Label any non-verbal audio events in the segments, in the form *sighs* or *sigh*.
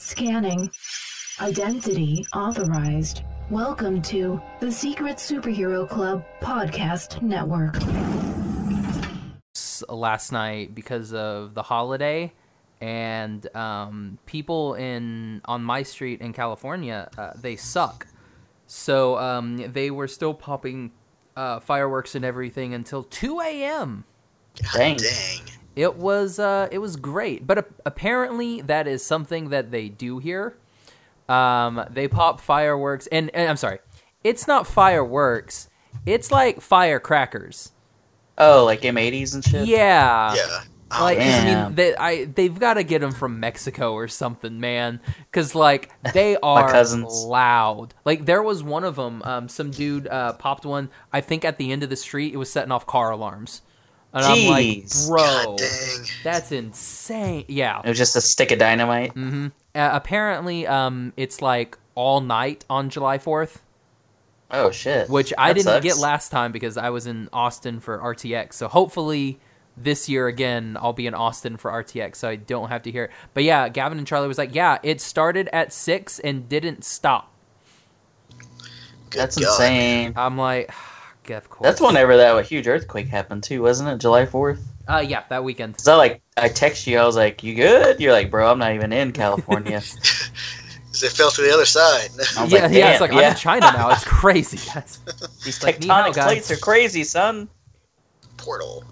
Scanning. Identity authorized. Welcome to the Secret Superhero Club Podcast Network. s- last night because of the holiday and um, people in on my street in California uh, they suck so um, they were still popping uh, fireworks and everything until 2 a.m Dang. Dang. it was uh, it was great but a- apparently that is something that they do here um, they pop fireworks and, and I'm sorry it's not fireworks it's like firecrackers Oh, like M80s and shit? yeah yeah. Oh, Like, 'cause, I mean, Damn. they, I they've got to get them from Mexico or something, man. Because like they *laughs* My are cousins. loud. Like there was one of them. Um, some dude uh, popped one. I think at the end of the street, it was setting off car alarms. And Jeez. I'm like, bro, God Ah, dang. that's insane. Yeah. It was just a stick of dynamite. hmm Uh, apparently, um, it's like all night on July Fourth, Oh, shit. which I That didn't sucks. get last time because I was in Austin for RTX. So hopefully this year again I'll be in Austin for RTX, so I don't have to hear it. But yeah, Gavin and Charlie was like, yeah, it started at six and didn't stop. Good That's God. insane. I'm like, *sighs* yeah, of course. That's whenever that huge earthquake happened, too, wasn't it? July 4th? Uh, yeah, that weekend. Because I, like, I text you, I was like, you good? You're like, bro, I'm not even *laughs* in California. 'Cause It fell to the other side. *laughs* I was yeah, like, yeah. It's "Damn, like I'm yeah." in China now. *laughs* It's crazy. That's, These Like, tectonic "Ni hao, guys." plates are crazy, son. Portal.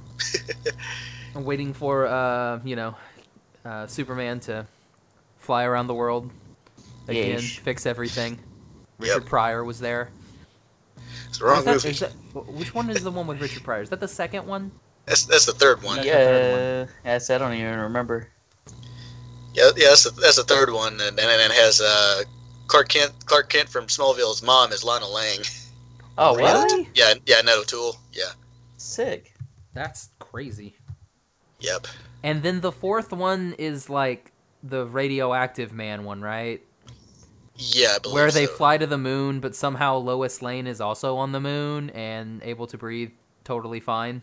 I'm waiting for uh, you know, uh, Superman to fly around the world again, Yeesh. fix everything. Yep. Richard Pryor was there. It's the wrong Is that- movie. is that- which one is the one with Richard Pryor? Is that the second one? That's that's the third one. That's the third Yeah, I said I don't even remember. Yeah, yeah, that's the, that's the third one, and and and it has uh, Clark Kent. Clark Kent from Smallville's mom is Lana Lang. Oh, Really? what? Yeah, yeah, Ned O'Toole. Yeah, Sick. That's crazy. yep. And then the fourth one is like the radioactive man one, right? Yeah, I believe Where they so. fly to the moon, but somehow Lois Lane is also on the moon and able to breathe totally fine.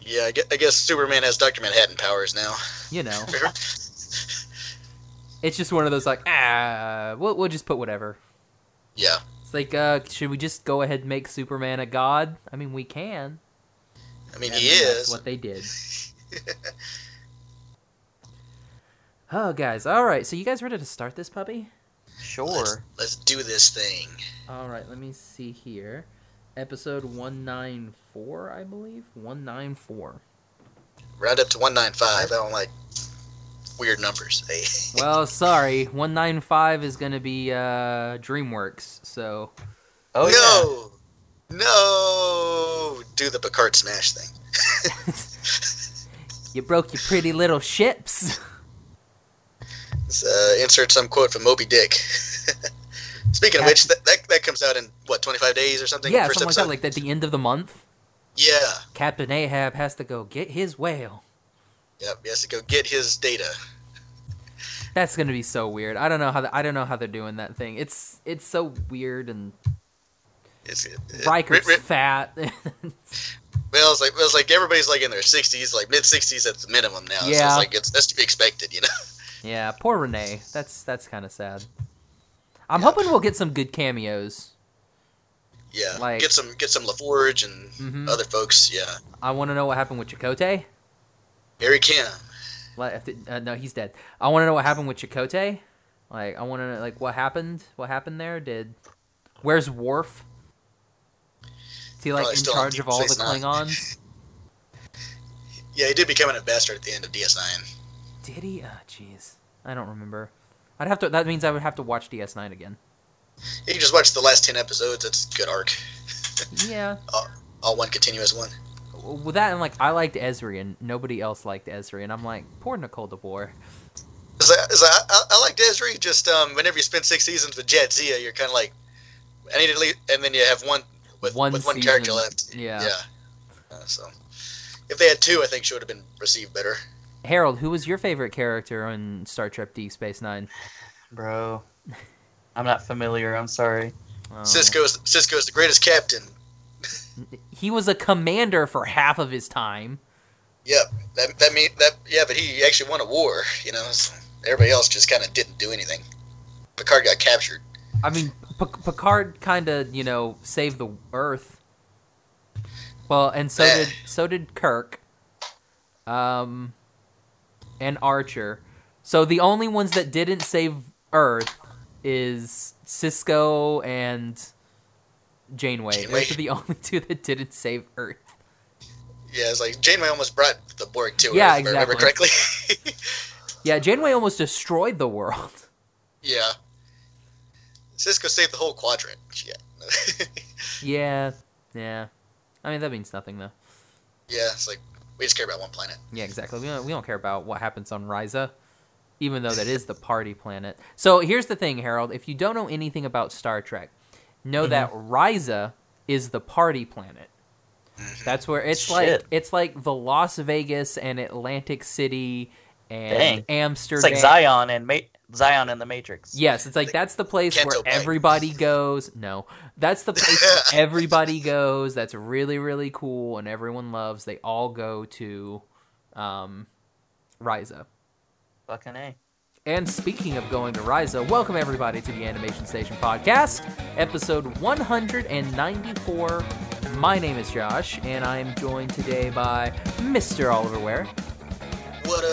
Yeah, I gue- I guess Superman has Doctor Manhattan powers now. *laughs* You know, it's just one of those like ah, we'll, we'll just put whatever. yeah, It's like, uh, should we just go ahead and make Superman a god? I mean, we can. I mean And he That's is. what they *laughs* did. oh, guys. All right. So you guys ready to start this puppy? Sure. Let's do this thing. All right. Let me see here. Episode 194, I believe. 194. Right up to one nine five. I don't like weird numbers. Hey, Well, sorry. 195 is going to be uh, DreamWorks. So, Oh, yeah. no, no, do the Picard smash thing. you broke your pretty little *laughs* ships. Let's, uh, insert some quote from Moby Dick. *laughs* Speaking of which, that, that that comes out in what twenty five days or something. yeah, first something like that. episode? Like at the end of the month, yeah. Captain Ahab has to go get his whale. Yep, he has to go get his data. That's gonna be so weird. I don't know how the, I don't know how they're doing that thing. It's it's so weird and It's, it, it- Riker's Ri- Ri- fat. *laughs* well, it's like well, it's like everybody's like in their sixties, like mid sixties at the minimum now. So Yeah. it's like it's that's to be expected, you know. *laughs* yeah, poor Renee. That's that's kind of sad. I'm hoping we'll get some good cameos. Yeah, Like- get some get some LaForge and Mhm. other folks. Yeah, I want to know what happened with Chakotay. Harry Kim. Like, if it- uh, no, he's dead. I want to know what happened with Chakotay. Like, I want to know like what happened. What happened there? Did where's Worf? Is he like Probably in Oh, still on charge of all the Deep Space Nine. *laughs* Klingons? Yeah, he did become an ambassador at the end of DS Nine. Did he? Oh, jeez, I don't remember. I'd have to. That means I would have to watch DS9 *laughs* again. You can just watch the last ten episodes. It's a good arc, Yeah. all one continuous one. With that, and like, I liked Esri, and nobody else liked Esri, and I'm like, poor Nicole DeBoer. It's like, it's like, I, I- I like Desiree. Just um, whenever you spend six seasons with Jet Zia, you're kind of like, I need to leave, and then you have one with One with one season, character left. yeah. Yeah. Uh, so, if they had two, I think she would have been received better. Harold, who was your favorite character on Star Trek Deep Space Nine? Bro. I'm not familiar. I'm sorry. Oh. Cisco's Cisco's the greatest captain. Um, He was a commander for half of his time. Yep. That that mean that yeah, but he actually won a war. You know, so Everybody else just kind of didn't do anything. Picard got captured. I mean, P- Picard kind of you know saved the Earth. Well, and so Yeah. did so did Kirk, um, and Archer. So the only ones that didn't save Earth is Cisco and Janeway. Those Janeway. are the *laughs* only two that didn't save Earth. Yeah, it's like Janeway almost brought the Borg to Yeah, Earth, if I remember exactly. correctly. *laughs* Yeah, Janeway almost destroyed the world. *laughs* yeah. Cisco saved the whole quadrant. Yeah. *laughs* yeah, yeah. I mean that means nothing though. yeah, it's like we just care about one planet. Yeah, exactly. We don't, we don't care about what happens on Ryza, even though that is the party planet. So here's the thing, Harold. If you don't know anything about Star Trek, know Mm-hmm. that Ryza is the party planet. That's where it's like Shit. it's like the Las Vegas and Atlantic City and Dang. Amsterdam. It's like Zion and Ma- Zion and the Matrix. Yes, it's like that's the place Canto where Bite. everybody goes. No, that's the place where everybody goes. That's really really cool, and everyone loves. They all go to um, Ryza. Fucking a. And speaking of going to Ryza, welcome everybody to the Animation Station podcast, episode 194. My name is Josh, and I am joined today by Mr. Oliver Ware What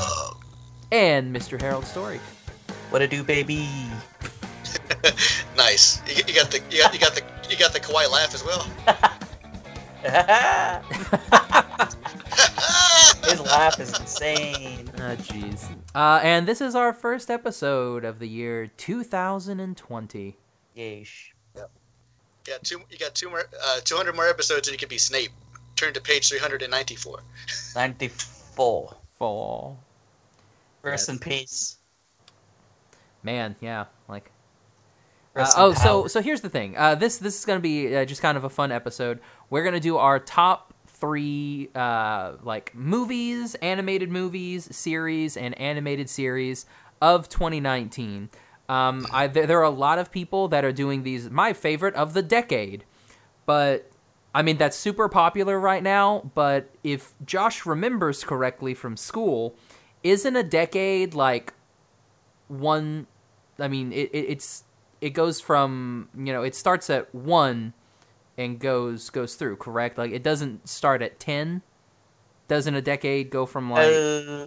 up? and Mr. Harold Story. What a do, baby. Nice. You, you got the you got, you got the you got the Kawhi laugh as well. *laughs* His laugh is insane. Ah, jeez. Uh, and this is our first episode of the year 2020. Yeesh. You got two. You got two more. Uh, Two hundred more episodes, and you could be Snape. Turn to page three hundred and ninety-four. Ninety-four. Fall. Rest Yes. in peace. Man, yeah, like Uh, Rest in oh, so power. so here's the thing. Uh, this this is gonna be uh, just kind of a fun episode. We're gonna do our top three uh, like movies, animated movies, series, and animated series of 2019. Um, I, there, there are a lot of people that are doing these. My favorite of the decade, but I mean that's super popular right now. But if Josh remembers correctly from school, isn't a decade like one i mean it, it it's it goes from you know it starts at one and goes goes through correct like it doesn't start at 10 doesn't a decade go from like Uh,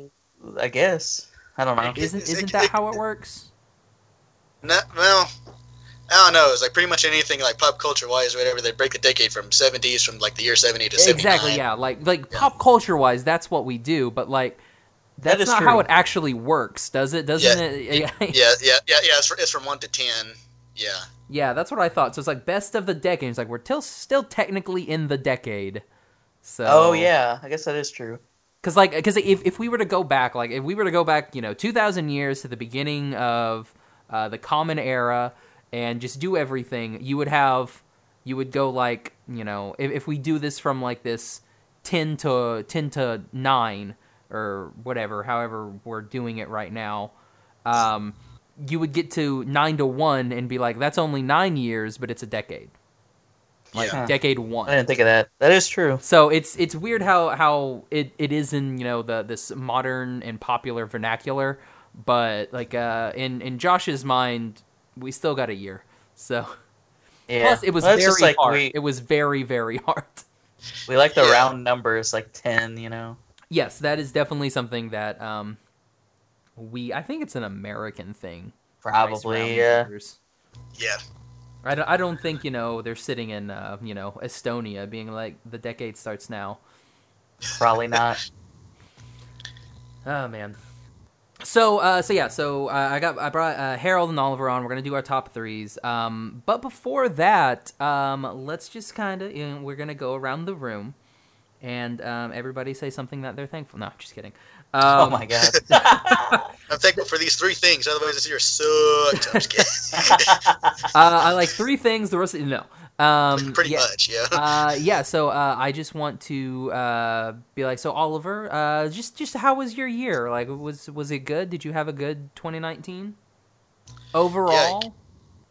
I guess. I don't know. isn't it's- isn't it- that it- how it works No, well, I don't know. It's like pretty much anything like pop culture wise, or whatever. They break the decade from seventies, from like the year seventy to seventy. exactly yeah like like pop culture wise that's what we do but like that's is not how true. it actually works does it doesn't Yeah, it *laughs* yeah, Yeah, yeah, yeah, yeah. It's, fr- it's from one to ten. Yeah, that's what i thought so it's like best of the decade it's like we're till still technically in the decade so Oh yeah, I guess that is true. because like because if, if we were to go back like if we were to go back you know 2000 years to the beginning of uh, the common era and just do everything you would have you would go like you know if, if we do this from like this 10 to 10 to 9 or whatever however we're doing it right now um, you would get to 9 to 1 and be like that's only 9 years but it's a decade like Yeah. decade 1 I didn't think of that. That is true. so it's it's weird how how it, it is in you know the this modern and popular vernacular, but like uh, in in Josh's mind, we still got a year. So Yeah. plus it was Well, that's very just like hard. we It was very very hard. we like the Yeah. round numbers, like ten. You know. yes, that is definitely something that um we I think it's an American thing. nice round Probably. Yeah. numbers. yeah. I don't, I don't think you know they're sitting in uh, you know Estonia being like the decade starts now. *laughs* Probably not. Oh man. So uh, so yeah, so uh, I got I brought uh, Harold and Oliver on. We're gonna do our top threes. Um, but before that, um, let's just kind of you know, we're gonna go around the room, and um, everybody say something that they're thankful. No, I'm just *laughs* kidding. Um, oh *laughs* my god. I'm thankful for these three things. Otherwise, this year sucked. I'm just kidding. Uh, I like three things. The rest of, no. *laughs* Um, *laughs* pretty yeah, much. Yeah. uh, yeah. So uh, I just want to uh, be like, so Oliver, uh, just just how was your year? Like, was was it good? Did you have a good 2019 overall?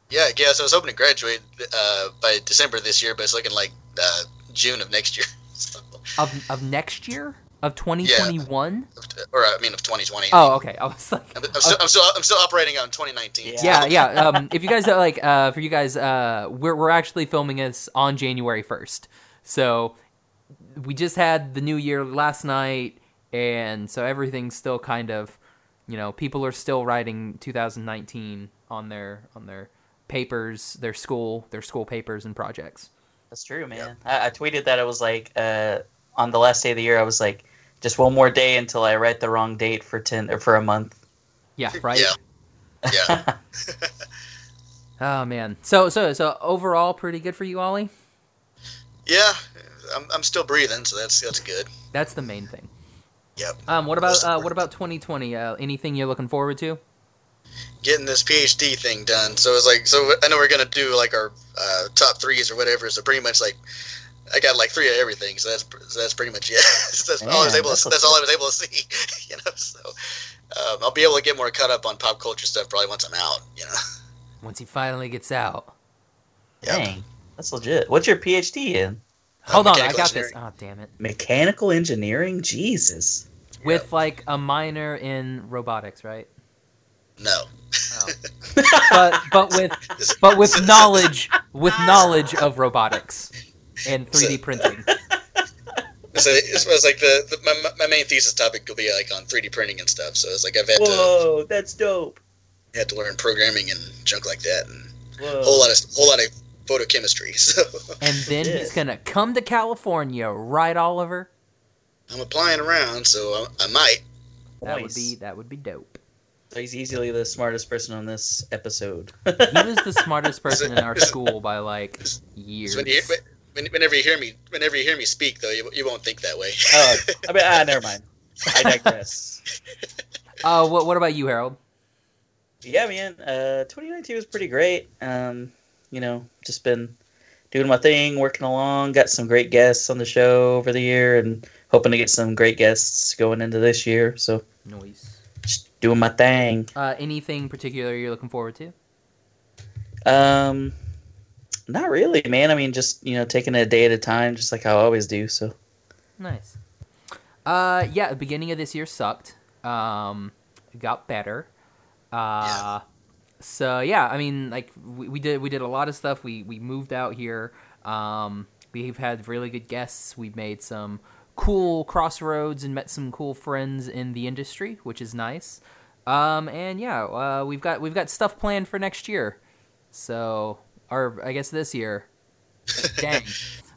Yeah, I guess I was hoping to graduate uh, by December this year, but it's looking like uh, June of next year. *laughs* So, of of next year of 2021. or I mean of 2020. Oh, uh, okay. I was like, I'm, I'm still, I'm still I'm still operating on 2019. Yeah. yeah, yeah. Um, if you guys are like, uh, for you guys, uh, we're we're actually filming this on January first, so we just had the new year last night, and so everything's still kind of, you know, people are still writing 2019 on their on their papers, their school, their school papers and projects. That's true, man. I, I tweeted that I was like, uh, on the last day of the year, I was like, just one more day until I write the wrong date for ten or for a month. Yeah, right. Yeah. *laughs* Yeah. Oh man. So so so overall, pretty good for you, Ollie. Yeah. I'm, I'm still breathing, so that's that's good. That's the main thing. Yep. Um, what about uh, what about 2020? Uh, anything you're looking forward to? Getting this PhD thing done. So it's like so I know we're gonna do like our uh, top threes or whatever. So pretty much like I got like three of everything. So that's so that's pretty much it. *laughs* So that's all I was Man, able. that's To, what's that's all I was able to see. *laughs* You know. So um, I'll be able to get more caught up on pop culture stuff probably once I'm out. You know. Once he finally gets out. Yep. Dang, that's legit. What's your PhD in? Uh, Hold on, I mechanical got this. engineering. Oh damn it! Mechanical engineering. Jesus. With like a minor in robotics, right? No. But but with but with knowledge with knowledge of robotics and 3D printing. So it's, it's like the, the my, my main thesis topic will be like on 3D printing and stuff. So it's like I've had to Whoa, that's dope. had to learn programming and junk like that, and Whoa. a whole lot of whole lot of photochemistry. *laughs* So And then he's gonna come to California, right, Oliver? I'm applying around, so I, I might. That would Nice. be that would be dope. So he's easily the smartest person on this *laughs* episode. He was the smartest person in our school by like years. So when you, when, whenever you hear me, whenever you hear me speak, though, you, you won't think that *laughs* way. oh, I mean, ah, never mind. I *laughs* digress. Uh, what what about you, Harold? yeah, man. Uh, 2019 was pretty great. Um, you know, just been doing my thing, working along. Got some great guests on the show over the year, and hoping to get some great guests going into this year. So Noise. just doing my thing. Uh, anything particular you're looking forward to? Um, not really, man. I mean, just you know, taking it a day at a time, just like I always do. So Nice. Uh, yeah, the beginning of this year sucked. Um, it got better. Uh, so yeah, I mean, like we, we did, we did a lot of stuff. We we moved out here. Um, we've had really good guests. We've made some cool crossroads and met some cool friends in the industry, which is nice. Um, and yeah, uh, we've got we've got stuff planned for next year. So, or I guess this *laughs* year. Dang,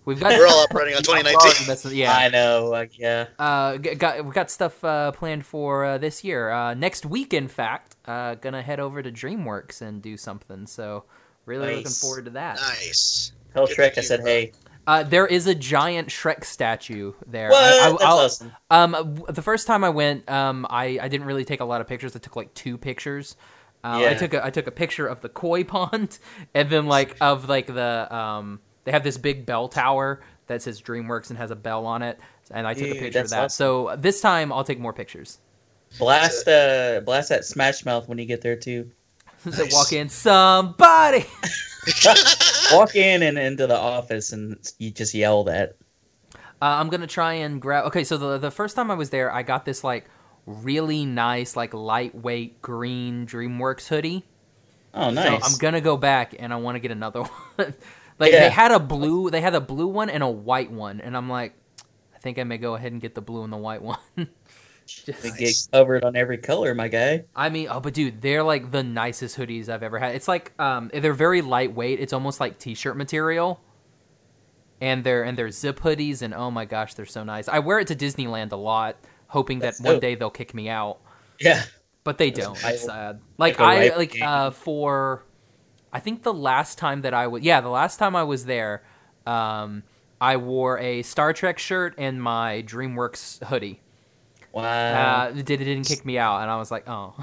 we've got. We're all operating *laughs* on Already 2019. messing- yeah, I know, like, yeah. uh, g- got we got stuff uh, planned for uh, this year. Uh, next week, in fact, uh, gonna head over to DreamWorks and do something. So really looking Nice. forward to that. Nice. *laughs* Tell Good Shrek, I for you, said, bro. hey, Uh, there is a giant Shrek statue there. what? I, I- That's I'll- awesome. um, w- the first time I went, um, I, I didn't really take a lot of pictures. I took like two pictures. Uh, I Yeah. took a, I took a picture of the koi pond, *laughs* and then like of like the um, they have this big bell tower that says DreamWorks and has a bell on it, and I took a Dude, picture of that's that. So this time I'll take more pictures. Blast, uh, blast that Smash Mouth when you get there too. So Nice. walk in somebody. Walk in and into the office, and you just yell that. Uh, I'm gonna try and grab. Okay, so the the first time I was there, I got this like really nice like lightweight green DreamWorks hoodie. Oh, So nice. I'm gonna go back and I want to get another *laughs* one. like Yeah. they had a blue, they had a blue one and a white one, and I'm like, I think I may go ahead and get the blue and the white one. *laughs* Just- They get covered on every color, my guy. I mean, oh, but dude, they're like the nicest hoodies I've ever had. It's like um, they're very lightweight. It's almost like t-shirt material. And they're and they're zip hoodies, and oh my gosh, they're so nice. I wear it to Disneyland a lot, hoping That's that one dope. day they'll kick me out Yeah. but they don't. I- It's sad. Like a I life like game. uh for I think the last time that I was yeah, the last time I was there, um I wore a Star Trek shirt and my DreamWorks hoodie. Wow. Uh, did it didn't kick me out, and I was like, oh.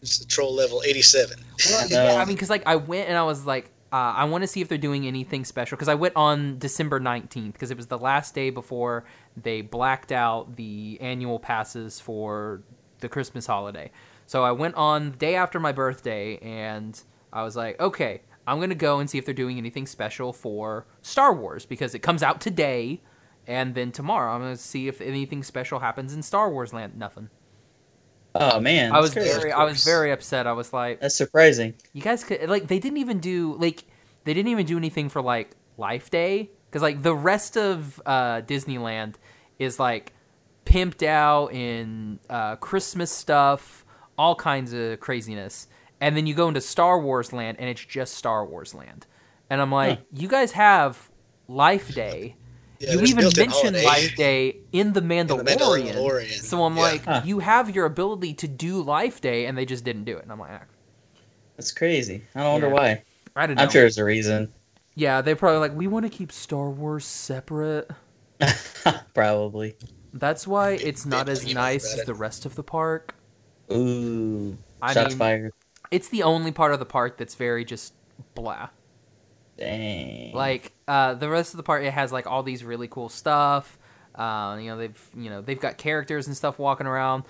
It's the troll level 87. I know. Yeah, I mean, because like I went and I was like, uh, I want to see if they're doing anything special because I went on December nineteenth because it was the last day before they blacked out the annual passes for the Christmas holiday. So I went on the day after my birthday and I was like, okay, I'm gonna go and see if they're doing anything special for Star Wars because it comes out today and then tomorrow I'm gonna see if anything special happens in Star Wars Land. Nothing. Oh man, I was that's great. very, I was very upset. I was like, That's surprising. you guys could like they didn't even do like they didn't even do anything for like Life Day because like the rest of uh, Disneyland is like pimped out in uh, Christmas stuff, all kinds of craziness, and then you go into Star Wars Land and it's just Star Wars Land, and I'm like, you guys have Life Day. Yeah, you there's even built-in mentioned holiday. *laughs* Life Day in the the Mandalorian. Mandalorian, So I'm yeah. like, Huh. you have your ability to do Life Day, and they just didn't do it. And I'm like, ah, That's crazy. I don't wonder Yeah. why. I don't know. I'm sure there's a reason. *laughs* Yeah, they probably like we want to keep Star Wars separate. Probably. That's why Big- it's not big as argument nice about as it. the rest of the park. Ooh. I shots mean, fired. it's the only part of the park that's very just blah. Dang. Like uh, the rest of the park, it has like all these really cool stuff. Uh, you know, they've you know they've got characters and stuff walking around.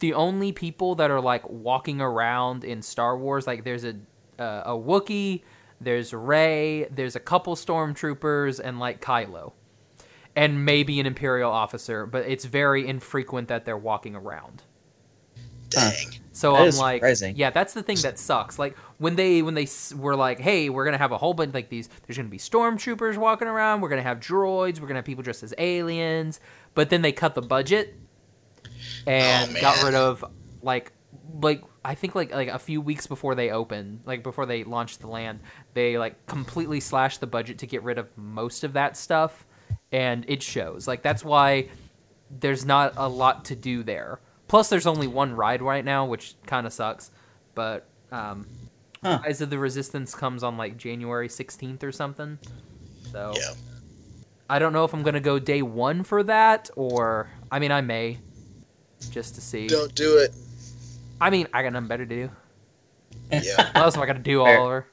The only people that are like walking around in Star Wars, like there's a uh, a Wookiee, there's Rey, there's a couple stormtroopers, and like Kylo, and maybe an Imperial officer, but it's very infrequent that they're walking around. Dang. So That I'm is like, surprising. yeah, that's the thing that sucks. Like when they when they s- were like, hey, we're gonna have a whole bunch like these. There's gonna be stormtroopers walking around. We're gonna have droids. We're gonna have people dressed as aliens. But then they cut the budget and Oh, got man. rid of like like I think like like a few weeks before they opened, like before they launched the land, they like completely slashed the budget to get rid of most of that stuff, and it shows. Like that's why there's not a lot to do there. Plus, there's only one ride right now, which kind of sucks. But um, Huh. Rise of the Resistance comes on like January 16th or something. So Yeah. I don't know if I'm gonna go day one for that, or I mean, I may just to see. Don't do *laughs* it. I mean, I got nothing better to *laughs* do. Yeah. What else am I gonna do all Fair. over?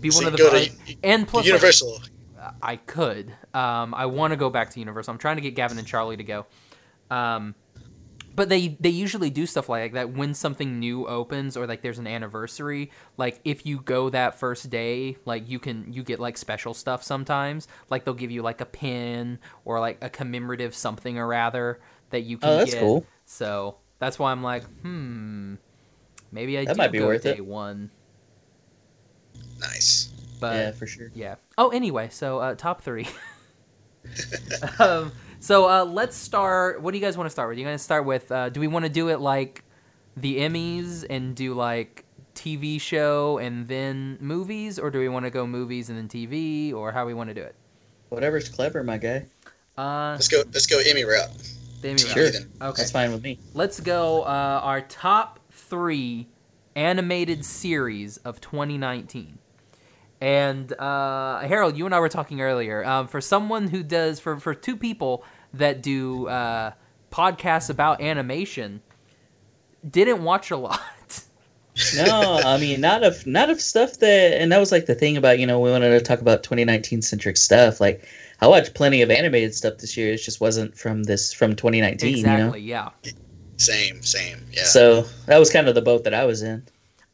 Be So one of you the go to like, and plus like, Universal. I could. Um, I want to go back to Universal. I'm trying to get Gavin and Charlie to go. Um, but they they usually do stuff like that when something new opens or like there's an anniversary. Like if you go that first day, like you can you get like special stuff sometimes. Like they'll give you like a pin or like a commemorative something or rather that you can Oh, that's get. cool. So that's why I'm like, hmm, maybe I That do might be go worth day it. one. Nice. But yeah, for sure. yeah. Oh, anyway, so uh, top three. *laughs* um, so uh, let's start. What do you guys want to start with? You going to start with? Uh, do we want to do it like the Emmys and do like TV show and then movies, or do we want to go movies and then TV, or how we want to do it? Whatever's clever, my guy. Uh, Let's go. Let's go Emmy route. the Emmy Sure. round. then. Okay. That's fine *laughs* with me. Let's go. Uh, our top three animated series of 2019. And uh, Harold, you and I were talking earlier. Um, for someone who does, for for two people that do uh, podcasts about animation, didn't watch a lot. *laughs* no, I mean not of not of stuff that and that was like the thing about, you know, we wanted to talk about 2019 centric stuff. Like I watched plenty of animated stuff this year. It just wasn't from this from 2019, you know. exactly. Yeah. Same. Same. Yeah. So, that was kind of the boat that I was in.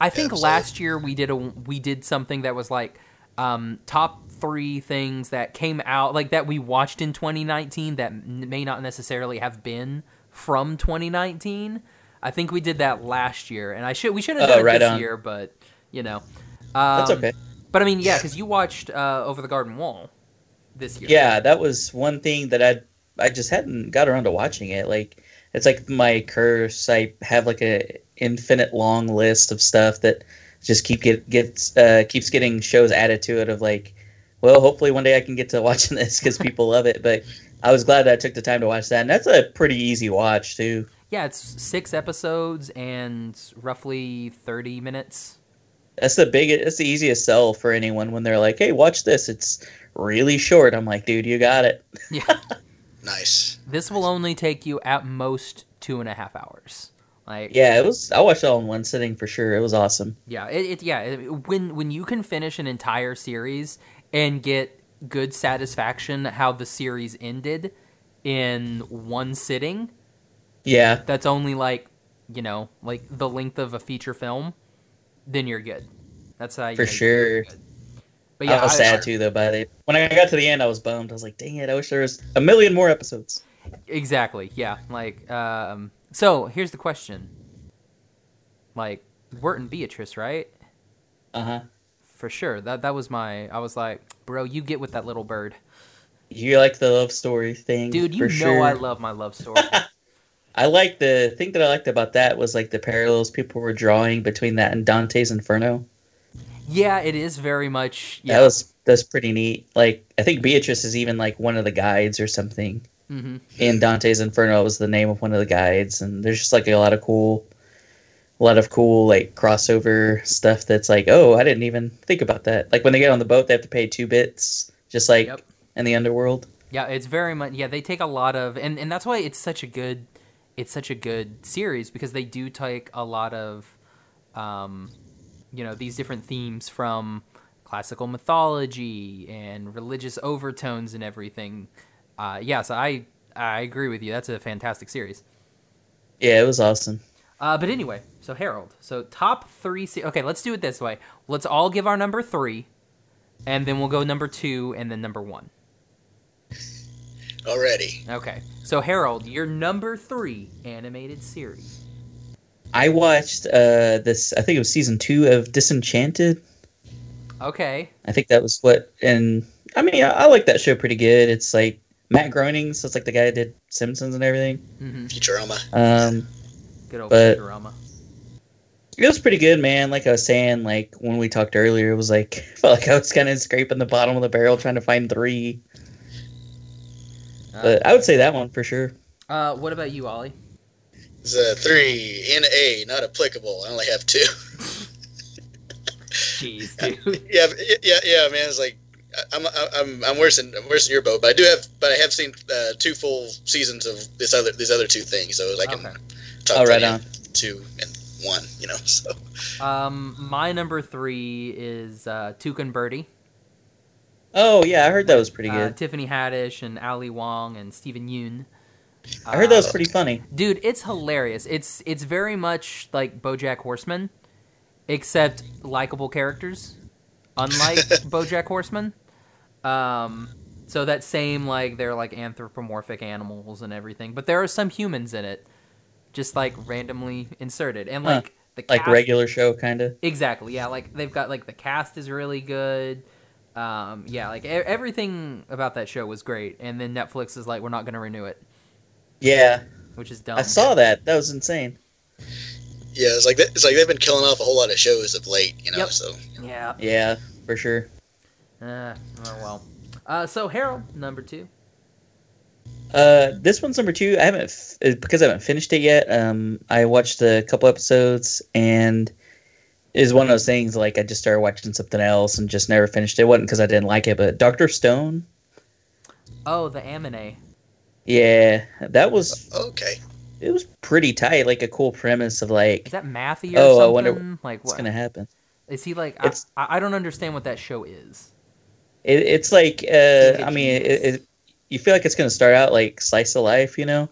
I think Absolutely. last year we did a we did something that was like um, top three things that came out like that we watched in 2019 that n- may not necessarily have been from 2019. I think we did that last year, and I should we should have Oh, done it right this on. year, but you know, um, That's okay. But I mean, yeah, Yeah. because you watched uh, Over the Garden Wall this year. Yeah, that was one thing that I I just hadn't got around to watching it. Like it's like my curse. I have like a infinite long list of stuff that just keep get gets uh, keeps getting shows added to it. Of like, well, hopefully one day I can get to *laughs* watching this because people love it. But I was glad that I took the time to watch that, and that's a pretty easy watch too. yeah, it's six episodes and roughly 30 minutes. That's the biggest. That's the easiest sell for anyone when they're like, "Hey, watch this. It's really short." I'm like, "Dude, you got it." Yeah. Nice. This will only take you at most two and a half hours. Like yeah, Yeah, it was. I watched it all in one sitting for sure. It was awesome. it, it yeah it- when when you can finish an entire series and get good satisfaction how the series ended in one sitting. Yeah. That's only like you know like the length of a feature film. Then you're good. That's how you For know you're sure. good. But yeah, I was I- sad too though. By the when I got to the end, I was bummed. I was like, "Dang it! I wish there was a million more episodes." Exactly. Yeah. Like, um, so here's the question. Like, Wharton Beatrice, right? Uh huh. For sure. That that was my. I was like, bro, you get with that little bird, You like the love story thing, dude. You Mm, for know sure. I love my love story. I like the thing that I liked about that was like the parallels people were drawing between that and Dante's Inferno. yeah, it is very much. Yeah. That was that's pretty neat. Like I think Beatrice is even like one of the guides or something. hmm in Dante's Inferno was the name of one of the guides, and there's just like a lot of cool, a lot of cool like crossover stuff that's like, oh, I didn't even think about that. Like when they get on the boat, they have to pay two bits, just like Yep. in the underworld. Yeah, it's very much. Yeah, they take a lot of, and and that's why it's such a good, it's such a good series because they do take a lot of, um, you know, these different themes from classical mythology and religious overtones and everything. Uh, yeah, so I I agree with you. That's a fantastic series. Yeah, it was awesome. Uh, but anyway, so Harold, so top three. Se- okay, let's do it this way. Let's all give our number three, and then we'll go number two, and then number one. already. Okay. So Harold, your number three animated series. I watched uh this. I think it was season two of Disenchanted. Okay. I think that was what. And I mean, I, I like that show pretty good. It's like Matt Groening, so it's like the guy that did Simpsons and everything. hmm Futurama. Um, Good old But- Futurama. It was pretty good, man. Like I was saying, like when we talked earlier, it was like *laughs* I felt like I was kind of scraping the bottom of the barrel trying to find three. Uh, But I would say that one for sure. uh, what about you, Ollie? It's a three in A, not applicable. I only have two. Jeez, *laughs* dude. yeah, y- yeah, yeah, man. It's like I- I'm, I'm, I'm worse than I'm worse than your boat, but I do have, but I have seen uh, two full seasons of this other these other two things, so I can Okay. talk Oh, right plenty of two and one, you know. *laughs* So Um, my number three is uh, Took and Birdie. Oh yeah, I heard that was pretty Uh, good. Tiffany Haddish and Ali Wong and Stephen Yoon. I heard that was uh, pretty funny. dude it's hilarious it's it's very much like bojack horseman except likable characters unlike bojack horseman um so that same like they're like anthropomorphic animals and everything but there are some humans in it just like randomly inserted and Huh. like the Like cast- regular show kind of. exactly yeah like they've got like the cast is really good um yeah like e- everything about that show was great and then netflix is like we're not gonna renew it Yeah, which is dumb I saw that. That was insane. yeah, it's like that, it's like they've been killing off a whole lot of shows of late, you know. Yep. So yeah Yeah, for sure. Uh, oh well. Uh, so Harold, number two. Uh, this one's number two. I haven't f- uh, because I haven't finished it yet. Um, I watched a couple episodes and is one of those things like I just started watching something else and just never finished it. it wasn't because I didn't like it, but Doctor Stone. Oh, the Amine. Yeah, that was okay, it was pretty tight. Like a cool premise of like Is that Matthew or Oh, I something? wonder like what's what? gonna happen. Is he like? It's- I, I don't understand what that show is. It, it's like It's uh, like a I mean, it, genius. it, you feel like it's gonna start out like slice of life, you know.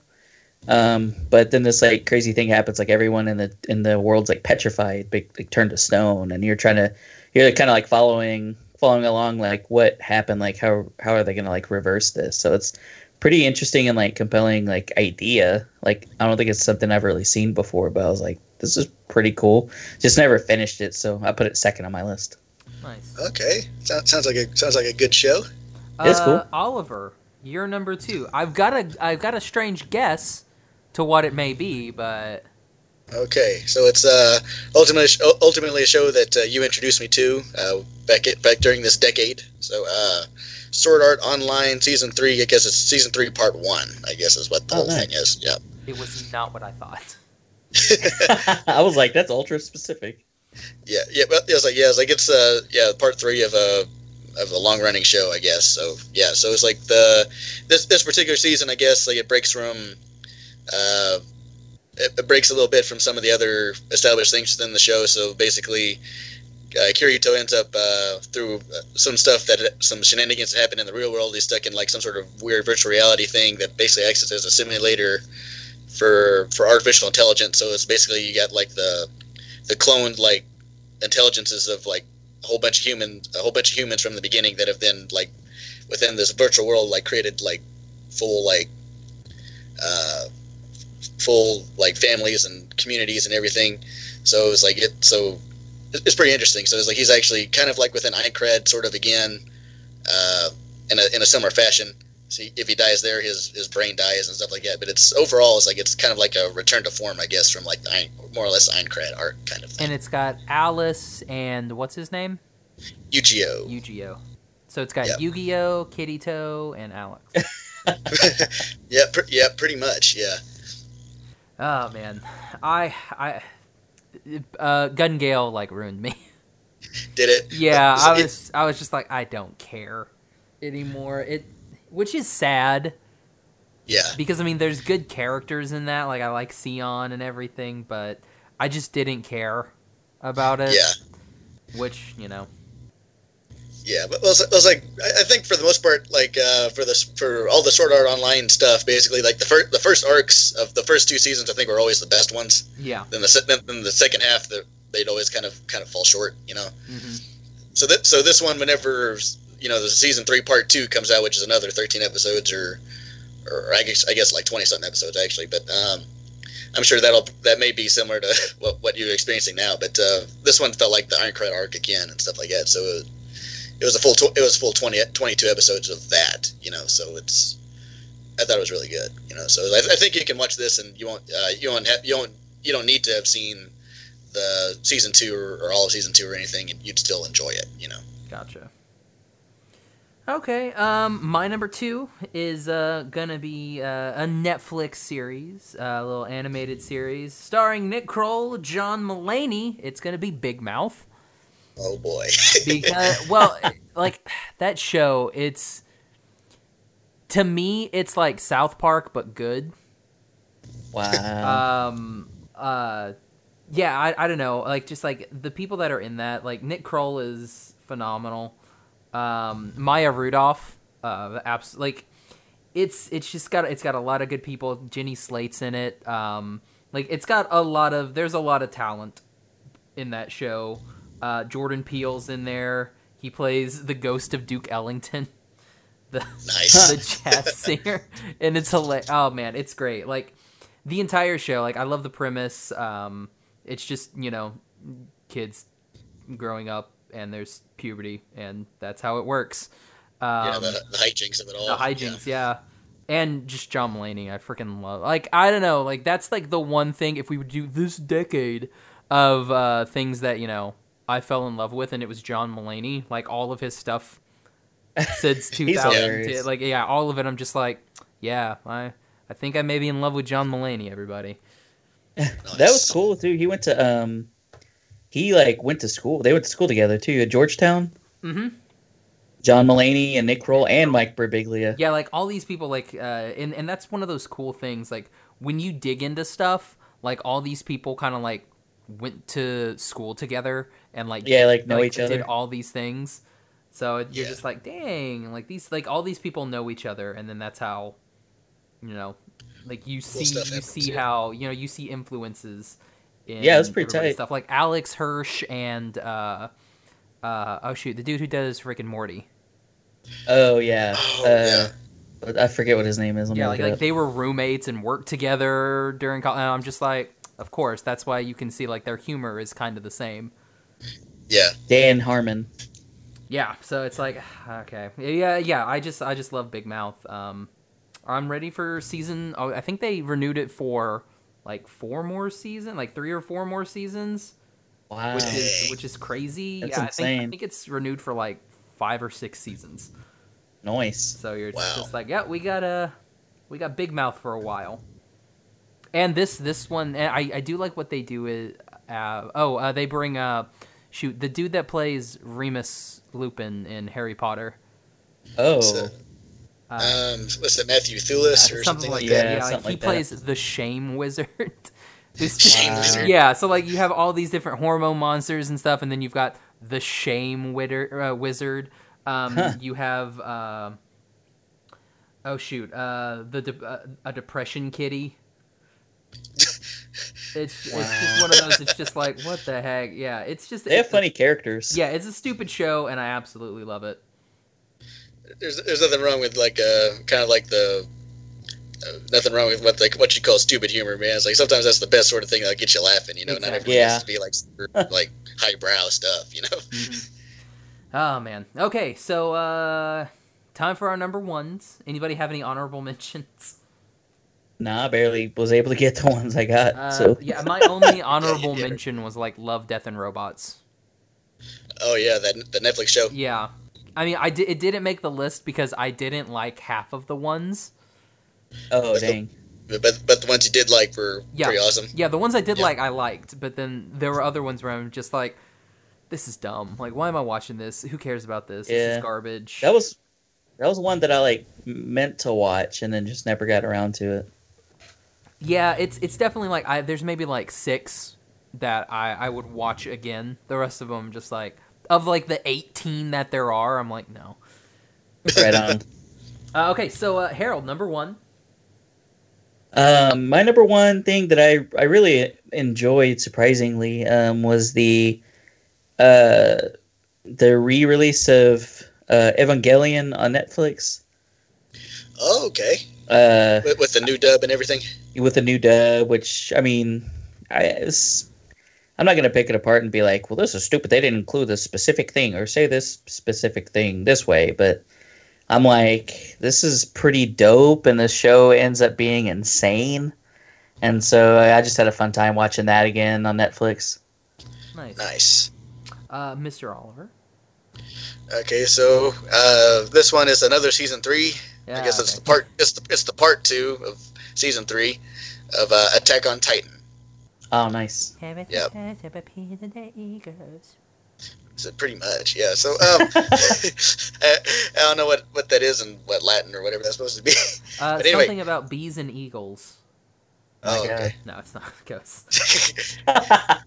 Um, but then this like crazy thing happens. Like everyone in the in the world's like petrified, like, like turned to stone, and you're trying to you're kind of like following following along like what happened, like how how are they gonna like reverse this? So it's pretty interesting and like compelling like idea. Like I don't think it's something I've really seen before, but I was like, this is pretty cool. Just never finished it, so I put it second on my list. *laughs* Nice. okay, Sound sounds like a sounds like a good show. It's uh, cool. Oliver, you're number two. I've got a I've got a strange guess to what it may be, but Okay, so it's uh, ultimately ultimately a show that uh, you introduced me to uh, back at, back during this decade. So uh, Sword Art Online season three. I guess it's season three, part one. I guess is what the Oh, whole nice. thing is. Yeah. it was not what I thought. *laughs* I was like, that's ultra specific. Yeah, yeah, but it's like yeah, it's like it's uh yeah part three of a of a long running show, I guess. So yeah, so it's like the this this particular season, I guess, like it breaks from uh it, it breaks a little bit from some of the other established things within the show. So basically, uh, Kirito ends up uh, through uh, some stuff that some shenanigans that happened in the real world. He's stuck in like some sort of weird virtual reality thing that basically acts as a simulator for for artificial intelligence. So it's basically you got like the the cloned like intelligences of like a whole bunch of humans, a whole bunch of humans from the beginning that have then like within this virtual world like created like full like uh, full like families and communities and everything. So it was like it so it- it's pretty interesting. So it's like he's actually kind of like within iCred sort of again uh, in a in a similar fashion. See if he dies there, his his brain dies and stuff like that. But it's overall it's like it's kind of like a return to form, I guess, from like the Ein- more or less Eincrad art kind of and thing. it's got Alice and what's his name? Yu-Gi-Oh. Yu-Gi-Oh. So it's got Yep. Yu-Gi-Oh, Kitty Toe, and Alex. *laughs* yeah, pr- yeah, pretty much. Yeah, Oh man, I I uh, Gun Gale like ruined me. did it? yeah, *laughs* So I it- was I was just like I don't care anymore. It which is sad yeah, because I mean there's good characters in that like I like Sion and everything, but I just didn't care about it. yeah. Which you know, Yeah, but it was, it was like I I think for the most part, like uh, for this for all the Sword Art Online stuff, basically like the first the first arcs of the first two seasons, I think were always the best ones. yeah. Then the se- then, then the second half, the, they'd always kind of kind of fall short, you know. hmm Mm-hmm. So that so this one, whenever you know the season three part two comes out, which is another thirteen episodes or or I guess I guess like twenty something episodes actually, but um, I'm sure that'll that may be similar to *laughs* what, what you're experiencing now. But uh, this one felt like the Ironclad arc again and stuff like that. So it, it was a full tw- it was a full 20, 22 episodes of that, you know. So it's I thought it was really good, you know. So I, I think you can watch this and you won't uh, you won't have, you won't you don't need to have seen the season two or, or all of season two or anything, and you'd still enjoy it, you know. Gotcha. Okay, um, my number two is uh, gonna be uh, a Netflix series, uh, a little animated series starring Nick Kroll, John Mulaney. It's gonna be Big Mouth Oh boy. *laughs* because, well, like that show. It's to me, it's like South Park but good. *laughs* Wow. Um. Uh. Yeah. I. I don't know. Like just like the people that are in that. Like Nick Kroll is phenomenal. Um. Maya Rudolph. Uh. Abs- like. It's it's just got it's got a lot of good people. Jenny Slate's in it. Um. Like it's got a lot of there's a lot of talent in that show. Uh. Jordan Peele's in there. He plays the ghost of Duke Ellington. *laughs* The nice. *laughs* the jazz singer, and it's hilarious. Oh man, it's great. Like the entire show. Like I love the premise. Um, it's just you know kids growing up, and there's puberty, and that's how it works. Um, yeah, the, the hijinks of it all. the hijinks, yeah. And just John Mulaney, I freaking love. Like I don't know, like that's like the one thing. If we would do this decade of uh, things that you know I fell in love with, and it was John Mulaney, like all of his stuff since two thousand. hilarious. Like yeah, all of it. I'm just like, yeah, I I think I may be in love with John Mulaney. Everybody, Yeah. Nice. that was cool too. He went to um, he like went to school. They went to school together too at Georgetown. hmm John Mulaney and Nick Kroll and Mike Birbiglia. yeah, like all these people, like uh, and and that's one of those cool things. Like when you dig into stuff, like all these people kind of like went to school together and like Yeah, like know like, each other. did all these things so it- you're Yeah. just like dang like these like all these people know each other and then that's how you know like you see stuff you happens, see yeah. how you know you see influences in Yeah, that's pretty everybody's tight. stuff like alex hirsch and uh uh oh shoot the dude who does Rick and morty Oh yeah. Oh, uh, I forget what his name is. Let me yeah look like, it like up. they were roommates and worked together during college and i'm just like of course that's why you can see like their humor is kind of the same Yeah. Dan Harmon. yeah so it's like *sighs* okay yeah yeah i just i just love big mouth um i'm ready for season oh, i think they renewed it for like four more season like three or four more seasons Wow. which is which is crazy That's yeah I, think, I insane. think it's renewed for like five or six seasons nice. so you're Wow. just like yeah we got a we got big mouth for a while and this this one and i i do like what they do is uh oh uh, they bring uh shoot the dude that plays remus lupin in harry potter Oh. So- uh, Um, what's it, Matthew Thulis or something, like that. Yeah, Yeah, like, something he like that. plays the Shame Wizard. *laughs* This Shame just- Wizard. Yeah, so like you have all these different hormone monsters and stuff, and then you've got the Shame Witter, uh, Wizard. Um, Huh. You have um *laughs* oh shoot, uh, the de- uh, a depression kitty. It's it's just one of those. It's just like what the heck? Yeah, it's just They have it's a- funny characters. yeah, it's a stupid show, and I absolutely love it. There's, there's nothing wrong with like uh, kind of like the uh, nothing wrong with what like what you call stupid humor, man. It's like sometimes that's the best sort of thing that'll get you laughing. You know, not Exactly. everything Yeah. *laughs* has to be like super, like highbrow stuff. You know, Mm-hmm. *laughs* Oh man. Okay, so uh, time for our number ones. Anybody have any honorable *laughs* mentions? Nah, I barely was able to get the *laughs* ones I got. Uh, so yeah, my only honorable Yeah. mention was like Love, Death, and Robots. oh yeah, that the Netflix show. Yeah, I mean, I di- it didn't make the list because I didn't like half of the ones. oh That's the- dang. But but the ones you did like were Yeah. pretty awesome. Yeah, the ones I did Yeah. like, I liked, but then there were other ones where I'm just like, this is dumb. Like, why am I watching this? Who cares about this? This Yeah. is garbage. That was that was one that I like meant to watch and then just never got around to it. yeah, it's it's definitely like I there's maybe like six that I I would watch again. The rest of them just like of like the 18 that there are, I'm like no. Right on. Uh, okay, so uh, Harold number one. Um, my number one thing that I, I really enjoyed surprisingly um, was the uh, the re release of uh, Evangelion on Netflix Oh, okay, uh, with, with the new dub and everything. with a new dub. Which I mean, I it's, I'm not gonna pick it apart and be like, well, this is stupid. They didn't include this specific thing or say this specific thing this way, but. I'm like, this is pretty dope, and the show ends up being insane. And so I just had a fun time watching that again on Netflix. Nice. Nice. Uh, Mr. Oliver. Okay, so uh, this one is another season three. Yeah, I guess it's okay. the part. It's the, it's the part two of season three of uh, Attack on Titan. Oh, nice. Yep. Yep. So pretty much, yeah. So *laughs* um, *laughs* I, I don't know what, what that is in what Latin or whatever that's supposed to be. Uh, But anyway. Something about bees and eagles. Oh, God. okay. No, it's not *laughs* ghosts. yeah,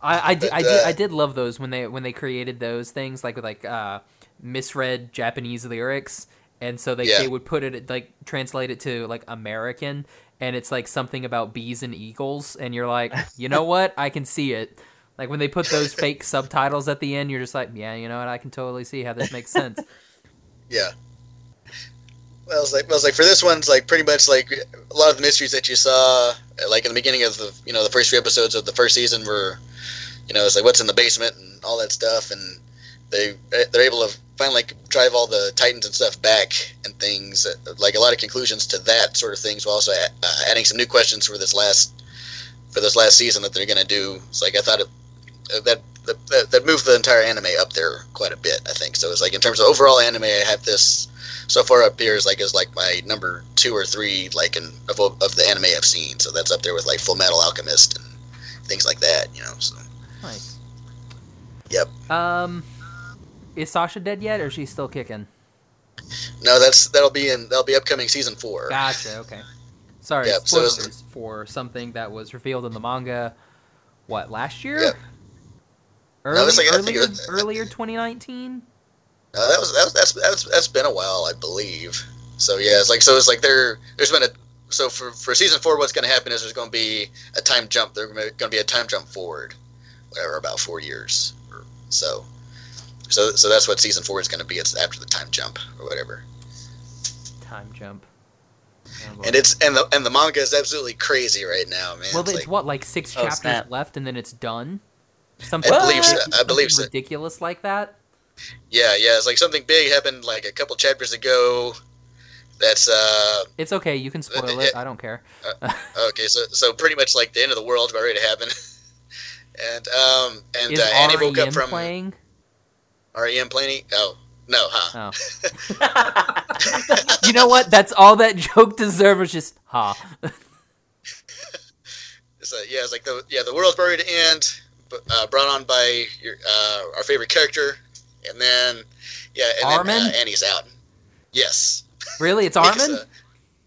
I, I, di- But, I, did, uh, I did love those when they when they created those things like with like uh, misread Japanese lyrics, and so they, Yeah. they would put it like translate it to like American, and it's like something about bees and eagles, and you're like, you know what, I can see it. Like when they put those fake subtitles at the end, you're just like, yeah, you know what, I can totally see how this makes sense. Yeah. Well, I was like, I was like, for this one, it's like pretty much like a lot of the mysteries that you saw, uh, like in the beginning of the, you know, the first few episodes of the first season were, you know, it's like what's in the basement and all that stuff, and they they're able to finally like, drive all the titans and stuff back and things uh, like a lot of conclusions to that sort of things, while also a- uh, adding some new questions for this last for this last season that they're gonna do. It's like I thought it uh, that. that- That, that moved the entire anime up there quite a bit, I think. So it's like in terms of overall anime, I have this so far up here is like is like my number two or three like in of, of the anime I've seen. So that's up there with like Full Metal Alchemist and things like that. You know. So Nice. Yep. Um, is Sasha dead yet, or is she still kicking? no, that's that'll be in that'll be upcoming season four. Gotcha. Okay. Sorry. Yep, so spoilers it's- for something that was revealed in the manga. What last year? Yep. Early, it's like- I think earlier, it was- earlier 2019. Uh, that was that was that's, that's that's been a while, I believe. So yeah, it's like so it's like there there's been a so for for season four, what's going to happen is there's going to be a time jump. There's going to be a time jump forward, whatever about four years or so. So so that's what season four is going to be. It's after the time jump or whatever. Time jump. Oh, boy. And it's and the and the manga is absolutely crazy right now, man. well, It's it's like- what like six Oh, chapters snap. left, and then it's done. Something, I believe so. something I believe so. ridiculous like that. Yeah, yeah. It's like something big happened like a couple chapters ago. That's uh It's okay. You can spoil yeah. it. I don't care. okay. So so pretty much like the end of the world's about ready to happen. *laughs* and um and Is uh, Annie woke REM up from playing? REM planning. Oh no, huh? Oh. you know what? That's all that *laughs* joke deserved. Was just ha. So yeah, it's like the yeah the world's about ready to end, but, uh, brought on by your uh, our favorite character, and then yeah, and Armin? then uh, Annie's out. Yes, uh, Really? It's Armin.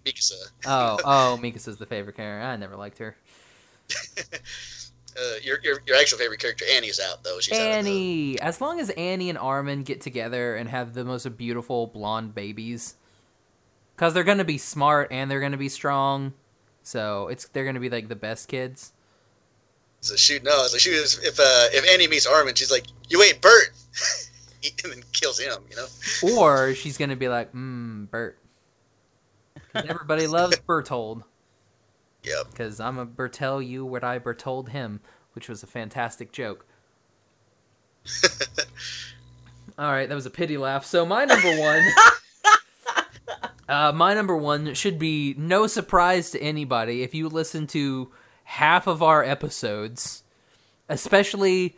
Mikasa. Mikasa. Oh, oh, Mikasa's the favorite character. I never liked her. Uh, your, your, your actual favorite character Annie's out though. She's out of the- Annie. As long as Annie and Armin get together and have the most beautiful blonde babies, because they're gonna be smart and they're gonna be strong, so it's they're gonna be like the best kids. So shoot, no. I was like, shoot, if uh, if Annie meets Armin, she's like, you ain't Bert, *laughs* and then kills him. You know. Or she's gonna be like, mm, Bert. *laughs* 'Cause everybody loves Bertold. Yep. Because I'm a Bertel you what I Bertold him, which was a fantastic joke. All right, that was a pity laugh. So my number one, uh, my number one should be no surprise to anybody if you listen to half of our episodes, especially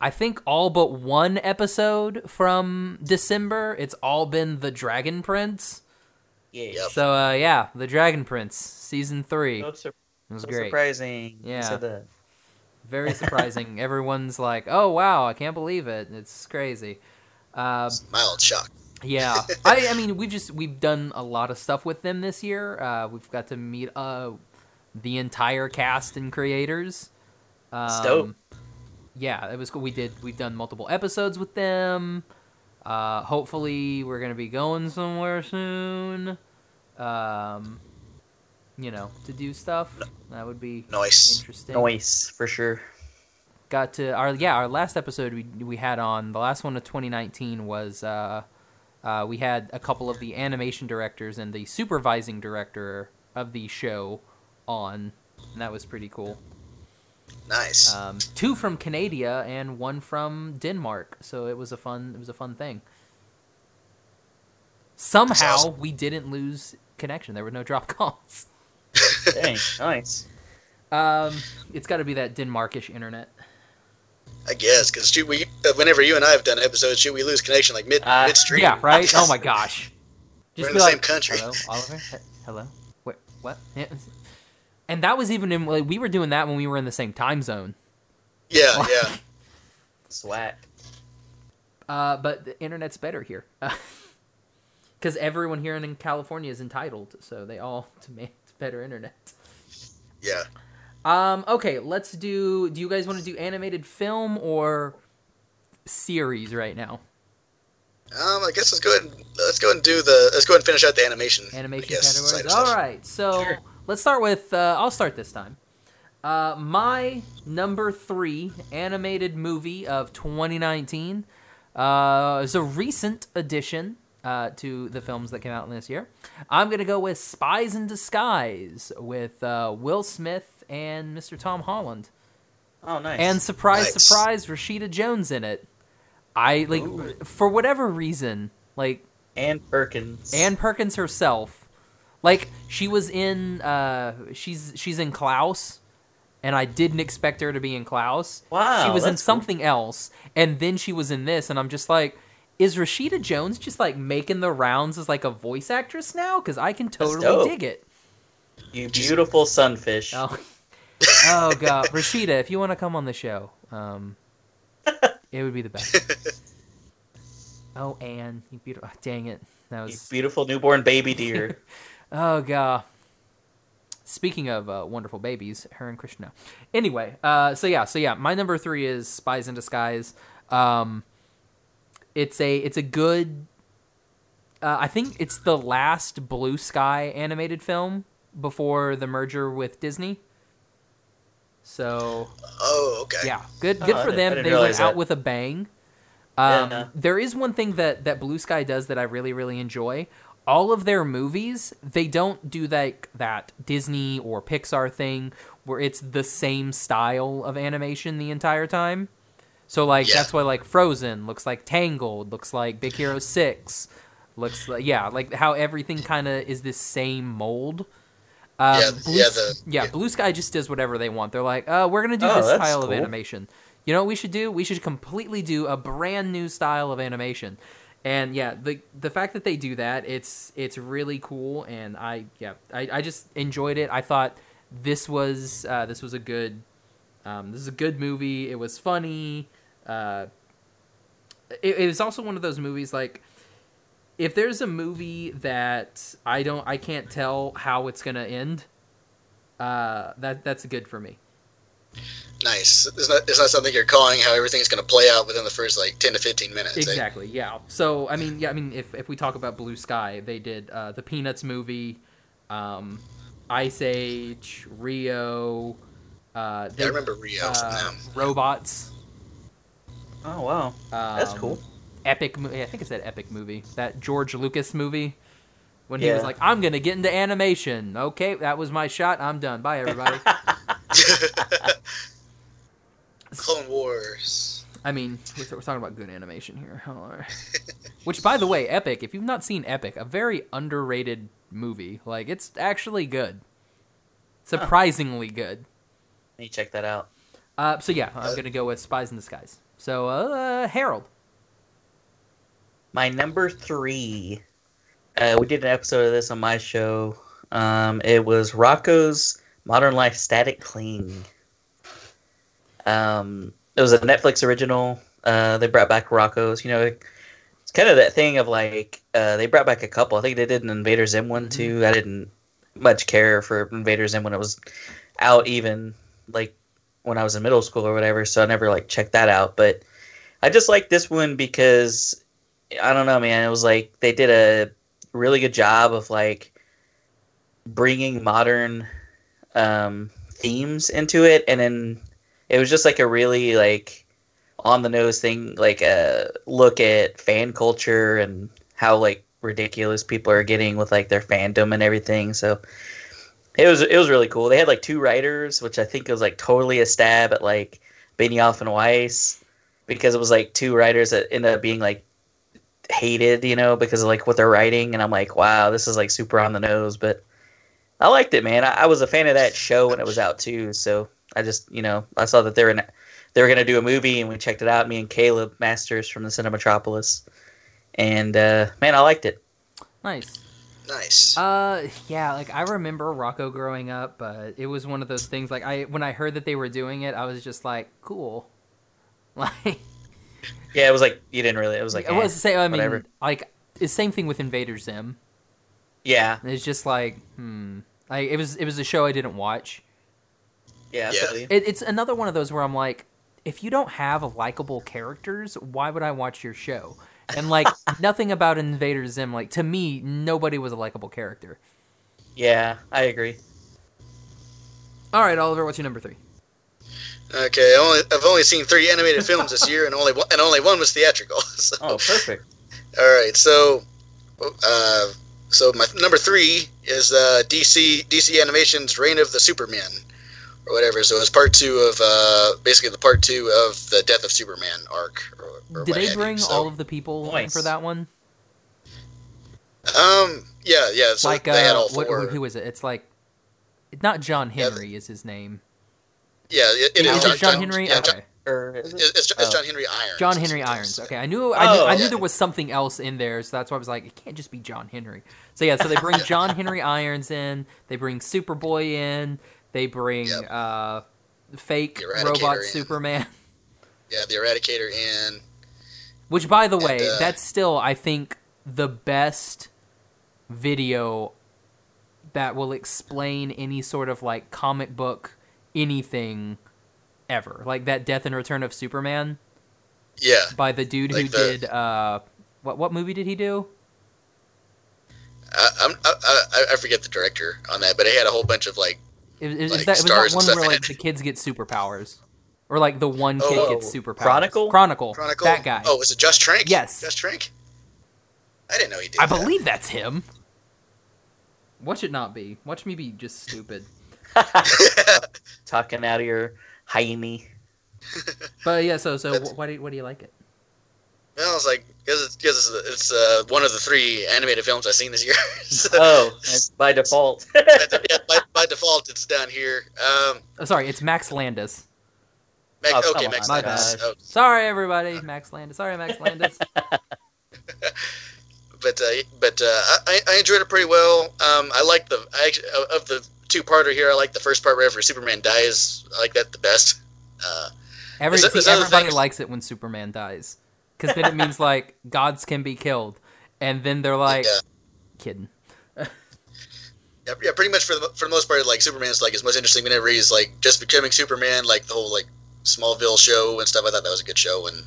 I think all but one episode from December. It's all been the Dragon Prince. Yeah. Yep. So uh, yeah, the Dragon Prince season three. No sur- It was no great. surprising. you Yeah. said that. Very surprising. Everyone's like, "Oh wow, I can't believe it. It's crazy." Uh, Mild shock. yeah, I, I mean, we've just we've done a lot of stuff with them this year. Uh, we've got to meet uh, the entire cast and creators. Um, dope. Yeah, it was cool. We did. We've done multiple episodes with them. Uh, hopefully, we're gonna be going somewhere soon. Um, you know, to do stuff that would be Nice. interesting Noise for sure. got to our yeah our last episode we we had on the last one of 2019 was uh, uh, we had a couple of the animation directors and the supervising director of the show on and that was pretty cool Nice. um, two from Canada and one from Denmark so it was a fun it was a fun thing somehow awesome. we didn't lose connection there were no drop *laughs* calls Dang, *laughs* nice. um, it's got to be that Denmarkish internet I guess because shoot, we uh, whenever you and I have done episodes, shoot, we lose connection like mid Uh, midstream. Yeah, right? *laughs* Oh my gosh. We're in be the same country. Hello, Oliver? He- Hello? Wait, what? *laughs* Yeah. And that was even in, like, we were doing that when we were in the same time zone. Yeah, yeah. Swat. Uh, but the internet's better here. *laughs* Because everyone here in California is entitled, so they all *laughs* demand better internet. Yeah. Um, okay, let's do. Do you guys want to do animated film or series right now? Um, I guess let's go ahead and let's go ahead and do the let's go ahead and finish out the animation. I animation guess, side of categories. stuff. All right, so Sure. let's start with. Uh, I'll start this time. Uh, my number three animated movie of 2019 uh, is a recent addition uh, to the films that came out this year. I'm gonna go with Spies in Disguise with uh, Will Smith and Mr. Tom Holland, Oh, nice. and surprise, Nice. surprise, Rashida Jones in it. I like Ooh. for whatever reason, like and Perkins. Anne Perkins herself. Like she was in uh she's she's in Klaus and I didn't expect her to be in Klaus. Wow, She was in that's cool. something else and then she was in this and I'm just like is Rashida Jones just like making the rounds as like a voice actress now cuz I can dope. totally dig it. *laughs* you beautiful sunfish. Oh. oh god, Rashida, if you want to come on the show, um it would be the *laughs* best. Oh, Anne, you beautiful. Dang it. That You was beautiful newborn baby deer. Oh god. Speaking of uh, wonderful babies, her and Krishna. Anyway, uh, so yeah, so yeah, my number three is Spies in Disguise. Um, it's a it's a good. Uh, I think it's the last Blue Sky animated film before the merger with Disney. So Oh, okay. yeah, good Oh, good I for didn't- I them. didn't They went realize out that. with a bang. Um, Yeah. There is one thing that that Blue Sky does that I really really enjoy. All of their movies, they don't do like that Disney or Pixar thing where it's the same style of animation the entire time. So like Yeah. that's why like Frozen looks like Tangled, looks like Big Hero 6, looks like yeah, like how everything kind of is this same mold. Um, Yeah, Blue, yeah, S- the- yeah, yeah. Blue Sky just does whatever they want. They're like, uh, we're gonna do Oh, this that's style of cool. animation. You know what we should do? We should completely do a brand new style of animation. And yeah, the the fact that they do that, it's it's really cool. And I yeah, I, I just enjoyed it. I thought this was uh, this was a good um, this is a good movie. It was funny. Uh, it, it was also one of those movies like if there's a movie that I don't I can't tell how it's gonna end, uh, that that's good for me. Nice. It's not it's not something you're calling how everything's going to play out within the first like ten to fifteen minutes. eh? Exactly. Yeah. So I mean, yeah. I mean, if if we talk about Blue Sky, they did uh, the Peanuts movie, um, Ice Age, Rio, uh, Uh, Yeah, I there- remember Rio. from uh, *laughs* them. *laughs* robots. Oh wow, that's um, cool. Epic. Mo- I think it's that epic movie, that George Lucas movie, when he was Yeah. like, "I'm gonna get into animation." Okay, that was my shot. I'm done. Bye, *laughs* everybody. Clone Wars. I mean, we're, we're talking about good animation here. *laughs* Hold on. Which, by the way, Epic. If you've not seen Epic, a very underrated movie. Like, it's actually good, surprisingly good. Let me check that out. Uh, so yeah, I'm gonna go with Spies in Disguise. So uh, Harold. My number three. Uh, we did an episode of this on my show. Um, it was Rocco's Modern Life Static Cling. Um, it was a Netflix original. Uh, they brought back Rocco's. You know, it's kind of that thing of like uh, they brought back a couple. I think they did an Invader Zim one too. I didn't much care for Invader Zim when it was out, even like when I was in middle school or whatever. So I never like checked that out. But I just like this one because I don't know, man. It was like they did a really good job of like bringing modern um, themes into it, and then it was just like a really like on the nose thing, like a look at fan culture and how like ridiculous people are getting with like their fandom and everything. So it was it was really cool. They had like two writers, which I think was like totally a stab at like Benioff and Weiss because it was like two writers that ended up being like hated, you know, because of like what they're writing. And I'm like, wow, this is like super on the nose. But I liked it, man. I, I was a fan of that show when it was out too. So I just, you know, I saw that they're in, they were gonna do a movie, and we checked it out. Me and Caleb Masters from the Cinematropolis, and uh, man, I liked it. Nice. Nice. Uh, yeah, like I remember Rocco growing up, but it was one of those things. Like I, when I heard that they were doing it, I was just like, cool. *laughs* Like Yeah, it was like you didn't really. It was like I was eh, say, I mean, whatever. like it's same thing with Invader Zim. Yeah, It's just like, hmm. Like it was, it was a show I didn't watch. yeah, I Yeah. feel you. It, it's another one of those where I'm like, if you don't have likable characters, why would I watch your show? And *laughs* like nothing about Invader Zim, like to me, nobody was a likable character. yeah. I agree. All right, Oliver, what's your number three? Okay, I only, I've only seen three animated films this year, and only one, and only one was theatrical. *laughs* So, Oh, perfect. All right, so uh, so my number three is uh, DC DC Animation's Reign of the Superman, or whatever. So it's part two of uh, basically the part two of the Death of Superman arc. Or, or Did what have they you. bring So, all of the people in Nice. for that one? Um. Yeah. Yeah. So like uh, they had all what, four. who is it? It's like it's not John Yeah, Henry is his name. yeah. It, it Is is it John Henry? Yeah, John, okay. Or is it- it's, it's, it's Oh. John Henry Irons. John Henry Irons. Okay, I knew I knew, Oh, I knew yeah. there was something else in there, so that's why I was like, it can't just be John Henry. So yeah, so they *laughs* bring John Henry Irons in, they bring Superboy in, they bring Yep. uh, fake Eradicator robot in. Superman. *laughs* Yeah, the Eradicator and Which, by the way, And, uh, that's still I think the best video that will explain any sort of like comic book anything ever. Like that Death and Return of Superman yeah. by the dude who Like the- did uh what what movie did he do? I, I'm, I, I, I forget the director on that, but it had a whole bunch of like, It, it, Like it's that, it was stars that and one stuff where in like it. the kids get superpowers, or like the one kid Oh, gets superpowers. Chronicle? Chronicle, Chronicle. that guy. Oh, was it Josh Trank? Yes. Josh Trank. I didn't know he did. I that. *laughs* believe that's him. Watch it not be. Watch me be just stupid. talking out of your *laughs* hiney. But yeah, so so That's- wh- why do you, why do you like it? Well, I was like, because it's, 'cause it's, it's uh, one of the three animated films I've seen this year. *laughs* so, Oh, it's by default. *laughs* yeah, by, by default, it's down here. Um, Oh, sorry, it's Max Landis. Max, Oh, come okay, on, Max. my Landis. bad. Oh, Sorry, everybody. Max Landis. Sorry, *laughs* Max Landis. but uh, but uh, I, I enjoyed it pretty well. Um, I like the I actually, of- of the two parter here. I like the first part wherever Superman dies. I like that the best. Uh, Every, Is that- see, is that the everybody thing- likes it when Superman dies, because then it means like gods can be killed, and then they're like, Yeah. kidding. Yeah, yeah, pretty much for the for the most part, like Superman's like his most interesting whenever he's like just becoming Superman, like the whole like Smallville show and stuff. I thought that was a good show, and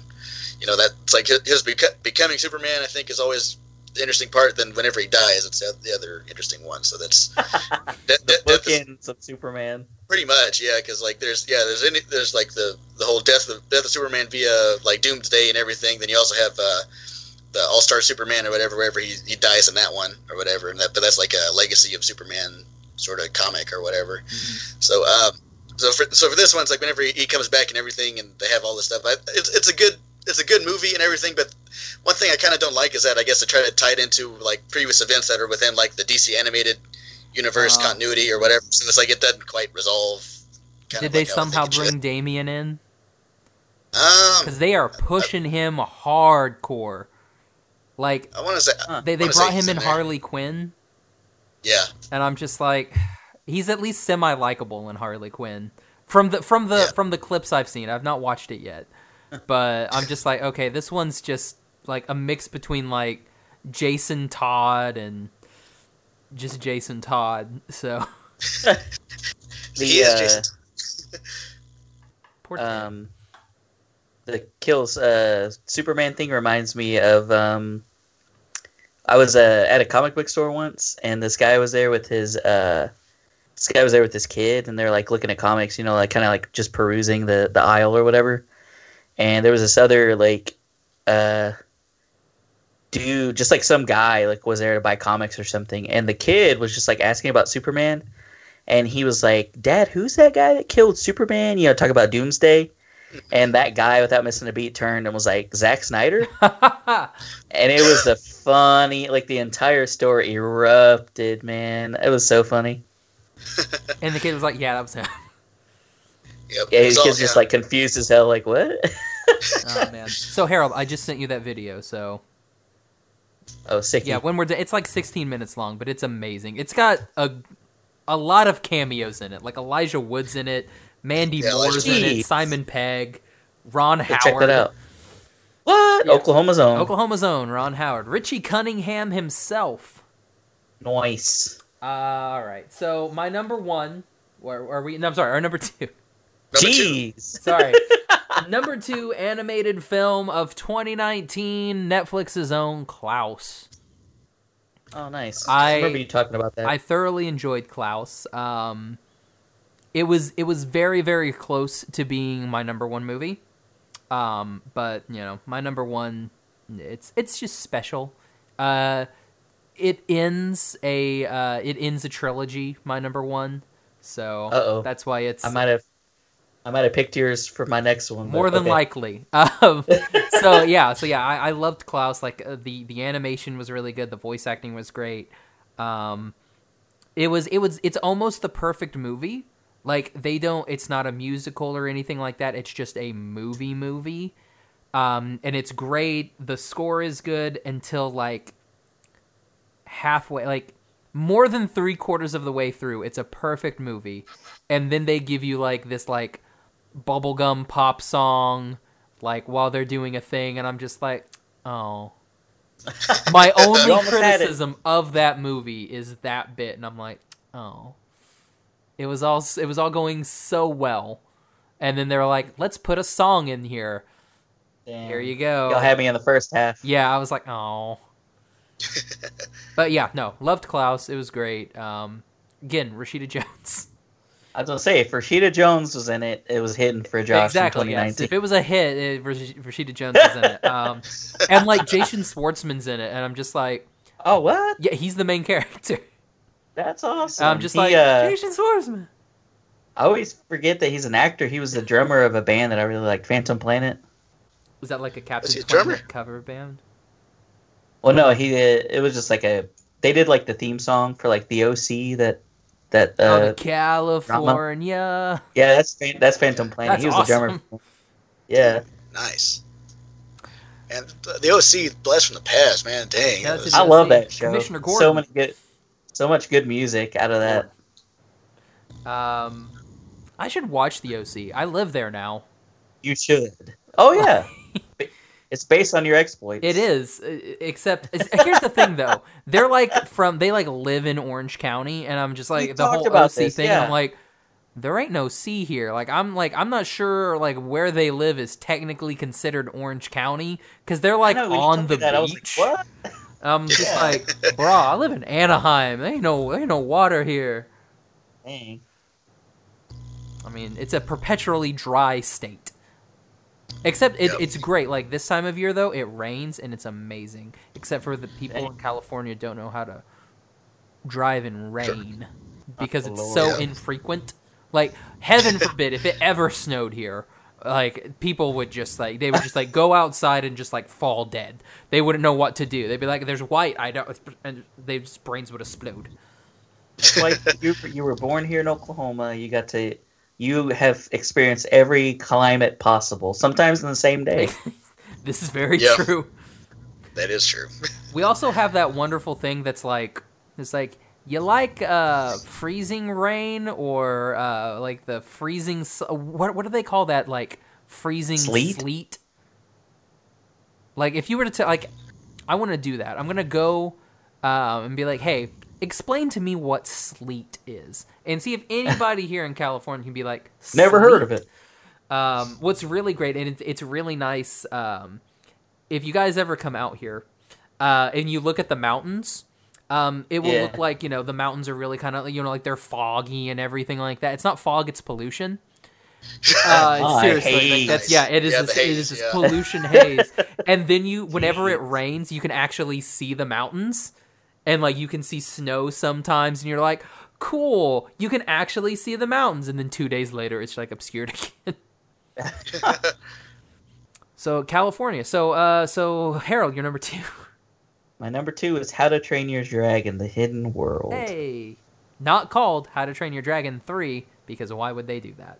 you know that's like his, his bec- becoming Superman. I think is always the interesting part. Then whenever he dies, it's the the other interesting one. So that's that, that, that is- Bookends of Superman. Pretty much, yeah, because like there's yeah there's any there's like the the whole death of death of Superman via like Doomsday and everything. Then you also have uh, the All Star Superman or whatever, wherever he, he dies in that one or whatever. And that but that's like a legacy of Superman sort of comic or whatever. So um, so for so for this one, it's like whenever he, he comes back and everything, and they have all this stuff. I, it's it's a good it's a good movie and everything, but one thing I kind of don't like is that I guess they try to tie it into like previous events that are within like the DC animated universe Uh-huh. continuity or whatever. So it's like it doesn't quite resolve. kind Did of they like how I think somehow it should. bring Damien in? Um, Because they are pushing him hardcore. Like I want to say Huh. they, they wanna say brought he's him in in there. Harley Quinn, yeah, and I'm just like, *sighs* he's at least semi likable in Harley Quinn from the from the Yeah. from the clips I've seen. I've not watched it *laughs* yet, but I'm just like, okay, this one's just like a mix between like Jason Todd and just Jason Todd. So *laughs* The, he is uh, Jason. poor Tim. um, the kills uh, Superman thing reminds me of um, I was uh, at a comic book store once, and this guy was there with his uh, this guy was there with his kid, and they're like looking at comics, you know, like kind of like just perusing the the aisle or whatever. And there was this other like uh, dude, just like some guy like was there to buy comics or something, and the kid was just like asking about Superman. And he was like, "Dad, who's that guy that killed Superman?" You know, talk about Doomsday. And that guy, without missing a beat, turned and was like, Zack Snyder? And it was the funny, like the entire store erupted, man. It was so funny. *laughs* and the kid was like, "Yeah, that was *laughs* him." Yep. Yeah, his He's all- kid's just yeah. like confused as hell, like, what? *laughs* oh man. So Harold, I just sent you that video. So oh, sick. yeah, when we're done, it's like 16 minutes long, but it's amazing. It's got a a lot of cameos in it, like Elijah Woods in it, Mandy Yeah, Elijah Moore's in it, Jeez. Simon Pegg, Ron Howard. check that out. What? Yeah. Oklahoma's own. Oklahoma's own Ron Howard, Richie Cunningham himself. Uh, Nice. All right. So my number one, where are we? No, I'm sorry. Our number two. *laughs* Number two. Jeez. Sorry. Number two animated film of 2019, Netflix's own Klaus. Oh, nice. I- I remember you talking about that. I thoroughly enjoyed Klaus. Um, it was it was very very close to being my number one movie, um, but you know my number one. It's it's just special. Uh, it ends a uh, it ends a trilogy. My number one. So Uh-oh. that's why it's I might have. I might have picked yours for my next one. but more than okay. likely. *laughs* Um, so yeah, so yeah, I, I loved Klaus. Like uh, the the animation was really good. The voice acting was great. Um, it was it was it's almost the perfect movie. Like they don't. It's not a musical or anything like that. It's just a movie movie. Um, and it's great. The score is good until like halfway, like more than three quarters of the way through. It's a perfect movie, and then they give you like this like bubblegum pop song like while they're doing a thing and i'm just like *laughs* oh my You only almost had it. criticism of that movie is that bit and i'm like oh it was all it was all going so well and then they're like let's put a song in here Damn. here you go Y'all had me in the first half. yeah, I was like, oh. but yeah, no, loved Klaus. It was great. Um, again, Rashida Jones. I was gonna say, if Rashida Jones was in it, it was hidden for Josh in exactly. Yes. 2019. If it was a hit, it, Rash- Rashida Jones was in it. Um, and like Jason Schwartzman's in it, and I'm just like, Oh, what? yeah, he's the main *laughs* character. That's awesome. I'm just He, like uh, Jason Schwartzman. I always forget that he's an actor. He was the drummer of a band that I really liked, Phantom Planet. Was that like a he Captain a drummer? Planet cover band? Well, no, he uh, it was just like a they did like the theme song for like the OC that that uh, oh, the California. yeah that's Phan- that's Phantom Planet. That's he was the drummer. Yeah, Nice. And th- the OC Blast from the Past, man, dang. Yeah, that it's was- a- I love that show. Commissioner So Gordon. many good, so much good music out of that. Um, I should watch the OC. I live there now. You should. *laughs* Oh yeah, it's based on your exploits. It is, e- except here's the thing though. They're like from they like live in Orange County, and I'm just like We the whole talked about OC this, thing. yeah. I'm like, there ain't no sea here. Like I'm like I'm not sure like where they live is technically considered Orange County because they're I like know, when you on told the me that, I was like, beach. what? I'm just Yeah. like, brah, I live in Anaheim. There ain't no there ain't no water here. Dang. I mean, it's a perpetually dry state. Except it, Yep. it's great. Like this time of year, though, it rains and it's amazing. Except for the people in California don't know how to drive in rain because it's so Lord. Yeah. infrequent. Like heaven forbid if it ever snowed here, like people would just like they would just like go outside and just like fall dead. They wouldn't know what to do. They'd be like, "There's white." I don't, and their brains would explode. *laughs* Like you, you were born here in Oklahoma. You got to, you have experienced every climate possible. Sometimes in the same day. This is very Yeah. true. That is true. We also have that wonderful thing that's like it's like you like uh, freezing rain or uh, like the freezing s- what what do they call that like freezing Sleet? Like if you were to t- like I want to do that. I'm going to go um, and be like, "Hey, explain to me what sleet is." And *laughs* see if anybody here in California can be like, Never heard of "Sleet?" it. Um, what's really great, and it's, it's really nice. Um, if you guys ever come out here, uh, and you look at the mountains, um, it will Yeah. look like you know the mountains are really kind of you know like they're foggy and everything like that. It's not fog; it's *laughs* pollution. Uh, Oh, I seriously, like hate- that's yeah. It is Yeah, this, the it is haze, this yeah. pollution *laughs* haze, and then you whenever it rains, you can actually see the mountains, and like you can see snow sometimes, and you're like, cool, you can actually see the mountains, and then two days later, it's like obscured *laughs* again. *laughs* So California. So uh so Harold, you're number two. My number two is How to Train Your Dragon: The Hidden World. Hey. Not called How to Train Your Dragon 3, because why would they do that?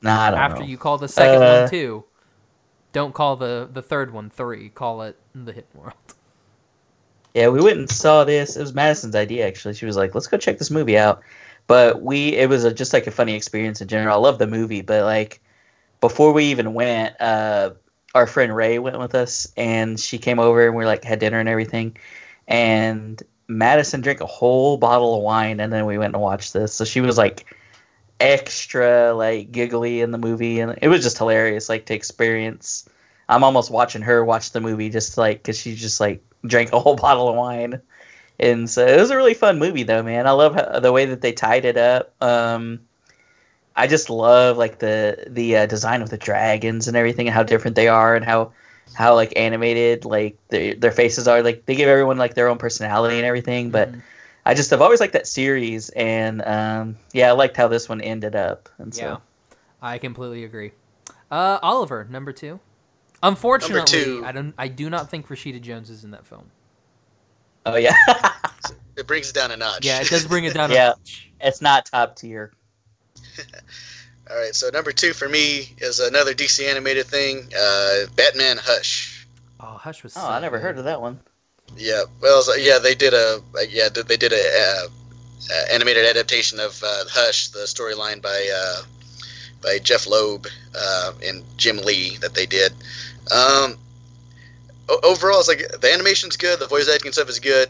Nah, I don't After know. you call the second Uh, one two. Don't call the, the third one three. Call it the Hidden World. Yeah, we went and saw this. It was Madison's idea actually. She was like, "Let's go check this movie out." But we, it was a, just like a funny experience in general. I love the movie, but like before we even went, uh, our friend Ray went with us, and she came over, and we like had dinner and everything. And Madison drank a whole bottle of wine, and then we went and watched this. So she was like extra like giggly in the movie, and it was just hilarious like to experience I'm almost watching her watch the movie just like because she just like drank a whole *laughs* bottle of wine, and so it was a really fun movie though, man. I love how, the way that they tied it up. Um, I just love like the the uh, design of the dragons and everything, and how different they are, and how how like animated like their their faces are. Like they give everyone like their own personality and everything, but. Mhm. I just have always liked that series, and um, yeah, I liked how this one ended up, and so Yeah. I completely agree. Uh Oliver, number two. Unfortunately, two. I don't I do not think Rashida Jones is in that film. oh yeah, *laughs* It brings it down a notch. Yeah, it does bring it down a Yeah. notch. it's not top tier. All right, so number two for me is another DC animated thing, uh, Batman Hush. Oh, Hush was Oh, I never heard of that one. Yeah, well, so- yeah, they did a yeah they did a uh, uh, animated adaptation of uh, Hush, the storyline by uh, by Jeff Loeb uh, and Jim Lee that they did. Um, o- overall, it's like the animation's good, the voice acting stuff is good.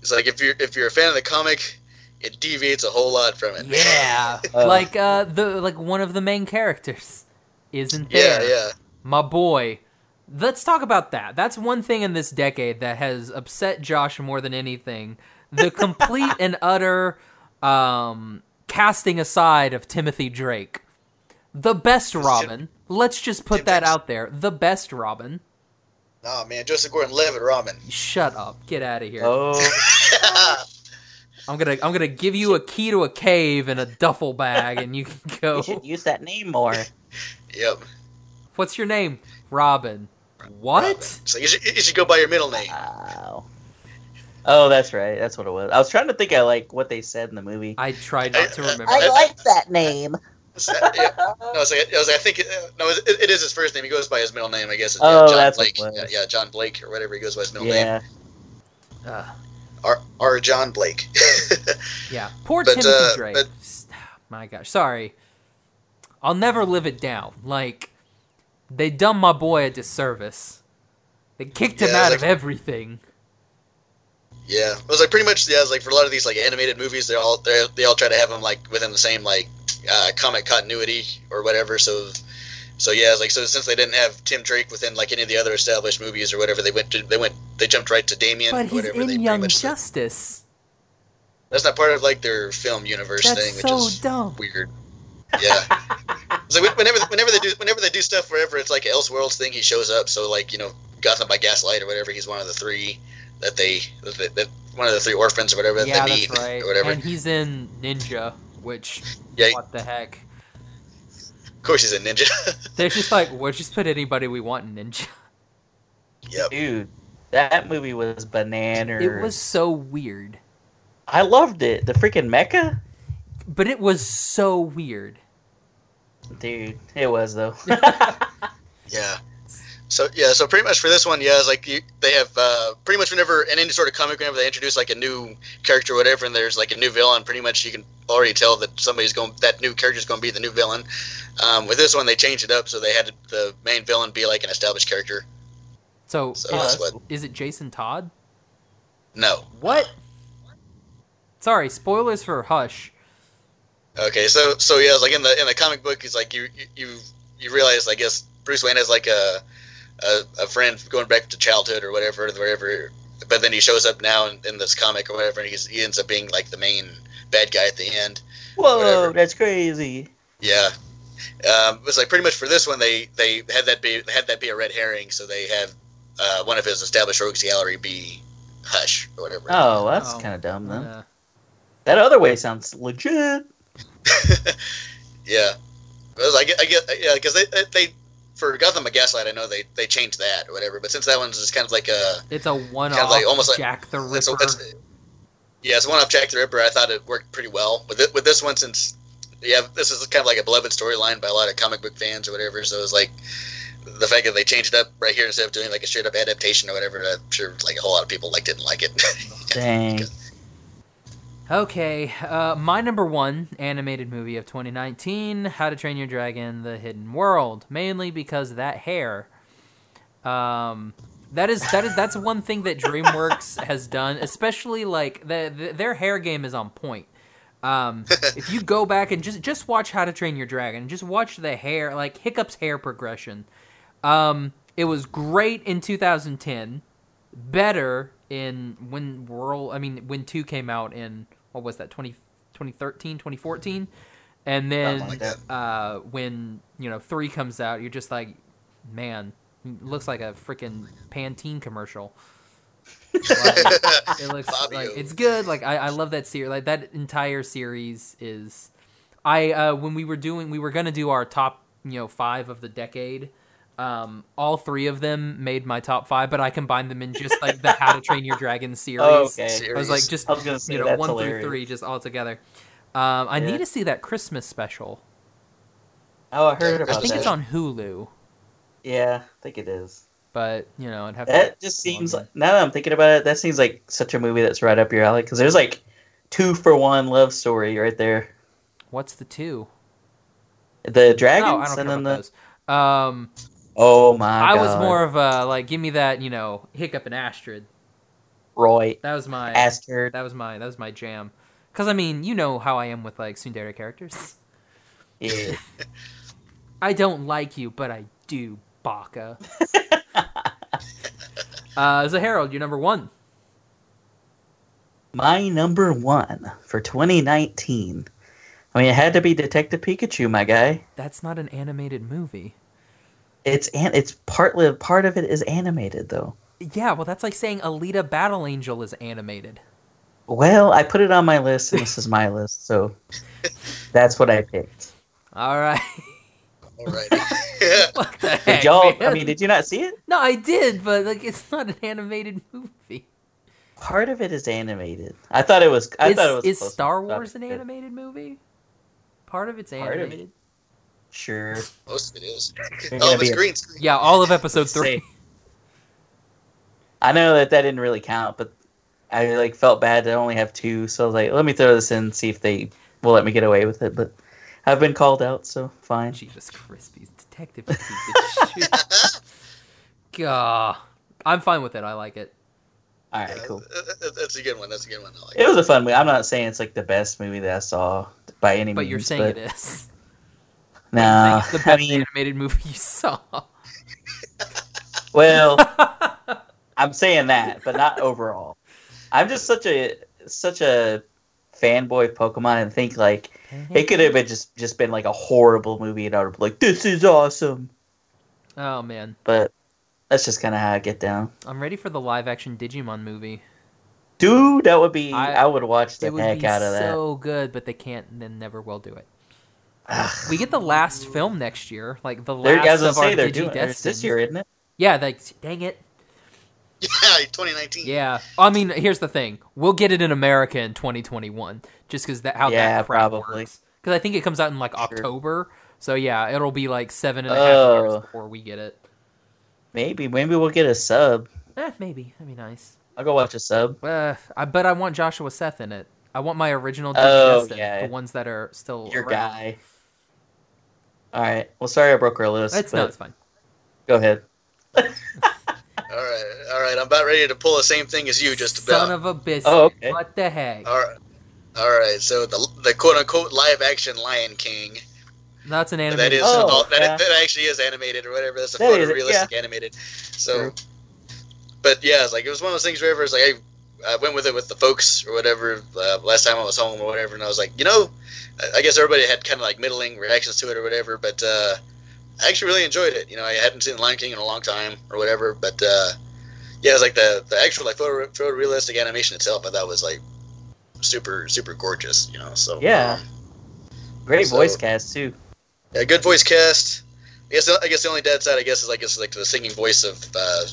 It's like if you're if you're a fan of the comic, it deviates a whole lot from it. *laughs* Yeah. Uh, like uh the like one of the main characters isn't yeah, there. yeah. My boy. Let's talk about that. That's one thing in this decade that has upset Josh more than anything. *laughs* The complete and utter um casting aside of Timothy Drake. The best Robin. Let's just put Tim that Drake's- out there. The best Robin. Oh man, Joseph Gordon-Levitt, Robin. Shut up. Get out of here. Oh. I'm going to I'm going to give you a key to a cave and a duffel bag and you can go. You *laughs* should use that name more. yep. What's your name? Robin. What? Robin. So you should, you should go by your middle name. Wow. Oh, that's right. That's what it was. I was trying to think of like what they said in the movie. I try not to remember. I like that name. Is that- yeah. No, I was like, I, was like, I think it, uh, no, it, it is his first name. He goes by his middle name, I guess. Yeah, Oh, John that's what Blake. it Yeah, was. yeah, John Blake or whatever he goes by his middle name. yeah. Ugh. Our, our John Blake. *laughs* Yeah, poor But, Timothy uh, Drake. but- My gosh, sorry. I'll never live it down. Like they done my boy a disservice. They kicked him Yeah, out like- of everything. yeah, it was like pretty much. Yeah, it was like for a lot of these like animated movies, they all they they all try to have him like within the same like uh, comic continuity or whatever. So. So yeah, it's like so since they didn't have Tim Drake within like any of the other established movies or whatever, they went to they went they jumped right to Damien. But he's whatever, they in pretty Young much- Justice. That's not part of like their film universe That's thing, which so is dumb. weird. yeah. So we- whenever whenever they do whenever they do stuff wherever it's like Elseworlds thing, he shows up. So like you know Gotham by Gaslight or whatever, he's one of the three that they that, that one of the three orphans or whatever that yeah, they that's need right. or whatever. And he's in Ninja, which Yeah. what the heck? Of course, he's a ninja. *laughs* They're just like, we'll just put anybody we want in Ninja. yep. Dude, that movie was bananas. It was so weird, I loved it. The freaking mecha? but it was so weird. Dude, it was though. *laughs* Yeah. So yeah, so pretty much for this one, yeah, it's like you, they have uh, pretty much whenever in any sort of comic, whenever they introduce like a new character, or whatever, and there's like a new villain, pretty much you can already tell that somebody's going that new character's going to be the new villain. Um, with this one, they changed it up, so they had the main villain be like an established character. So, So is- that's what. is it Jason Todd? No. What? Sorry, spoilers for Hush. Okay, so so yeah, it's like in the in the comic book, it's like you you- you you realize, I guess Bruce Wayne has like a a, a friend going back to childhood or whatever, wherever. But then he shows up now in, in this comic or whatever, and he's, he ends up being like the main bad guy at the end. Whoa, Whatever. that's crazy. Yeah, um, it's like pretty much for this one, they they had that be had that be a red herring, so they have uh, one of his established rogues gallery be Hush or whatever. Oh, that's Oh, kind of dumb then. Uh, That other way sounds legit. Yeah, Because I get, I get, yeah, because they, they for Gotham a Gaslight, I know they they changed that or whatever. But since that one's just kind of like a, it's a one-off. Kinda like- almost like- Jack the Ripper. it's a it's, yeah, it's one off Jack the Ripper. I thought it worked pretty well with it, with this one since yeah, this is kind of like a beloved storyline by a lot of comic book fans or whatever. So it's like the fact that they changed it up right here instead of doing like a straight up adaptation or whatever. I'm sure like a whole lot of people like didn't like it. Dang. Okay, uh, my number one animated movie of 2019, How to Train Your Dragon: The Hidden World, mainly because that hair. Um, that is that is that's one thing that DreamWorks *laughs* has done, especially like the, the, their hair game is on point. Um, if you go back and just just watch How to Train Your Dragon, just watch the hair like Hiccup's hair progression. Um, it was great in 2010 better in when world i mean when 2 came out in what was that 20, 2013 2014 and Something then like that. uh when you know 3 comes out you're just like man he looks like a freaking pantene commercial Like, it looks like Fabio. it's good like i, I love that series like that entire series is i uh when we were doing we were gonna do our top you know five of the decade um all three of them made my top five but i combined them in just like the how to train your *laughs* dragon series Oh, okay. i was like just I was gonna say you know that's one hilarious. through three just all together um i Yeah. need to see that christmas special Oh, I heard I about i think that. it's on hulu Yeah, I think it is. but you know i'd have That to just seems like now that I'm thinking about it, that seems like such a movie that's right up your alley because there's like two for one love story right there. what's the two The dragons no i don't and care then about the those um oh my I god, was more of a like, give me that, you know, Hiccup and Astrid. Roy That was my Astrid. that was my that was my jam. Because I mean, you know how I am with like Sundara characters. Yeah. I don't like you, but I do, *laughs* Baka. uh, so Harold, you're number one. My number one for 2019. I mean, it had to be Detective Pikachu, my guy. That's not an animated movie. It's an, it's partly part of it is animated though. Yeah, well, that's like saying Alita Battle Angel is animated. Well, I put it on my list, and this is my list, so that's what I picked. All right. *laughs* *laughs* Alrighty. what the heck? Did y'all? I man? mean, did you not see it? no, I did, but like, it's not an animated *laughs* movie. Part of it is animated. I thought it was. I is, thought it was. is close. Star I thought Wars it an was good. animated movie? Part of it's Part of it. animated. Sure. Most of it is. You're Oh, gonna be it's a- green screen. Yeah, all of episode Say- three. I know that that didn't really count, but I like felt bad to only have two, so I was like, let me throw this in, see if they will let me get away with it. But I've been called out, so *laughs* fine. Jesus Crispy's Detective *laughs* Pikachu. Gah. I'm fine with it. I like it. All Yeah, right, cool. that- that- That's a good one. That's a good one. I like It was a fun movie. I'm not saying it's like the best movie that I saw by any means, But you're saying it is. No, Saying it's the best *laughs* I mean, animated movie you saw. well, I'm saying that, but not overall. I'm just such a such a fanboy Pokemon and think like it could have been just just been like a horrible movie, and I would have been like, "This is awesome." Oh man, But that's just kind of how I get down, I'm ready for the live action Digimon movie. dude. That would be I- I, would watch the it would heck be out of that. so good, but they can't. They never will do it. Ugh. We get the last film next year, like the They're, last I was gonna of our say they're Digi doing it. It's this Destins. year, isn't it? Yeah, like dang it. *laughs* Yeah, 2019. Yeah, I mean, here's the thing: we'll get it in America in 2021, just because that how Yeah, that crap probably. Because I think it comes out in like Sure. October, so yeah, it'll be like seven and a half Oh. years before we get it. Maybe maybe we'll get a sub. Eh, maybe that'd be nice. I'll go watch a sub. Uh, I but I want Joshua Seth in it. I want my original Oh, Digidestin, yeah. the ones that are still Your around. guy. All right. Well, sorry I broke our list. It's but no, it's fine. Go ahead. All right, all right. I'm about ready to pull the same thing as you just about. Oh, Son of a biscuit. Oh, okay. What the heck? all right. All right, so the, the quote unquote live action Lion King That's an anime. that is Oh, all- that, yeah. that actually is animated or whatever that's a That is- photorealistic animated. So, True. but yeah, it's like it was one of those things where it was like I, I went with it with the folks or whatever uh, last time I was home or whatever, and I was like, you know, I- I guess everybody had kind of like middling reactions to it or whatever, but uh, I actually really enjoyed it. You know, I hadn't seen Lion King in a long time or whatever, but uh, yeah, it's like the the actual like photo, photorealistic animation itself. I thought was like super super gorgeous. You know, so Yeah. Great So- voice cast too. yeah, good voice cast. I guess I guess the only downside I guess is like it's like the singing voice of uh,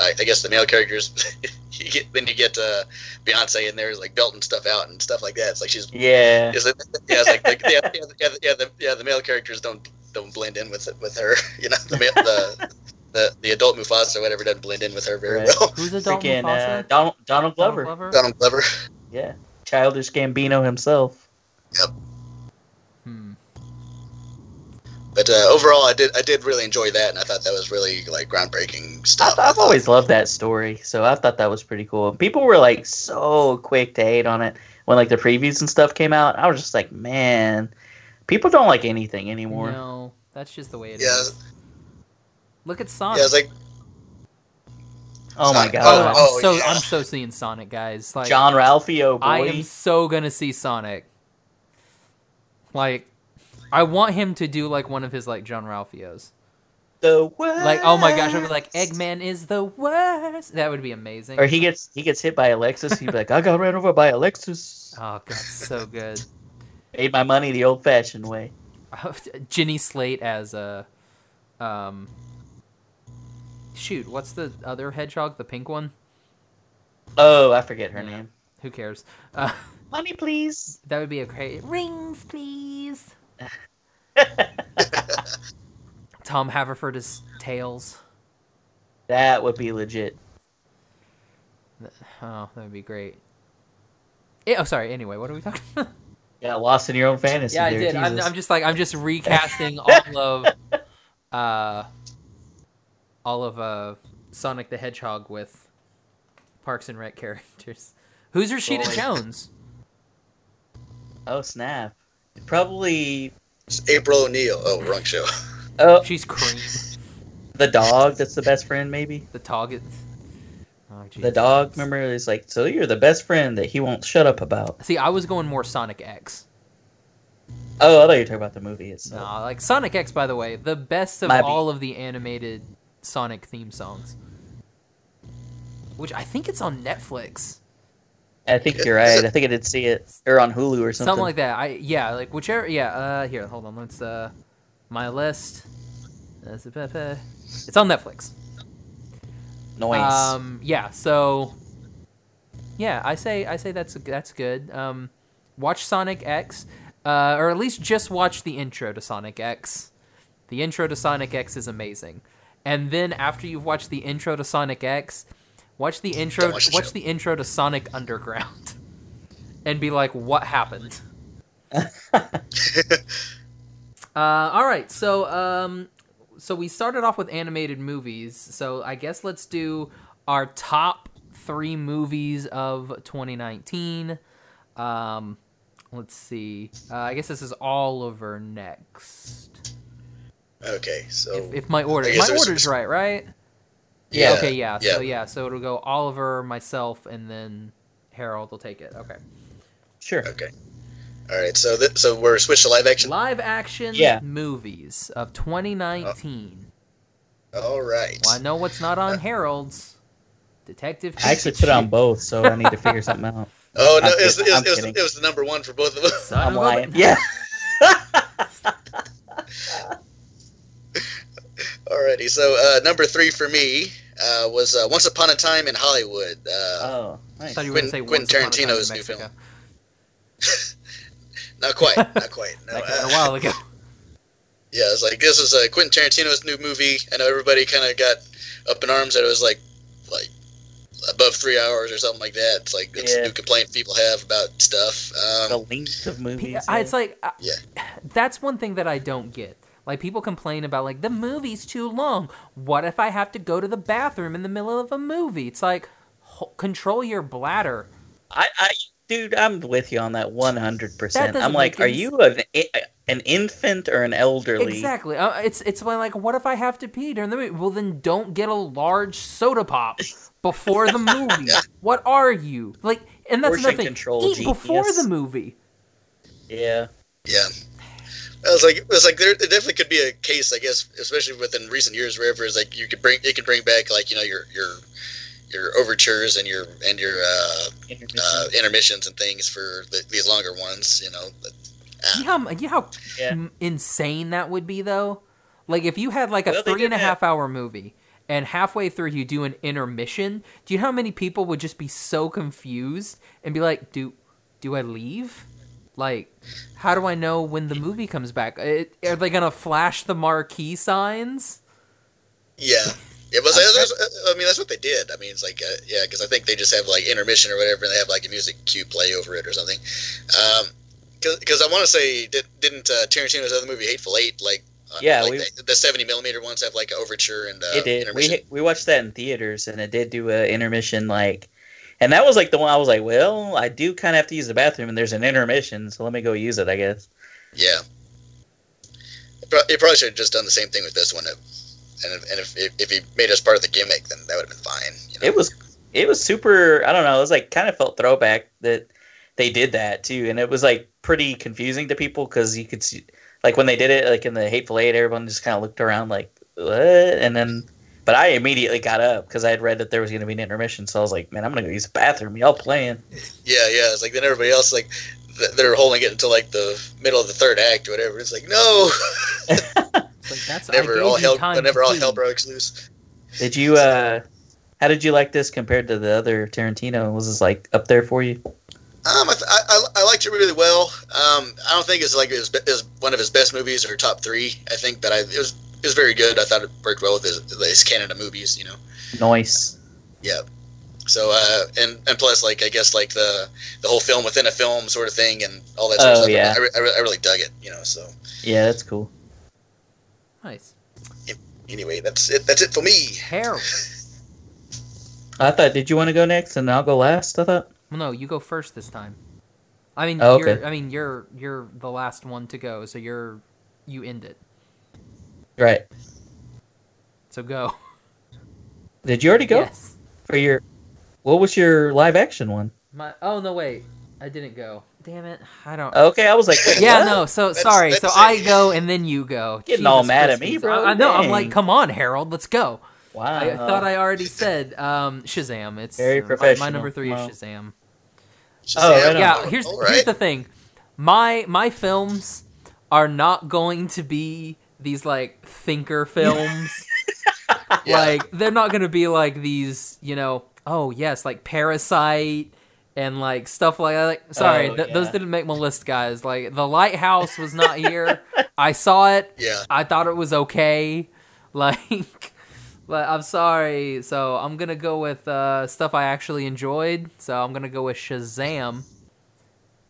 I, I guess the male characters. *laughs* you get, then you get uh, Beyonce in there is like belting stuff out and stuff like that. It's like she's Yeah. it's like, yeah, it's like the, yeah, yeah, yeah, the- yeah, the, yeah, the male characters don't don't blend in with it, with her. *laughs* You know the male, the, the the adult Mufasa or whatever doesn't blend in with her very Right. well. *laughs* Who's adult Freaking Mufasa? uh, Donald Donald Donald Glover. Donald Glover. Yeah. Childish Gambino himself. Hmm. But uh, overall, I did I did really enjoy that, and I thought that was really like groundbreaking I stuff. th- I've always loved that story, so I thought that was pretty cool. People were like so quick to hate on it when like the previews and stuff came out. I was just like, man, people don't like anything anymore. No, that's just the way it is. Yeah. Look at yeah, Sonic. it's like Oh my Sonic. oh, god, I'm Oh, so yeah. I'm so seeing Sonic, guys. Like John Ralphio, boy. I am so gonna see Sonic. Like, I want him to do like one of his like John Ralphio's. the worst. Like, oh my gosh, I'd be like, Eggman is the worst. That would be amazing. Or he gets he gets hit by Alexis. He'd be like, I got ran over by *laughs* Alexis. oh god, so good. *laughs* Made my money the old-fashioned way. Ginny Slate as a, um, shoot, what's the other hedgehog? The pink one? Oh, I forget her Yeah. name. Who cares? Uh, Money, please. that would be a great rings, *laughs* please. Tom Haverford is tails. That would be legit. Oh, that would be great. Eh, oh, sorry. Anyway, what are we talking about? Got lost in your own fantasy. yeah, I there, did. I'm, Jesus. I'm just like I'm just *laughs* recasting all of, uh, all of uh Sonic the Hedgehog with Parks and Rec characters. Who's Rashida Boy. Jones? Oh snap! Probably it's April O'Neil. Oh, wrong show. oh She's cream. the dog. That's the best friend, maybe. The target. Oh, The jeez. dog. Remember, is like so. You're the best friend that he won't shut up about. See, I was going more Sonic X. Oh, I thought you were talking about the movie No, itself. like Sonic X, by the way, the best of Might be. all of the animated Sonic theme songs, which I think it's on Netflix, I think you're right. I think I did see it or on Hulu or something, something. like that. I yeah, like whichever. Yeah, uh, here, hold on. Let's uh, my list. That's a Pepe. It's on Netflix. Noise. Um, yeah. So, yeah, I say I say that's that's good. Um, watch Sonic X, uh, or at least just watch the intro to Sonic X. The intro to Sonic X is amazing, and then after you've watched the intro to Sonic X, watch the intro Don't watch the watch show. the intro to Sonic Underground, *laughs* and be like, what *laughs* happened? Uh, all right, so um, so we started off with animated movies. So I guess let's do our top three movies of 2019. Um, let's see. Uh, I guess this is Oliver next. Okay, so If, if my order, I guess my there's- order's right, right? Yeah. Okay. Yeah. yeah. So yeah. So it'll go Oliver, myself, and then Harold will take it. Okay. Sure. Okay. All right. So th- so we're switched to live action. Live action Yeah. movies of 2019. Uh, All right. Well, I know what's not uh, on Harold's. Detective. I actually put on both, so I need to figure something *laughs* out. Oh no! I'm It was, it, kidding, was, I'm it, was, kidding. it was the number one for both of us. *laughs* Son I'm of a- lying. *laughs* Yeah. Alrighty. So uh, number three for me uh, was uh, Once Upon a Time in Hollywood. Uh, Oh, I nice. thought you were gonna Quentin- say Quentin Once Upon a Time in Tarantino's new Mexico. film. not quite. Not quite. No. That came out uh, a while ago. Yeah, it's like this is uh, Quentin Tarantino's new movie. I know everybody kind of got up in arms that it was like, like above three hours or something like that. It's like it's Yeah. a new complaint people have about stuff. the Um, length of P- movies. I- It's like I- Yeah. *sighs* that's one thing that I don't get. Like people complain about like the movie's too long. What if I have to go to the bathroom in the middle of a movie? It's like ho- control your bladder. I, I, dude, I'm with you on that 100. That percent doesn't I'm make like, are any you an i- an infant or an elderly? Exactly. Uh, it's it's when, like what if I have to pee during the movie? Well, then don't get a large soda pop before the movie. what are you like? And that's Portion nothing. control Eat before genius. the movie. Yeah. yeah. I was like, it was like there, there definitely could be a case, I guess, especially within recent years, wherever it's like you could bring, it could bring back like you know your your your overtures and your and your uh, Intermission. uh, intermissions and things for the, these longer ones, you know. But, ah, You know, how- you know how Yeah. m- insane that would be though? Like if you had like a Well, they three did and a that. half hour movie and halfway through you do an intermission, do you know how many people would just be so confused and be like, Do do I leave? Like, how do I know when the movie comes back? It, are they gonna flash the marquee signs? Yeah. Yeah, *laughs* but that's, that's- I mean that's what they did. I mean, it's like uh, yeah, because I think they just have like intermission or whatever, and they have like a music cue play over it or something. Because I want to say, did, didn't uh, Tarantino's other movie Hateful Eight like uh, Yeah, like we- the, the seventy millimeter ones have like an overture and uh, it did. intermission. We we watched that in theaters, and it did do a intermission like, and that was like the one I was like, well, I do kind of have to use the bathroom, and there's an intermission, so let me go use it, I guess. Yeah, it pro- it probably should have just done the same thing with this one. If, and if, and if, if if he made us part of the gimmick, then that would have been fine. You know? It was it was super. I don't know. It was like kind of felt throwback that they did that too, and it was like pretty confusing to people because you could see like when they did it like in the Hateful Eight, everyone just kind of looked around like what, and then. But I immediately got up because I had read that there was going to be an intermission, so I was like, "Man, I'm going to go use the bathroom. Y'all playing? Yeah, yeah. It's like then everybody else like th- they're holding it until like the middle of the third act or whatever. It's like no, It's like that's I never gave all you hell time never to all pee. hell breaks loose. Did you? uh How did you like this compared to the other Tarantino? Was this like up there for you? Um, I, th- I, I, I liked it really well. Um, I don't think it's like it was, it was one of his best movies or top three. I think that I it was it was very good. I thought it worked well with his, his Canada movies, you know. Noise. So uh, and and plus like I guess like the the whole film within a film sort of thing and all that. Oh, sort of stuff. yeah. I, re- I, re- I really dug it, you know. So Yeah, that's cool. Nice. anyway, that's it. That's it for me. Harold. I thought. Did you want to go next, and I'll go last? I thought. Well, no, you go first this time. I mean, Oh, okay. you're, I mean, you're you're the last one to go, so you're you end it. Right. So go. Did you already go? Yes. for your what was your live action one? My oh no wait, I didn't go. Damn it, I don't. Okay, I was like, yeah what? no. So That's- sorry. that's so it. I go and then you go. Getting all mad at me, bro. I, I know. I'm like, Dang. come on, Harold, let's go. Wow. I thought I already said um, Shazam. It's Very my- My, professional. number three Wow. is Shazam. Oh, right on. yeah. Here's All here's right. the thing. My my films are not going to be these like thinker films. Yeah. Like they're not gonna be like these, you know. Oh yes, like Parasite and like stuff like that. Like, sorry, Oh, th- those yeah. didn't make my list, guys. Like the Lighthouse was not here. *laughs* I saw it. yeah. I thought it was okay. *laughs* Like, but I'm sorry. So I'm gonna go with uh, stuff I actually enjoyed. So I'm gonna go with Shazam.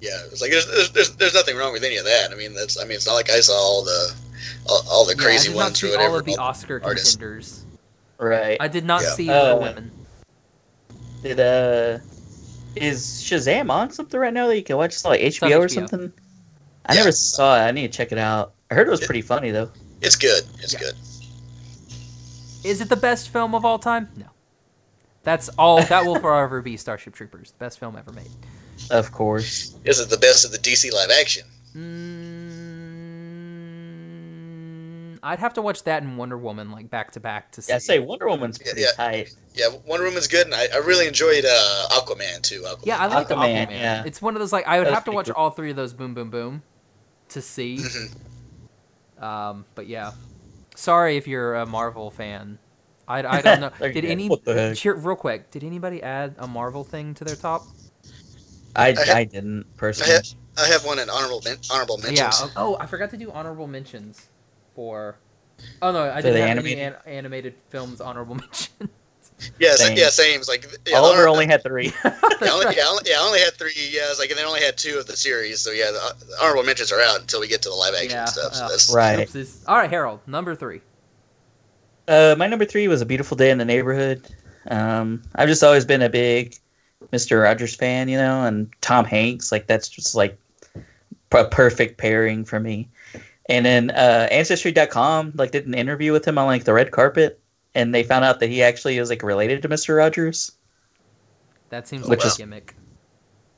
Yeah, it's like there's, there's there's there's nothing wrong with any of that. I mean, that's I mean, it's not like I saw all the all, all the Yeah, crazy I did not ones or see whatever. all of the all- Oscar artists. contenders. right. I did not Yeah. see Little Uh, Women. did uh is Shazam on something right now that you can watch it's on, like on HBO, or HBO. something? I Yeah. never saw it. I need to check it out. I heard it was pretty funny though. It's good. It's Yeah. good. Is it the best film *laughs* of all time? No. That's all. That will forever be Starship Troopers, the best film ever made. Of course. This is the best of the DC live action. Mm, I'd have to watch that and Wonder Woman like back to back to see. Yeah, I say Wonder Woman's Yeah, pretty yeah. tight. Yeah, Wonder Woman's good, and I, I really enjoyed uh, Aquaman too. Aquaman. Yeah, I like the Aquaman, Aquaman. yeah. It's one of those like I would That was have to pretty watch cool. all three of those Boom Boom Boom to see. *laughs* Mhm. um, but yeah, sorry if you're a Marvel fan. I, I don't *laughs* know. Like, did any what the heck? cheer, real quick? Did anybody add a Marvel thing to their top? I, I ha- *laughs* I didn't personally. I have one in honorable men- honorable mentions. Yeah. Oh, I forgot to do honorable mentions for. Oh no, I For the didn't have any animated? an- animated films honorable *laughs* mention. Yeah, sa- Same. yeah, same. It's like yeah, Oliver honor- only had *laughs* three. *laughs* yeah, only, yeah, only- yeah, I only had three. Yeah, it's like, and then I only had two of the series. So yeah, the uh, honorable mentions are out until we get to the live action Yeah, stuff. So uh, that's, right. Oopsies. All right, Harold, number three. Uh, my number three was A Beautiful Day in the Neighborhood. Um, I've just always been a big Mr. Rogers fan, you know, and Tom Hanks. Like, that's just like a perfect pairing for me. And then uh, Ancestry.com, like, did an interview with him on, like, the red carpet. And they found out that he actually was, like, related to Mr. Rogers. That seems Which like is- a gimmick.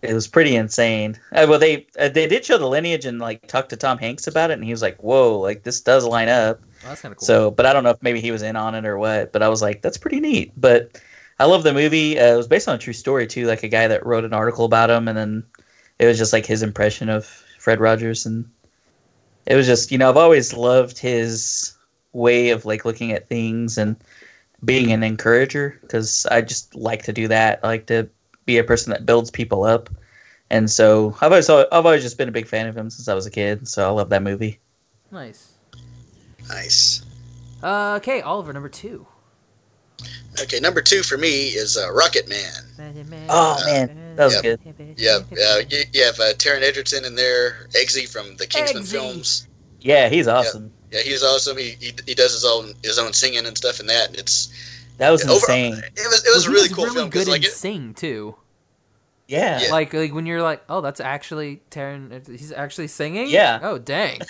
It was pretty insane. Uh, well, they uh, they did show the lineage and, like, talked to Tom Hanks about it. And he was like, whoa, like, this does line up. Oh, that's kind of cool. So, but I don't know if maybe he was in on it or what. But I was like, that's pretty neat. But I love the movie. Uh, it was based on a true story too, like a guy that wrote an article about him, and then it was just like his impression of Fred Rogers, and it was just you know I've always loved his way of like looking at things and being an encourager because I just like to do that. I like to be a person that builds people up. And so I've always I've always just been a big fan of him since I was a kid. So I love that movie. nice. nice. Uh, okay, Oliver, number two. Okay, number two for me is uh, Rocket Man. Oh man, that was Yeah. good. Yeah, uh, you, you have uh, Taron Egerton in there, Eggsy from the Kingsman Eggsy. films. Yeah, he's awesome. Yeah, he's awesome. He, he he does his own his own singing and stuff in that, and it's That was Yeah, overall- insane. it was it Well, was a he really cool really film good because like in it, sing too. Yeah. Yeah. Like like when you're like, oh, that's actually Taryn. He's actually singing. Yeah. Oh *laughs* dang.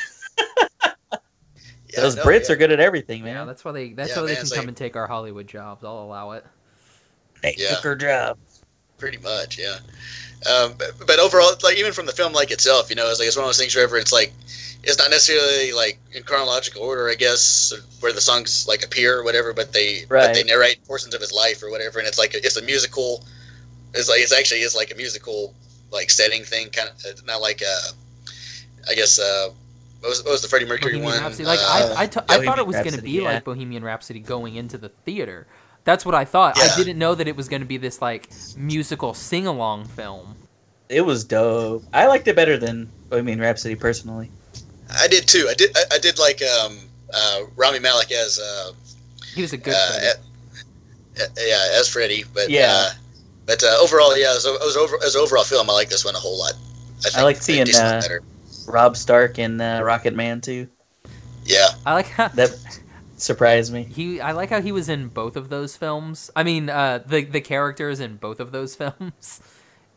yeah, Those no, Brits yeah. are good at everything, Yeah, man. that's why they. That's why Yeah, they man, can it's come like- and take our Hollywood jobs. I'll allow it. they Yeah. took her job. pretty much yeah um, but, but overall like even from the film like itself you know it's like it's one of those things wherever it's like it's not necessarily like in chronological order i guess where the songs like appear or whatever but they but Right. they narrate portions of his life or whatever and it's like it's a musical it's like it's actually is like a musical like setting thing kind of it's not like uh i guess uh what was, what was the freddie mercury Bohemian one Rhapsody. Like uh, I, I, t- I thought it Bohemian was going to Rhapsody, be yeah. like Bohemian Rhapsody going into the theater. That's what I thought. I Yeah. didn't know that it was going to be this like musical sing along film. It was dope. I liked it better than Bohemian Rhapsody personally. I did too i did i, I did like um uh rami malik as uh He was a good. uh, Freddy. uh, yeah, as Freddy, but Yeah. uh, but uh, overall, yeah, as, a- as, over, as an overall film, I like this one a whole lot. think like a seeing, decent lot uh, better. Rob Stark and uh, Rocket Man too. *laughs* Yeah, I like how That surprised me. he. I like how he was in both of those films. I mean, uh, the the characters in both of those *laughs* films,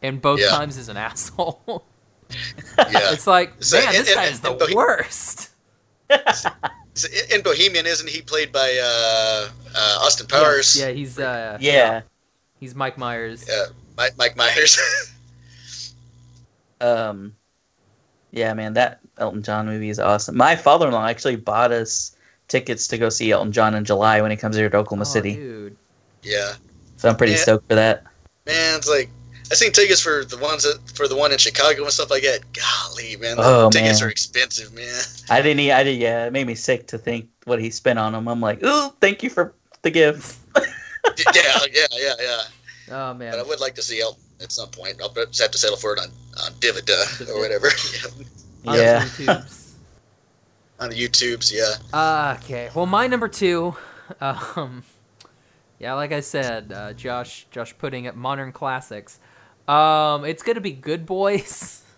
and both Yeah. times is an asshole. *laughs* yeah. It's like, So, man, and- this and- guy is the and Bohe- worst. So i- in Bohemian, isn't he played by uh, uh, Austin Powers? Yes, yeah, he's uh, Yeah. he's Mike Myers. Uh, Mike, Mike Myers. *laughs* Um. Yeah, man, that Elton John movie is awesome. My father-in-law actually bought us tickets to go see Elton John in July when he comes here to Oklahoma Oh, City. dude. yeah, So I'm pretty Yeah. stoked for that. man, it's like I seen tickets for the ones that, for the one in Chicago and stuff like that. Golly, man, the Oh, tickets man. are expensive, man. *laughs* I didn't. e- I did. Yeah, it made me sick to think what he spent on him. I'm like, ooh, thank you for the gift. yeah, yeah, yeah, yeah. Oh But I man, would like to see Elton at some point. I'll just have to settle for it on on Divida Divida. or whatever. *laughs* yeah. On yeah. YouTubes. On the YouTubes, yeah. *laughs* Uh, okay. Well, my number two, um, yeah, like I said, uh, Josh, Josh putting it modern classics. Um, it's gonna be Good Boys. *laughs*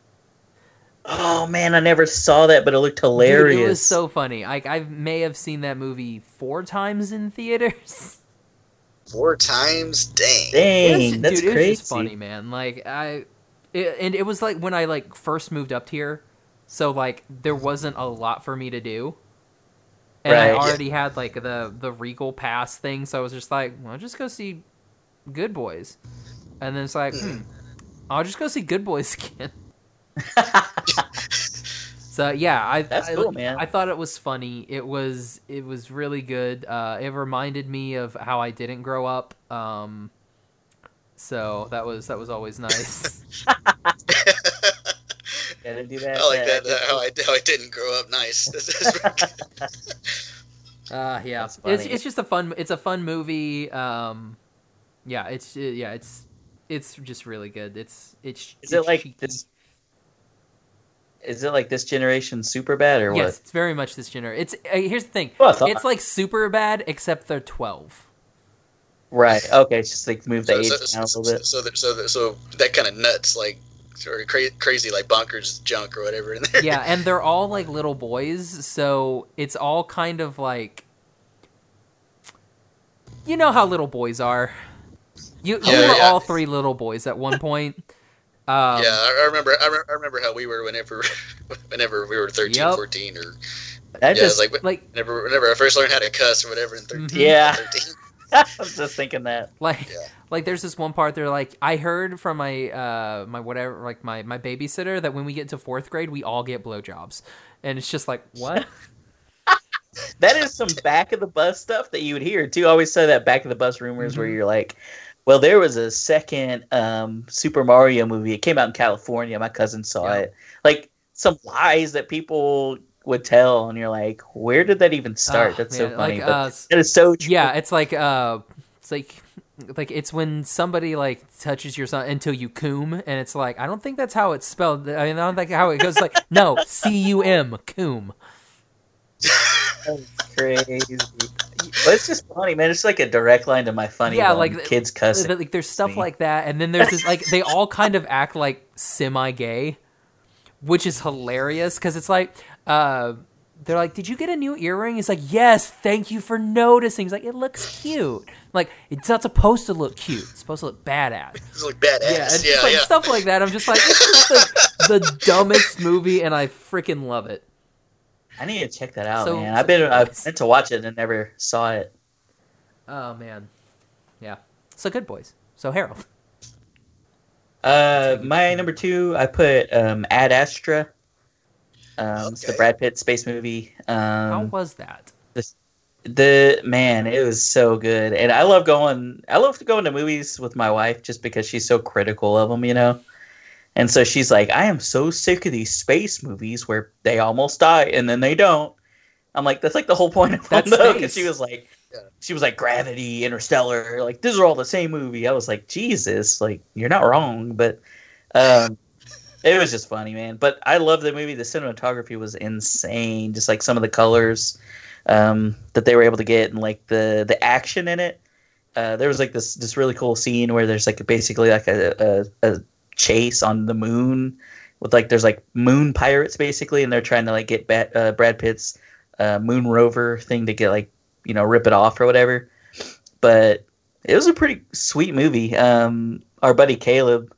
Oh man, I never saw that, but it looked hilarious. Dude, it was so funny. I I may have seen that movie four times in theaters. *laughs* Four times, dang. It Dang, was- that's dude, crazy. It was just funny, man. Like I, it, and it was like when I like first moved up here, so like there wasn't a lot for me to do, and I Right. already had like the the Regal Pass Mm. thing, so I was just like, well, just go see Good Boys, and then it's like, hmm, I'll just go see Good Boys *laughs* *laughs* again. So yeah, I That's I, cool, man. I thought it was funny. It was it was really good. Uh, it reminded me of how I didn't grow up. Um, so that was that was always *laughs* nice. Gotta do that. I like uh, that. uh, how, I, how I didn't grow up nice. *laughs* This is pretty good. uh, yeah, That's it's funny. it's just a fun it's a fun movie. Um, yeah, it's yeah it's it's just really good. It's it's Is it it's like cheeky. this? Is it like this generation super bad or Yes, it's very much this genre. It's uh, here's the thing. what? Well, I It's thought- like super bad except they're twelve. right. Okay, it's just like move the age so, down a so, little so, bit. so, that- so, that- so that kind of nuts, like or cra- crazy, like bonkers junk or whatever in there. yeah, and they're all like little boys, so it's all kind of like you know how little boys are. You we Yeah, were yeah. all three little boys at one point. Um, yeah, I, I remember. I, re- I remember how we were whenever, *laughs* whenever we were 13, Yep. 14 or That yeah, just like wh- Like whenever, whenever I first learned how to cuss or whatever in 13 Mhm. *laughs* Yeah. *laughs* 13. I was just thinking that. like Yeah. like there's this one part they're like I heard from my uh my whatever like my my babysitter that when we get to fourth grade we all get blowjobs, and it's just like *laughs* what That is some back of the bus stuff that you would hear too. I always say that back of the bus rumors Mm-hmm. where you're like, well, there was a second um, Super Mario movie. It came out in California. My cousin saw Yeah. it. Like some lies that people would tell, and you're like, where did that even start? Oh, That's so man, funny. like, but uh, s- that is so true. yeah it's like uh it's like like it's when somebody like touches your son until you coom and it's like i don't think that's how it's spelled i mean i don't think how it goes like no c-u-m coom crazy. But it's just funny, man. It's like a direct line to my funny. Yeah, Yeah, like- like kids cussing. like there's stuff me. like that and then there's this like they all kind of act like semi-gay which is hilarious because it's like uh they're like, did you get a new earring? He's like, yes, thank you for noticing. He's like, it looks cute. like, it's not supposed to look cute. It's supposed to look badass. It's like yeah, badass. it's Yeah, just like yeah. stuff like that. I'm just like, this is just *laughs* like the dumbest movie, and I freaking love it. I need to check that out, So- man. *laughs* I've been I've meant to watch it and never saw it. Oh man, yeah. So good boys. So Harold. Uh, my number two, I put um, Ad Astra. Um, It's the Okay. Brad Pitt space movie. How Um, was that? the man, it was so good, and I love going. I love going to movies with my wife just because she's so critical of them, you know. And so she's like, "I am so sick of these space movies where they almost die and then they don't." I'm like, "That's like the whole point of them, That's though." 'cause space. she was like, Yeah. "She was like Gravity, Interstellar, like these are all the same movie." I was like, "Jesus, like you're not wrong," but um, it was just funny, man. But I love the movie. The cinematography was insane. Just like some of the colors um, that they were able to get, and like the the action in it. Uh, there was like this this really cool scene where there's like basically like a, a, a chase on the moon with like there's like moon pirates basically, and they're trying to like get ba- uh, Brad Pitt's uh, moon rover thing to get like you know rip it off or whatever. But it was a pretty sweet movie. Um, our buddy Caleb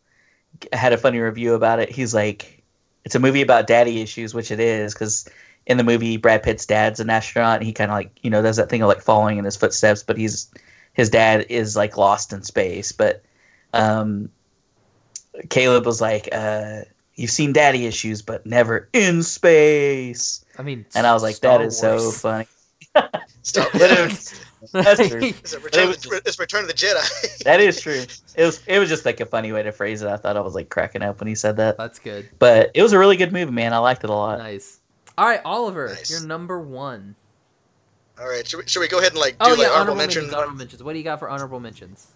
had a funny review about it. He's like, it's a movie about daddy issues, which it is, because in the movie Brad Pitt's dad's an astronaut, and he kind of like you know does that thing of like following in his footsteps, but he's his dad is like lost in space. But um, Caleb was like, uh, "You've seen daddy issues, but never in space." I mean, And I was like, Star that is so Wars. *laughs* *laughs* funny. Stop. *laughs* But it was- that's true. It's, a return of the, it's Return of the Jedi. *laughs* That is true. It was it was just like a funny way to phrase it. I thought I was like cracking up when he said that. That's good. But it was a really good movie, man. I liked it a lot. Nice. All right, Oliver, Nice. you're number one. All right, should we, should we go ahead and like do Oh like yeah, honorable, honorable mentions? mentions. Honorable mentions. What do you got for honorable mentions?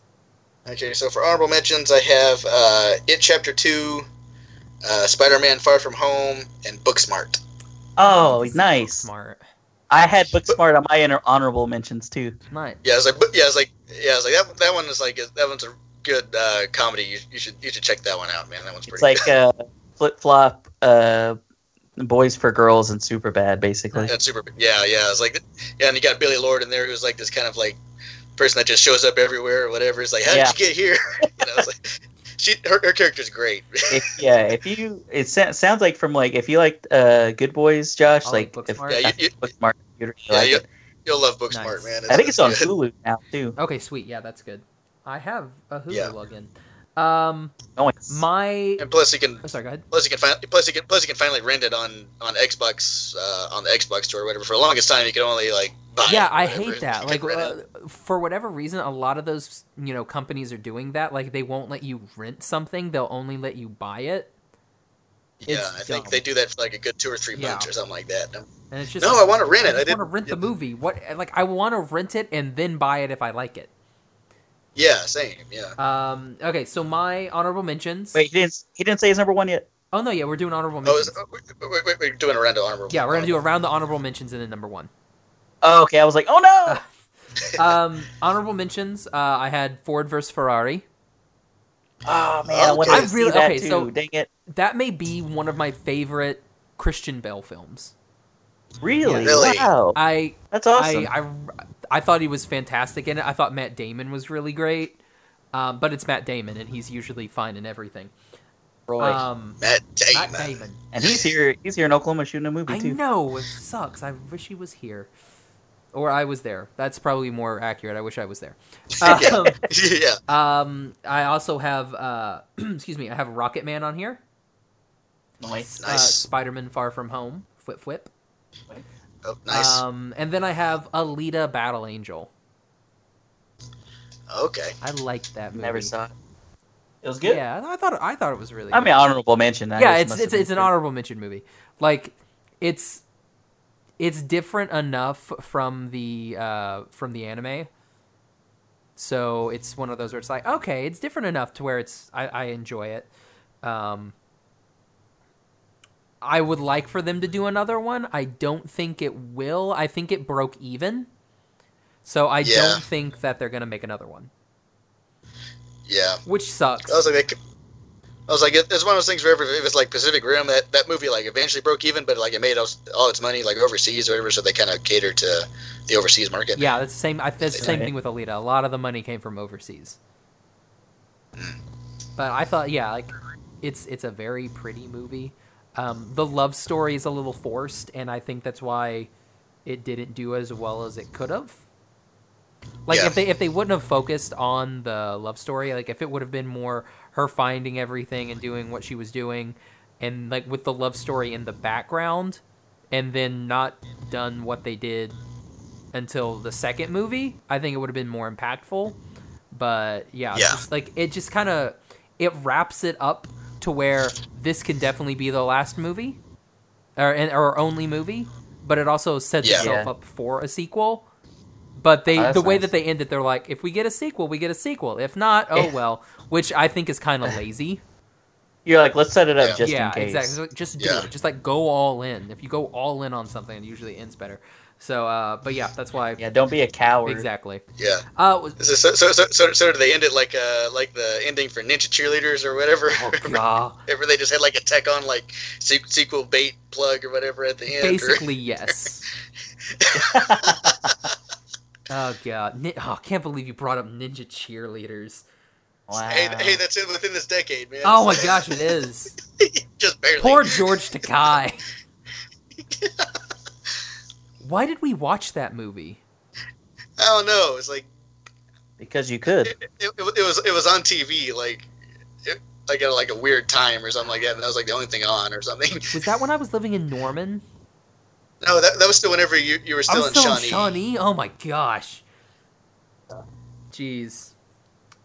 Okay, so for honorable mentions, I have uh, It Chapter Two, uh, Spider-Man: Far From Home, and Booksmart. Oh, This is nice. Smart. I had Booksmart on my inner honorable mentions too. Nice. Yeah, it's like but- yeah, it's like yeah, it's like that. That one is like that one's a good uh, comedy. You, you should you should check that one out, man. That one's It's pretty. like uh, flip flop, uh, boys for girls, and super bad basically. *laughs* good. That's super. Yeah, yeah, it's like yeah, and you got Billy Lord in there, who's like this kind of like person that just shows up everywhere or whatever. It's like, how did Yeah. you get here? *laughs* you know, it's like *laughs* she her, her character's great. *laughs* If, yeah, if you it sa- sounds like from like if you liked uh, Good Boys, Josh, I like like, if Booksmart. Yeah, you- you- Booksmart, you'd really Yeah, like you, it. you'll love Booksmart, Nice. man. I think it's on good. Hulu now too. Okay, sweet. Yeah, that's good. I have a Hulu Yeah. login. Um, Nice. my And plus, you can oh, sorry, go ahead. plus you can find plus you can plus you can finally rent it on on Xbox uh, on the Xbox store or whatever. For the longest time, you could only like buy. yeah it, i whatever. hate that You like could rent it. uh, for whatever reason a lot of those you know companies are doing that like they won't let you rent something they'll only let you buy it yeah, it's I think dumb. they do that for like a good two or three Yeah. months or something like that. and it's just No, like, I want to rent it. I just didn't want to rent the yeah, movie what like i want to rent it and then buy it if i like it Yeah, same. Yeah. um okay so my honorable mentions Wait, he didn't. He didn't say his number one yet. oh no yeah we're doing honorable Oh, mentions is, oh, we, we, we're doing a round of honorable. yeah we're gonna do around the honorable mentions and then number one Oh, okay. I was like, oh *laughs* no. um honorable mentions uh i had ford versus ferrari Oh man, I wanted Okay. to I see really- that okay, too. so- Dang it. that may be one of my favorite christian bell films Really? Really? Wow. i That's awesome. I, I I thought he was fantastic in it. I thought Matt Damon was really great, um, but it's Matt Damon, and he's usually fine in everything. Roy. Um, Matt Matt Damon. Damon. and he's here. He's here in Oklahoma shooting a movie I too. know it sucks. I wish he was here, or I was there. That's probably more accurate. I wish I was *laughs* there. Um, *laughs* yeah. um, I also have uh, *clears throat* excuse me. I have Rocket Man on here. Nice. Uh, Nice. Spider Man Far From Home. Whip whip. Oh, nice. Um, and then I have Alita Battle Angel. okay. I liked that movie. Never saw it. It was good. Yeah, I thought I thought it was really. I good. mean, honorable mention. yeah, I guess it's must have it's been it's an good. honorable mention movie. Like it's it's different enough from the uh from the anime. So it's one of those where it's like, okay, it's different enough to where it's I, I enjoy it. Um I would like for them to do another one. I don't think it will. I think it broke even. So I Yeah. don't think that they're gonna make another one. Yeah. Which sucks. I was like, they could- I was like, it- it's one of those things where if it was like Pacific Rim, that, that movie like eventually broke even, but like it made all, all its money like overseas or whatever, so they kind of catered to the overseas market. Yeah, that's the same. I, that's the same Right. thing with Alita. A lot of the money came from overseas. But I thought, yeah, like it's it's a very pretty movie. Um, the love story is a little forced, and I think that's why it didn't do as well as it could have. Like Yeah. if they if they wouldn't have focused on the love story, like if it would have been more her finding everything and doing what she was doing, and like with the love story in the background, and then not done what they did until the second movie, I think it would have been more impactful. But yeah, it's Yeah. just, like it just kind of it wraps it up to where this can definitely be the last movie or and, or only movie, but it also sets Yeah. itself Yeah. up for a sequel. But they Oh, that's the way nice. that they end it, they're like, if we get a sequel, we get a sequel. If not, oh *laughs* Yeah. well. Which I think is kind of lazy. You're like, let's set it up Yeah. just yeah, in case. exactly. So Just do Yeah. it. Just like go all in. If you go all in on something, it usually ends better. So, uh, but yeah, that's why. Yeah, don't be a coward. Exactly. Yeah. Uh, was- So, so, so, so, so, so did they end it like uh like the ending for Ninja Cheerleaders or whatever? *laughs* oh, God. Whenever they just had like a tech on like se- sequel bait plug or whatever at the end. or- Basically, yes. oh god! Ni- oh, I can't believe you brought up ninja cheerleaders. Wow. *laughs* hey, hey, that's in, within this decade, man. Oh my gosh, it is. *laughs* just barely. Poor George Takai. Why did we watch that movie? I don't know. It's like because you could. it, it, it was it was on TV like it, like at like a weird time or something like that, and that was like the only thing on or something. *laughs* Was that when I was living in Norman? No, that, that was still whenever you, you were I still, was still in Shawnee. Shawnee. Oh my gosh. Jeez.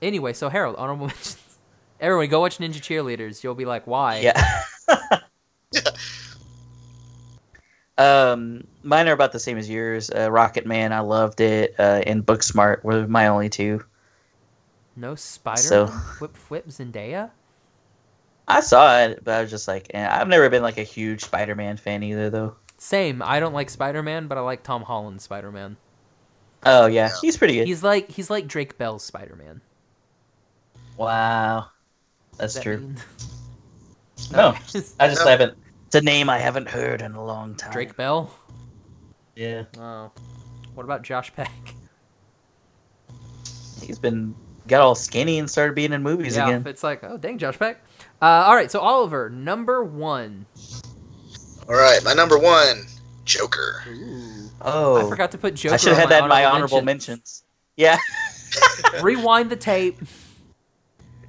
Anyway, so Harold, honorable *laughs* mentions. Everyone, go watch Ninja Cheerleaders. You'll be like, why? Yeah. *laughs* *laughs* um, mine are about the same as yours. Uh, Rocket Man, I loved it, uh, and Booksmart were my only two. No Spider. So- Flip, flip, Zendaya. I saw it, but I was just like, eh. I've never been like a huge Spider-Man fan either, though. Same. I don't like Spider Man, but I like Tom Holland's Spider Man. Oh yeah, he's pretty good. He's like he's like Drake Bell's Spider Man. Wow, that's No. true. *laughs* No, I just No. haven't. It's a name I haven't heard in a long time. *laughs* Drake Bell. Yeah, Oh, what about Josh Peck? he's been got all skinny and started being in movies yeah, again. it's like oh dang Josh Peck. Uh, all right, so Oliver number one. All right, my number one, Joker. Ooh. Oh, I forgot to put Joker. I should have on had that in my honorable *laughs* honorable mentions. Yeah, Rewind the tape.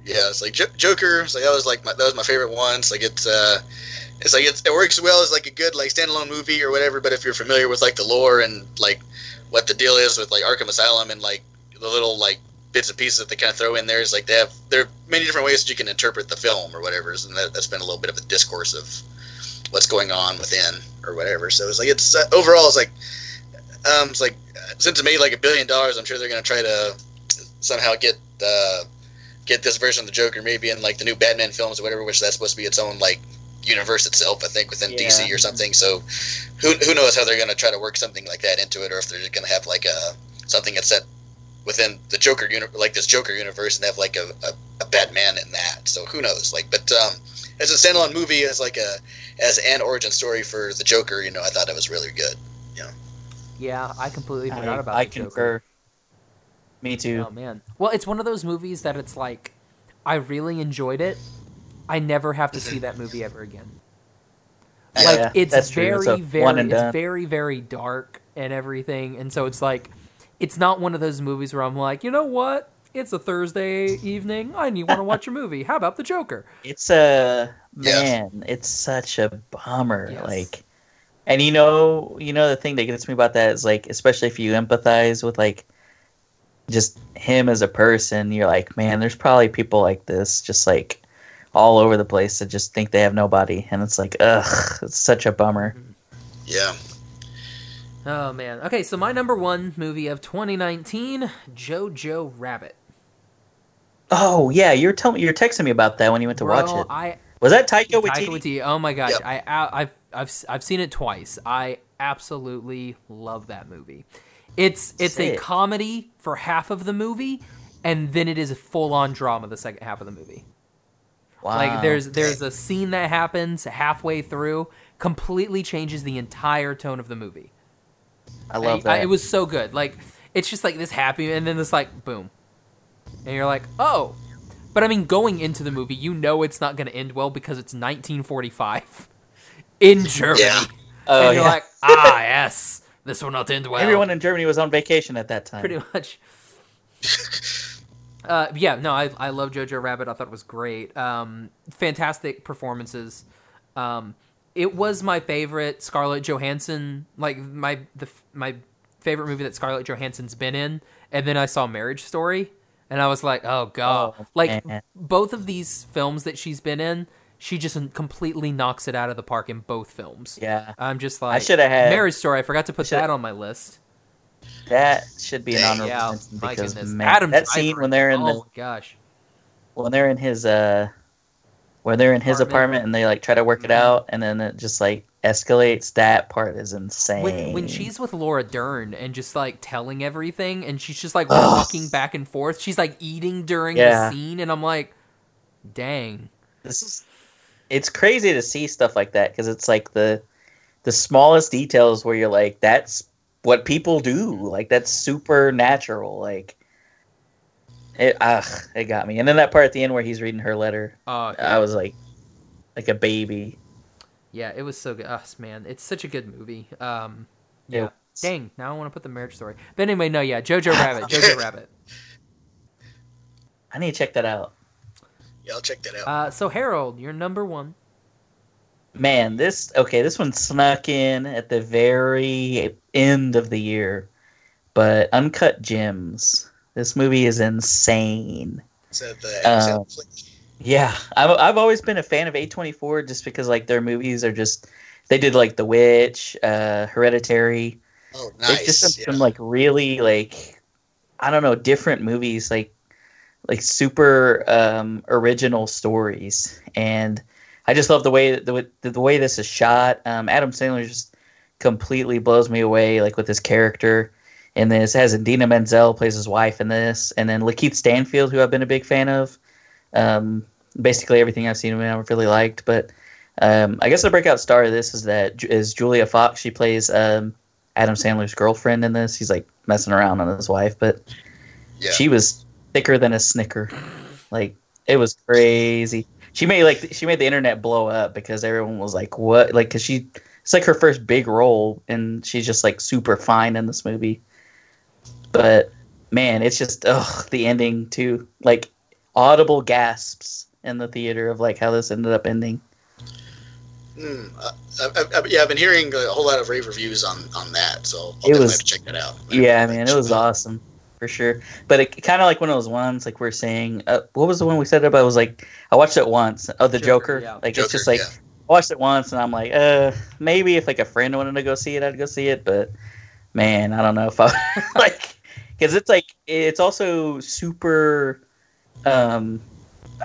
yeah, it's like Jo- Joker. It's like that was like my, that was my favorite one. It's like it's uh, it's like it's, it works well as like a good like standalone movie or whatever. But if you're familiar with like the lore and like what the deal is with like Arkham Asylum and like the little like bits and pieces that they kind of throw in there is like they have there are many different ways that you can interpret the film or whatever. And that, that's been a little bit of a discourse of what's going on within or whatever. So it's like it's uh, overall it's like um, it's like uh, since it made like a billion dollars, I'm sure they're gonna try to somehow get uh, get this version of the Joker maybe in like the new Batman films or whatever, which that's supposed to be its own like universe itself, I think, within Yeah. DC or something. So who who knows how they're gonna try to work something like that into it, or if they're gonna have like a something that's set within the Joker uni- like this Joker universe and have like a, a, a Batman in that. So who knows? Like, but um, as a standalone movie, as like a as an origin story for the Joker, you know, I thought it was really good. Yeah, I completely forgot I, about. I the Joker. concur. Me too. Oh man. Well, it's one of those movies that it's like, I really enjoyed it. I never have to see that movie ever again. *laughs* Yeah, like it's that's true. very It's a very one and it's done. very very dark and everything and so it's like it's not one of those movies where i'm like you know what it's a thursday evening and you want to *laughs* watch a movie how about the joker It's a Yeah. man. It's such a bummer. Yes. Like, and you know, you know, the thing that gets me about that is like, especially if you empathize with like, just him as a person, you're like, man, there's probably people like this, just like, all over the place that just think they have nobody, and it's like, ugh, it's such a bummer. Yeah. oh man okay so my number one movie of 2019 jojo rabbit Oh yeah, you were telling me, you were texting me about that when you went to watch Bro, it. i Was that Taika Taika Waititi? Waititi, oh my gosh Yep. i I- i've i've s- i've seen it twice i absolutely love that movie it's it's a Sick. comedy for half of the movie and then it is full on drama the second half of the movie Wow. Like there's there's a scene that happens halfway through, completely changes the entire tone of the movie. I love I- I- that. it was so good. Like it's just like this happy, and then this like boom, and you're like, oh. But I mean, going into the movie, you know it's not going to end well because it's 1945 *laughs* in Germany, Yeah. oh, and you're yeah. like, ah yes, this will not end well. Everyone in Germany was on vacation at that time. *laughs* pretty much. uh, yeah, no, I, I love Jojo Rabbit. I thought it was great. Um, fantastic performances. Um, it was my favorite Scarlett Johansson, like my the f- my favorite movie that Scarlett Johansson's been in. And then I saw Marriage Story, and I was like, oh god, Oh, like man. both of these films that she's been in, she just completely knocks it out of the park in both films. Yeah, I'm just like shoulda had- Marriage Story. I forgot to put shoulda- that on my list. that should be an Yeah, honorable Yeah, mention my because goodness, man, Adam that scene Driver. when they're in oh the my gosh, when they're in his uh when they're in his Apartment. apartment and they like try to work it Mhm. out and then it just like escalates. That part is insane. when when she's with Laura Dern and just like telling everything, and she's just like Ugh. walking back and forth. She's like eating during Yeah. the scene, and I'm like, dang, this is it's crazy to see stuff like that because it's like the the smallest details where you're like that's what people do like that's supernatural like it ugh it got me and then that part at the end where he's reading her letter oh yeah, i was like like a baby yeah, it was so good. Us man, it's such a good movie. Um, It yeah, was. dang. Now I want to put the marriage story. But anyway, no, yeah, Jojo *laughs* Rabbit, Jojo Rabbit. i need to check that out Yeah, I'll check that out. Uh, so Harold, you're number one. man this okay this one snuck in at the very end of the year but uncut gems this movie is insane Said the, um, said the- Yeah, I've, I've always been a fan of A24 just because like their movies are just they did like The Witch, uh, Hereditary. oh, They've just nice. done Yeah. some like really like I don't know different movies like like super um, original stories, and I just love the way that the, the way this is shot. Um, Adam Sandler just completely blows me away like with his character. in this it has Indina Menzel plays his wife in this, and then Lakeith Stanfield, who I've been a big fan of. Um, basically everything I've seen him in, I've really liked. But um, I guess the breakout star of this is that is Julia Fox. She plays um, Adam Sandler's girlfriend in this. He's like messing around on his wife, but yeah. she was thicker than a snicker. Like it was crazy. She made like she made the internet blow up because everyone was like, "What?" Like, cause she it's like her first big role, and she's just like super fine in this movie. But man, it's just ugh the ending too. Like audible gasps in the theater of like how this ended up ending. Hmm. I, I, I, yeah, I've been hearing a whole lot of rave reviews on on that, so I'll It definitely was- have to check that out. Yeah, man, it was awesome for sure. But it kind of like one of those ones like we are saying. Uh, what was the one we said about? It was like I watched it once. Oh, the Joker, Joker. yeah. Like it's just Joker, like yeah. I watched it once, and I'm like, uh, maybe if like a friend wanted to go see it, I'd go see it. But man, I don't know if I *laughs* like because it's like it's also super. Um,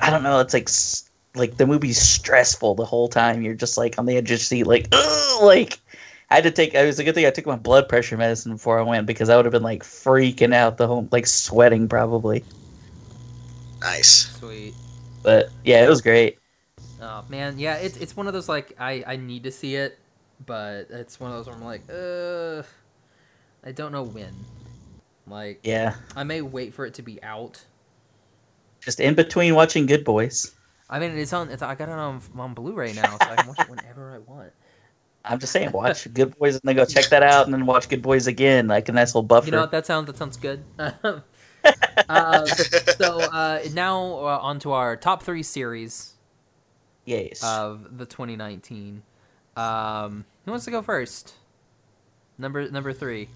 I don't know. It's like s- like the movie's stressful the whole time. You're just like on the edge of your seat, like Ugh! like I had to take. It was a good thing I took my blood pressure medicine before I went because I would have been like freaking out the whole, like sweating probably. Nice. Sweet. But yeah, it was great. Oh man, yeah, it's it's one of those like I I need to see it, but it's one of those where I'm like, uh, I don't know when. Like Yeah, I may wait for it to be out. just in between watching Good Boys, I mean, it's on. It's, I got it on on Blu-ray now, so I can watch it whenever I *laughs* want. I'm just saying, *laughs* watch Good Boys and then go check that out, and then watch Good Boys again, like a nice little buffer. You know what? That sounds that sounds good. *laughs* uh, so uh, now uh, on to our top three series yes. of the 2019. Um, who wants to go first? Number number three.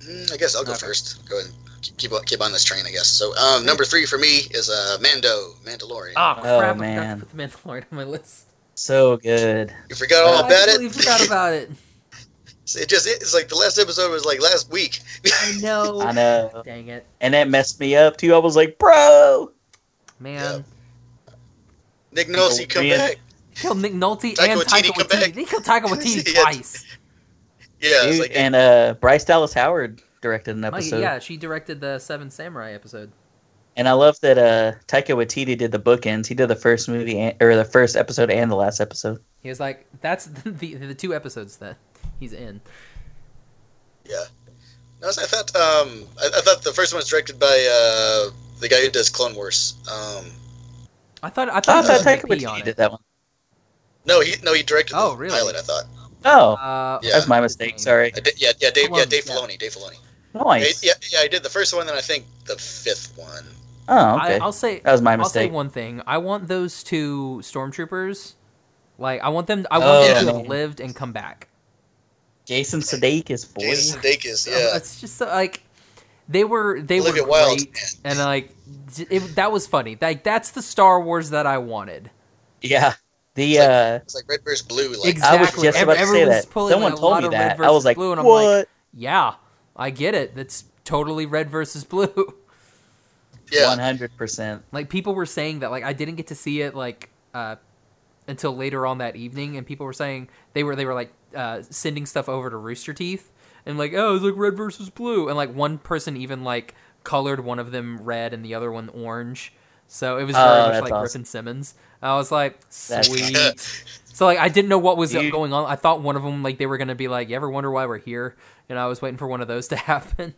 Mm, I guess I'll go Okay. first. Go ahead and keep on- keep on this train, I guess. So um, number three for me is uh, Mando, Mandalorian. Oh Oh, crap! I forgot man. to put the Mandalorian on my list. so good. you forgot all I about completely Oh, it. forgot about it. *laughs* it just it's like the last episode was like last week. I know. I know. Dang it, And that messed me up too. I was like, bro. man. Nick Nolte come Man. back. Killed Nick Nolte Taika and Taika Waititi, come Waititi. back. They killed Taika *laughs* Waititi Yeah. twice. Yeah, it's Dude, like and uh, Bryce Dallas Howard directed an Mike, episode. Oh, yeah, she directed the Seven Samurai episode. And I love that uh, Taika Waititi did the bookends. He did the first movie and, or the first episode and the last episode. He was like, "That's *laughs* the the, the two episodes that he's in." yeah. No, I thought um, I, I thought the first one was directed by uh, the guy who does Clone Wars. Um, I thought I Oh, I thought, thought there Taika was a P on Waititi it. did that one. no, he no he directed Oh, the really? pilot. I thought. Oh, Uh, Yeah. that's my what's his name? mistake. Sorry. I did- yeah, yeah, Dave, yeah, Filoni, Dave yeah. Filoni, Dave Filoni. Nice. Yeah, yeah, I did the first one, then I think the fifth one. Oh, I, okay. I'll say that was my I'll say mistake. one thing. I want those two stormtroopers. Like I want them. I want Oh, them to yeah. have lived and come back. Jason Sudeikis, boy. Jason Sudeikis, So, yeah. Uh, It's just so, like they were they Look were at Wild, great, and like d- it, that was funny. Like that's the Star Wars that I wanted. Yeah. The like- uh, It's like Red versus Blue. Like, Exactly. I was just Ev- about to say everyone's that. pulling Someone a told lot me of that. red I was like, versus blue, and I'm like, what? Yeah, I get it. That's totally red versus blue. *laughs* yeah, One hundred percent. like people were saying that like i didn't get to see it like uh until later on that evening and people were saying they were they were like uh sending stuff over to rooster teeth and like oh it's like red versus blue and like one person even like colored one of them red and the other one orange so it was very Oh, much that's like awesome. griffin simmons i was like That's sweet *laughs* so like i didn't know what was uh, You- going on i thought one of them like they were gonna be like you ever wonder why we're here and i was waiting for one of those to *laughs* happen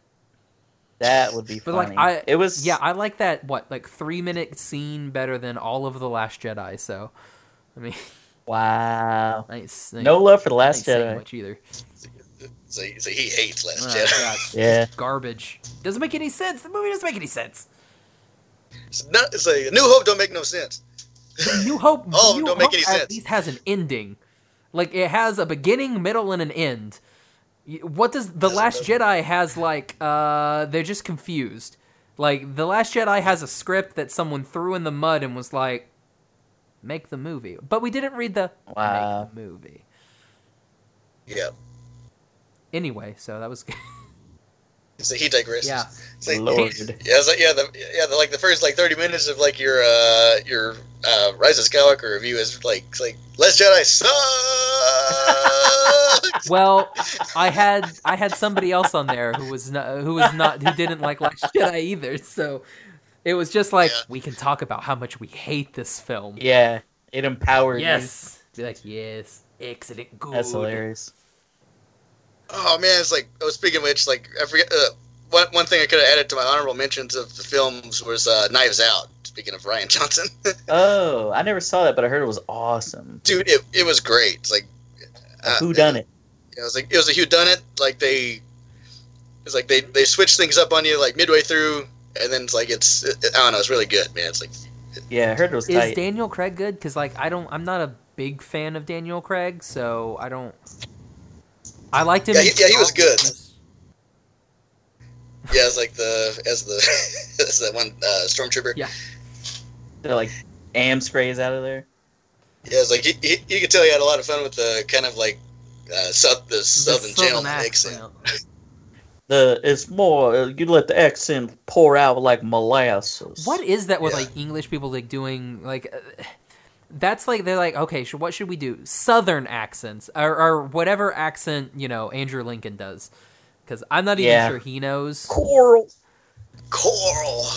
That would be But, funny. like, I- it was. Yeah, I like that what like three minute scene better than all of the Last Jedi. So, I mean, Wow. I ain't, s- No love for the I ain't Last saying Jedi. much either. so, so he hates Last Oh, Jedi. God, it's Yeah. just garbage. Doesn't make any sense. The movie doesn't make any sense. It's, not, it's like New Hope don't make no sense. New Hope. *laughs* Oh, New don't make Hope any at sense. least has an ending. Like it has a beginning, middle, and an end. Y- What does the Yes, it Last does. Jedi has like? Uh, they're just confused. Like the Last Jedi has a script that someone threw in the mud and was like, "Make the movie," but we didn't read the Wow. make the movie Yeah, anyway. So that *laughs* was good. so he digresses. yeah. It's like- Lord. *laughs* Yeah, it's like, yeah, the, yeah, the, like the first like thirty minutes of like your uh your uh Rise of Skywalker review is like it's like Last Jedi sucks. Well, I had I had somebody else on there who was not, who was not who didn't like *laughs* Last Jedi either. So it was just like Yeah. we can talk about how much we hate this film. Yeah. It empowered. you. Yes. Be like, yes, excellent, good. That's hilarious. *laughs* oh man, it's like oh speaking of which, like I forget uh, one one thing I could have added to my honorable mentions of the films was uh, Knives Out. Speaking of Ryan Johnson, *laughs* Oh, I never saw that, but I heard it was awesome. dude, it, it was great. It's like uh, Who done it? It was like it was a whodunit. Like they, it's like they they switch things up on you like midway through, and then it's like it's it, I don't know, it's really good, man. It's like Yeah, I heard it was Is tight. Daniel Craig good? Because like I don't, I'm not a big fan of Daniel Craig, so I don't. I liked him. Yeah, in he- yeah, he was Star Wars. yeah, it's like the as the *laughs* as that one uh, stormtrooper. Yeah. Yeah. They're like am sprays out of there. it's like he, he, you could tell he had a lot of fun with the kind of like uh, south the The southern gentleman accent. accent. The it's more uh, you let the accent pour out like molasses. What is that with Yeah. like English people like doing like? uh, That's like they're like okay, so what should we do? Southern accents or, or whatever accent you know Andrew Lincoln does, because I'm not even Yeah. sure he knows. coral? Coral. *laughs*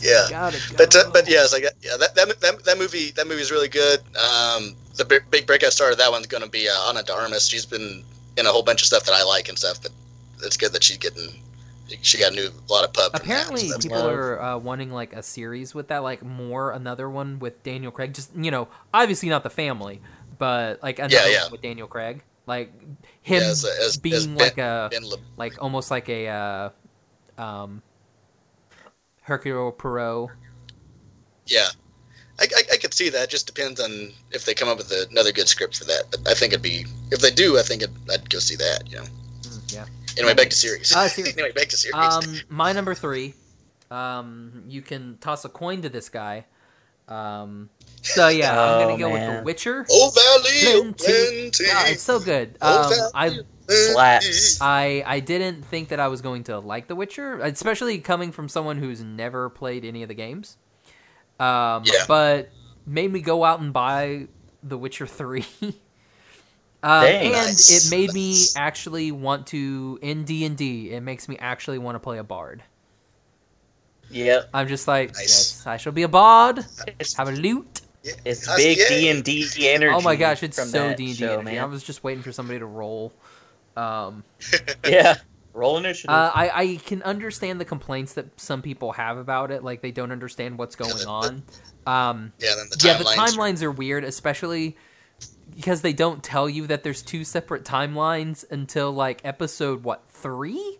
yeah. Gotta *laughs* But uh, go. but yeah, it's like yeah, that, that that that movie that movie is really good. Um, the big, big breakout star of that one's going to be uh, Anna de Armas. She's been in a whole bunch of stuff that I like and stuff, but it's good that she's getting she got a new lot of pub. from that, Apparently, so that's people good. are uh, wanting like a series with that, like more another one with Daniel Craig. Just you know, obviously not the family, but like another yeah. one with Daniel Craig, like him Yeah, as- as- being as Ben- like a Ben Le- like almost like a uh, um, Hercule Poirot. yeah. I, I, I could see that. It just depends on if they come up with another good script for that. But I think it'd be if they do. I think it, I'd go see that. You know. Mm, yeah. Anyway, back to series. Ah, series. *laughs* anyway, back to series. Um, my number three. Um, you can toss a coin to this guy. Um, so yeah, I'm Oh, gonna go with The man. Witcher. oh Valley, oh Plenty. plenty. Yeah, it's so good. Um, Oh, I plenty. Slaps. I I didn't think that I was going to like The Witcher, especially coming from someone who's never played any of the games. Um, Yeah. But made me go out and buy The Witcher Three. *laughs* Um, Dang. and Nice. it made me Nice. actually want to in D and D. It makes me actually want to play a bard. Yep. I'm just like, Nice. yes, I shall be a bard. It's, Have a loot. it's How's- big yeah. D and D energy. Oh my gosh, it's from so that D and show, D. I man. was just waiting for somebody to roll. Um, yeah. Roll initiative. Uh, I, I can understand the complaints that some people have about it, like they don't understand what's going on. Um, Yeah, then the yeah, the timelines are- timelines are weird, especially because they don't tell you that there's two separate timelines until like episode what three?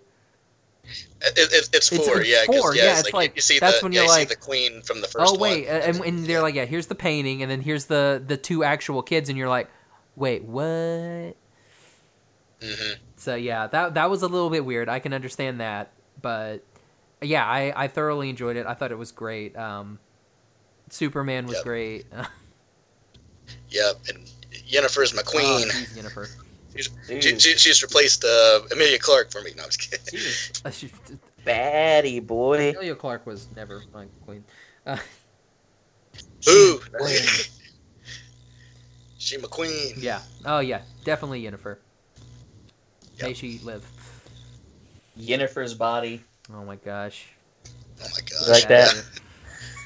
It, it, it's It's- four, it's yeah, 'cause, four, yeah, yeah, it's it's like, you- like- you see that's the, when yeah, you're you see like, the queen from the first Oh wait, uh, one. and, and they're like, yeah, here's the painting, and then here's the the two actual kids, and you're like, wait, what? hmm So yeah, that that was a little bit weird. I can understand that, but yeah, I I thoroughly enjoyed it. I thought it was great. Um, Superman was Yep. great. *laughs* Oh, Yep, and Yennefer's my queen. Oh, she's Yennefer. *laughs* Dude, she, she, she's replaced uh, Amelia Clark for me. No, I'm just kidding. she's Uh, she- t- a baddie boy. Amelia Clark was never my queen. Ooh, *laughs* She's she my queen. Yeah. Oh yeah, definitely Yennefer. Yep. May she live. Yennefer's body. Oh my gosh. Oh my gosh, Like that.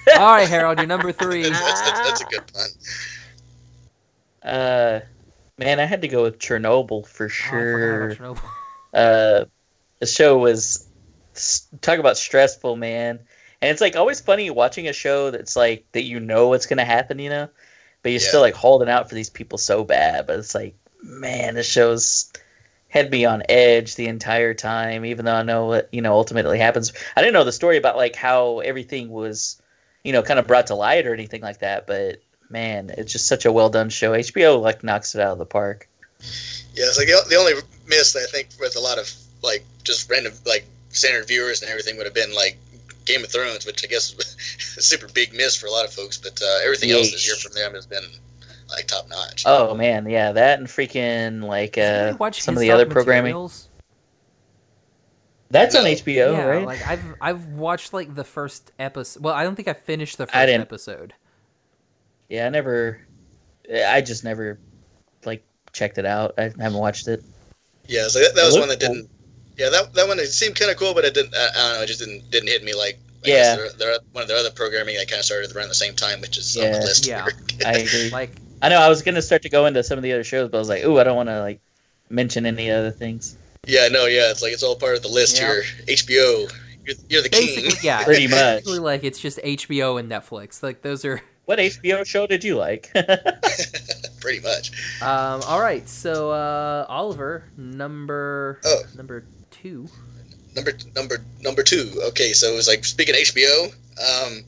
Yeah. All right, Harold, you're number *laughs* three. Oh, That's, that's, *laughs* that's a good pun. Uh, man, I had to go with Chernobyl for Oh, I sure. forgot about Chernobyl. *laughs* uh, the show was s- talk about stressful, man. And it's like always funny watching a show that's like that you know what's gonna happen, you know, but you're Yeah. still like holding out for these people so bad. But it's like, man, this show's had me on edge the entire time, even though I know what you know ultimately happens. I didn't know the story about like how everything was, you know, kind of brought to light or anything like that. But man, it's just such a well done show. HBO like knocks it out of the park. Yeah, it's like the, the only miss I think with a lot of like just random like standard viewers and everything would have been like Game of Thrones, which I guess *laughs* was a super big miss for a lot of folks. But uh, everything else this year Yeesh. from them has been like top notch. Oh man, yeah, that and freaking like Did uh, you watch some His of the Dark other programming. Materials? That's on No. HBO, yeah, right? like I've I've watched like the first episode. Well, I don't think I finished the first I didn't. episode. yeah, I never, I just never like checked it out. I haven't watched it. Yeah, so that, that was Look one that cool. didn't. Yeah, that, that one it seemed kind of cool, but it didn't. I, I don't know, it just didn't didn't hit me like. I Yeah. guess their- their- one of their other programming I kind of started around the same time, which is on the Yeah. list. Yeah. I agree. Like I know I was gonna start to go into some of the other shows, but I was like, ooh, I don't want to like mention any other things. yeah, no, yeah, it's like it's all part of the list Yeah. here. HBO, you're, you're the basically, *laughs* king. yeah, Pretty much. basically like it's just HBO and Netflix. Like those are. What HBO show did you *laughs* like? *laughs* Pretty much. Um, all right, so uh, Oliver, number Oh. number two. number number number two. Okay, so it was like speaking of HBO. Um,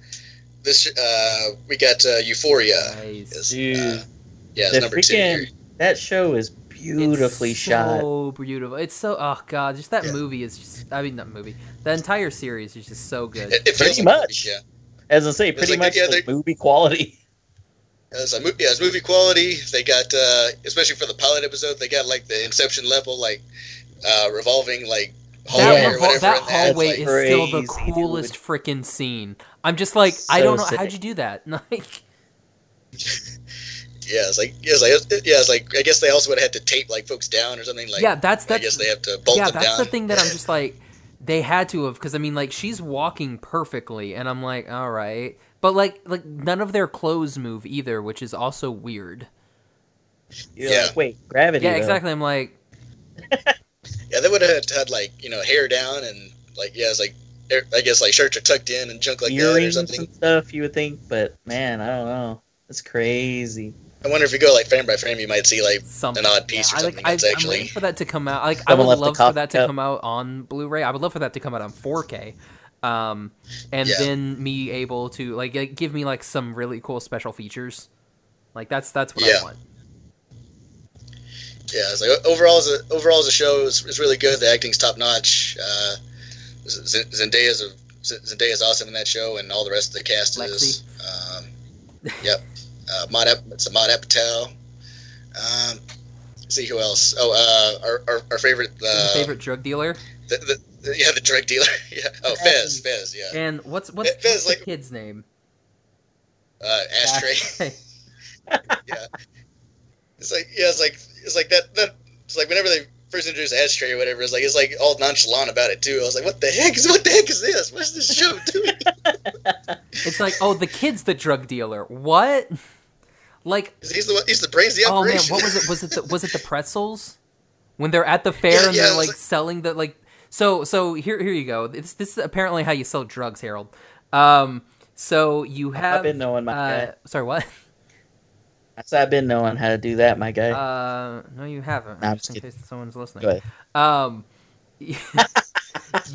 this uh, we got uh, Euphoria. Nice. Is, Dude. uh, yeah, it's The number two. freaking- here. That show is beautifully it's shot. So beautiful. It's so oh god, just that Yeah. movie is just I mean not movie. The entire series is just so good. It, it feels Pretty like a movie, much. yeah. As I say, pretty like, much yeah, like they- movie quality. *laughs* As a movie, yeah, it's movie quality. They got uh, especially for the pilot episode, they got like the Inception level, like uh, revolving like hallway that or revol- whatever. that in there. It's hallway like- is still the crazy, dude. coolest freaking scene. I'm just like I So don't know sick. how'd you do that. *laughs* Like yeah, it's like yeah, it's like yeah, it's like I guess they also would have had to tape like folks down or something. Like yeah, that's I that's guess they have to bolt yeah, them that's down. the thing that I'm just like, they had to have because I mean, like she's walking perfectly, and I'm like, all right, but like, like none of their clothes move either, which is also weird. You're Yeah. like, wait, gravity. yeah, though. exactly. I'm like, Yeah, they would have had, had like you know hair down and like yeah, it's like air- I guess like shirts are tucked in and junk like that or Earrings something. and stuff. You would think, but man, I don't know. It's crazy. I wonder if you go like frame by frame, you might see like something. an odd piece Yeah, or I, like, something. I, that's I'm waiting actually for that to come out. Like, Someone I would left the love for coffee that to cup. come out on Blu-ray. I would love for that to come out on 4K, um, and Yeah. then me able to like, like, give me like some really cool special features. Like that's that's what Yeah. I want. yeah. It's like overall, as a, overall as a show is is really good. The acting's top notch. Uh, Z- Z- Zendaya's a, Z- Zendaya's awesome in that show, and all the rest of the cast is. Um, yep, uh, Mod Ep- it's a Mod Apatow. Um, let's see who else? Oh, uh, our, our, our favorite Your uh, favorite drug dealer The, the, the- yeah, the drug dealer. *laughs* yeah. Oh, Fez. Fez. Yeah. and what's what's, it feels what's the like- kid's name? Uh, ashtray. Ashtray. It's like yeah, it's like it's like that that it's like whenever they first introduced ashtray or whatever, it's like it's like all nonchalant about it too. I was like, what the heck is what the heck is this? What's this show *laughs* doing? It's like, oh, the kid's the drug dealer. What? Like, he's the one- he's the brains of the oh man, operation. what was it? Was it the, was it the pretzels? When they're at the fair Yeah, and yeah, they're it was like like- selling the like. So so here here you go. This this is apparently how you sell drugs, Harold. Um, so you have I've been knowing my uh, guy. sorry what? I said I've been knowing how to do that, my guy. Uh, no, you haven't. Nah, I'm just just in case someone's listening. Go ahead. *laughs* Um, *laughs* you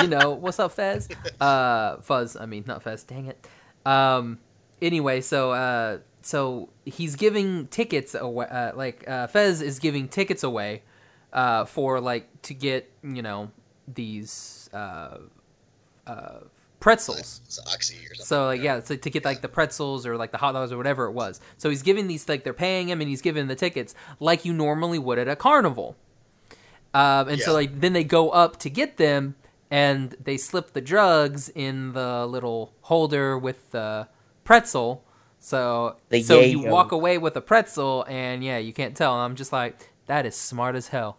know, what's up, Fez? Uh, Fuzz, I mean, not Fez. Dang it. Um, anyway, so uh, so he's giving tickets away. Uh, like uh, Fez is giving tickets away, uh, for like to get you know these uh, uh, pretzels. *laughs* It's Oxy or something. So like yeah, so to get like the pretzels or like the hot dogs or whatever it was. So he's giving these like they're paying him and he's giving the tickets like you normally would at a carnival. Um, and so Yeah. like then they go up to get them and they slip the drugs in the little holder with the pretzel. So The so yay you yolk. walk away with a pretzel and yeah, you can't tell. And I'm just like that is smart as hell.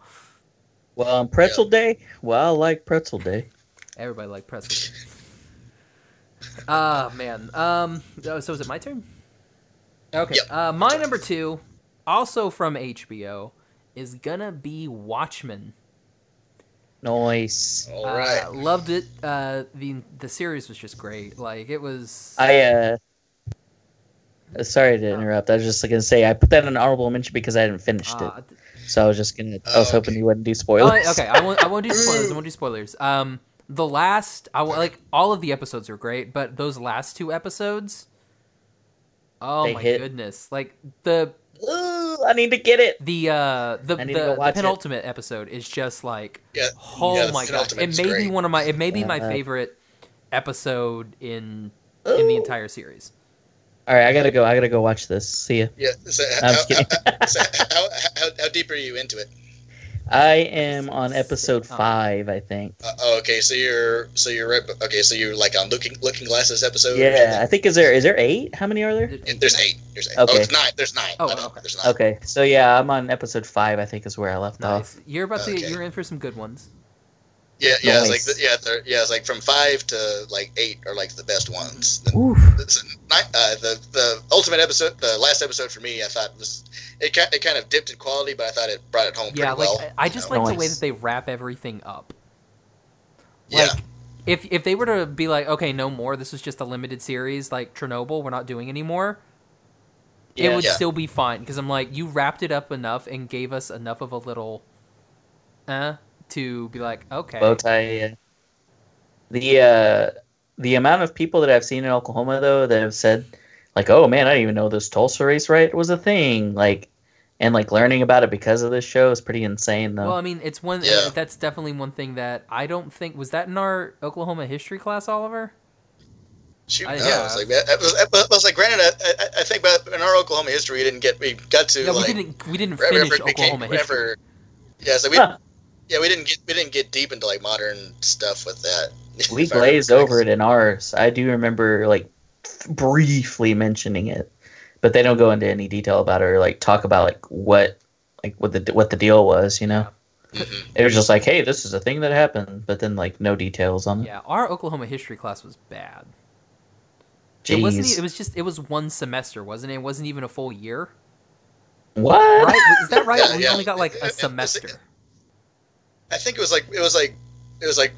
well, on pretzel day. Well, I like pretzel day. Everybody like pretzels. Ah man. Um. oh, So is it my turn? Okay. Yep. Uh, my number two, also from HBO, is gonna be Watchmen. Nice. all right. Uh, loved it. Uh, the the series was just great. Like it was. I uh uh, sorry to interrupt. I was just gonna say I put that in honorable mention because I hadn't finished uh, it. So I was just gonna I was Oh, hoping okay. you wouldn't do Oh, spoilers. okay, I won't. I won't do *laughs* spoilers. I won't do spoilers. Um, the last, I wa- like all of the episodes are great, but those last two episodes, oh They my hit. goodness! Like the Ooh, I need to get it. the uh the, I the, need to go the watch it. penultimate episode is just like Yeah. oh yeah, the my god penultimate's it may be great. one of my it may be my Yeah. favorite episode in in the Ooh. entire series Alright, I gotta go. I gotta go watch this. See ya. Yeah. So, I'm how, just kidding. how, so how, how, how deep are you into it? I am on episode Oh. five, I think. Uh, oh, okay. So you're so you're right. Okay. So you're like on looking looking glasses episode. or Yeah, something? I think is there is there eight? How many are there? It- Yeah, it- There's eight. There's eight. Okay. Oh, it's nine. There's nine. Oh, My bad. okay. There's nine. Okay, so yeah, I'm on episode five. I think is where I left off. nice you're about to get Okay. you're in for some good ones Yeah, yeah, it's like Nice. the, yeah, they're- yeah, it's like from five to like eight are like the best ones. The, Oof. it's a ni- uh, the the ultimate episode, the last episode for me, I thought was it kind it kind of dipped in quality, but I thought it brought it home yeah pretty like well. I, I just you like know? the way Nice. that they wrap everything up yeah, like if if they were to be like okay no more this is just a limited series like chernobyl we're not doing anymore it would Yeah. still be fine because I'm like, you wrapped it up enough and gave us enough of a little, uh, to be like, okay, bow tie. Yeah. the uh, the amount of people that I've seen in Oklahoma though that have said like, "Oh man, I didn't even know this Tulsa race right was a thing." Like, and like learning about it because of this show is pretty insane though. Well, I mean, it's one. Yeah. That's definitely one thing that I don't think was that in our Oklahoma history class, Oliver. Shoot, I- no, yeah. I was like, I was, I was like, granted, I, I, I think about in our Oklahoma history, we didn't get, we got to yeah, like we didn't. We didn't wherever finish it became- Oklahoma history. wherever- Yeah, so we, Huh. yeah, we didn't get, we didn't get deep into like modern stuff with that. we if I remember glazed correctly. over it in ours. I do remember like briefly mentioning it, but they don't go into any detail about it or like talk about like what like what the what the deal was. You know, Mhm. it was just like, hey, this is a thing that happened, but then like no details on it. Yeah, our Oklahoma history class was bad. Jeez, It wasn't. e- It was just. It was one semester, wasn't it? It wasn't even a full year, what? right? Is that right? Yeah, we yeah. only got like It- it- a it's- semester. I think it was like it was like it was like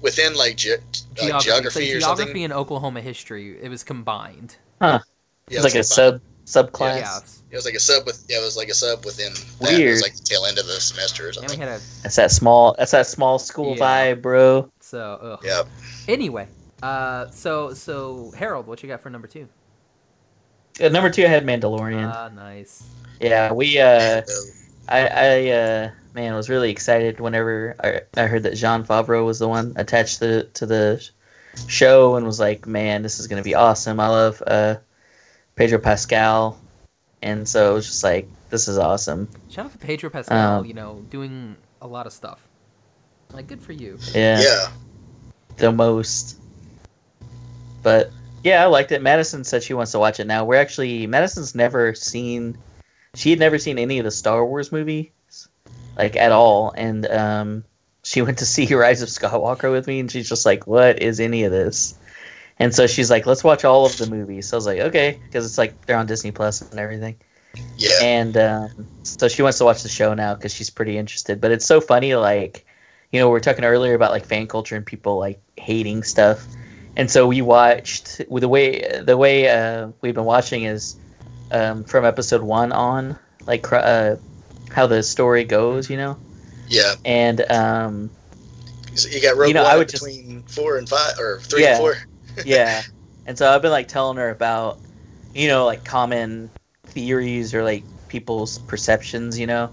within like, ge- like Geography, geography so or geography something. and Oklahoma history. It was combined. Yeah, it was like a sub subclass. Yeah, It was like a sub with yeah, it was like a sub within that. It Weird. was like the tail end of the semester or and we something. had a That's that small. That's that small school Yeah. vibe, bro. so. Ugh. Yeah. Anyway, uh, so so Harold, what you got for number two? Uh, number two, I had Mandalorian. Ah, nice. yeah, we. uh So, I, I uh, man, was really excited whenever I, I heard that Jean Favreau was the one attached to to the show, and was like, man, this is gonna be awesome. I love uh, Pedro Pascal, and so it was just like, this is awesome. Shout out to Pedro Pascal. Um, you know, doing a lot of stuff. Like, good for you. Yeah, yeah. the most. But yeah, I liked it. Madison said she wants to watch it now. We're actually Madison's never seen. She had never seen any of the Star Wars movies, like at all, and um, she *laughs* went to see Rise of Skywalker with me, and she's just like, "What is any of this?" And so she's like, "Let's watch all of the movies." So I was like, "Okay," because it's like they're on Disney Plus and everything. Yeah. And um, so she wants to watch the show now because she's pretty interested. But it's so funny, like, you know, we were talking earlier about like fan culture and people like hating stuff. And so we watched with the way the way uh, we've been watching is um, from episode one on, like cr- uh, how the story goes, you know. Yeah. And um, So you got Rogue You know, I One would just- between four and five or three and Yeah. four. yeah. And so I've been like telling her about, you know, like common theories or like people's perceptions, you know.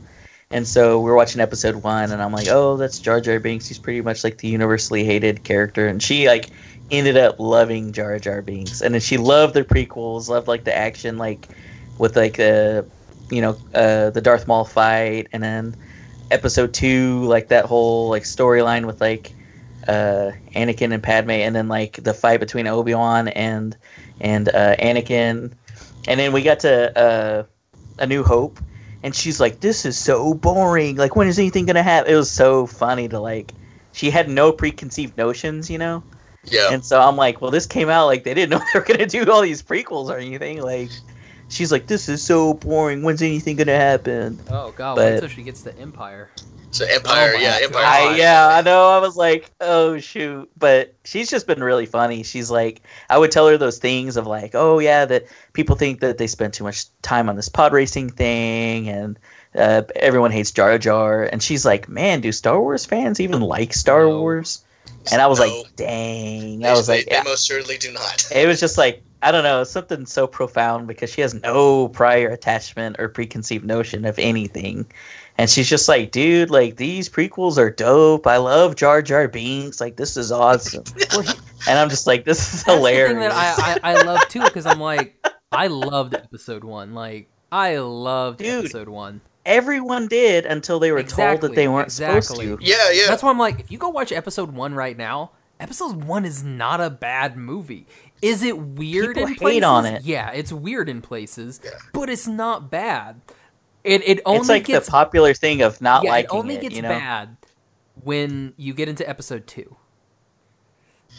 And so we we're watching episode one, and I'm like, oh, that's Jar Jar Binks. He's pretty much like the universally hated character. And she like ended up loving Jar Jar Binks, and then she loved the prequels, loved like the action, like with like uh, you know, uh, the Darth Maul fight, and then episode two, like that whole like storyline with like uh, Anakin and Padme, and then like the fight between Obi Wan and and uh, Anakin, and then we got to uh, A New Hope, and she's like, "This is so boring. Like, when is anything gonna happen?" It was so funny to like. She had no preconceived notions, you know. Yeah. And so I'm like, well, this came out like they didn't *laughs* know they were gonna do all these prequels or anything. Like, she's like, this is so boring. When's anything gonna happen? Oh God, wait But- till she gets to Empire. So Empire, Oh my yeah, Empire. God. I, yeah, I know. I was like, oh shoot, but she's just been really funny. She's like, I would tell her those things of like, oh yeah, that people think that they spend too much time on this pod racing thing, and uh, everyone hates Jar Jar, and she's like, man, do Star Wars fans even like Star No. Wars? And I was No. like, dang. They, I was they- like, they most certainly do not. *laughs* it was just like I don't know something so profound because she has no prior attachment or preconceived notion of anything, and she's just like, dude, like these prequels are dope. I love Jar Jar Binks. Like this is awesome, *laughs* Well, he- and I'm just like, this is that's hilarious. the thing that I, I, I love too, because I'm like, I loved episode one. Like, I loved Dude. episode one. Everyone did until they were told Exactly, that they weren't exactly. supposed to. Yeah, yeah. That's why I'm like, if you go watch episode one right now, episode one is not a bad movie. Is it weird People in places? hate on it. Yeah, it's weird in places, but it's not bad. It it only It's like gets the popular thing of not yeah, liking it only gets you know? bad when you get into episode two.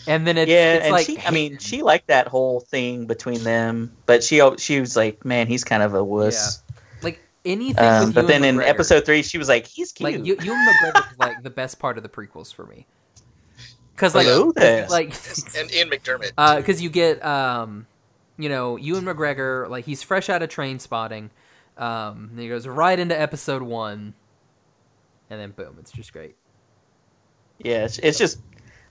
And then it's, yeah, it's and like she, I mean, she liked that whole thing between them, but she al- she was like, man, he's kind of a wuss. like anything. Um, with but Ewan then in McGregor. episode three, she was like, he's cute. Like you, you and McGregor was like the best part of the prequels for me. Because like, Hello *laughs* 'cause, there. like, And Ian McDermott. because you get um, you know, you and McGregor like he's fresh out of train spotting, um, and he goes right into episode one, and then boom, it's just great. Yeah, it's, it's just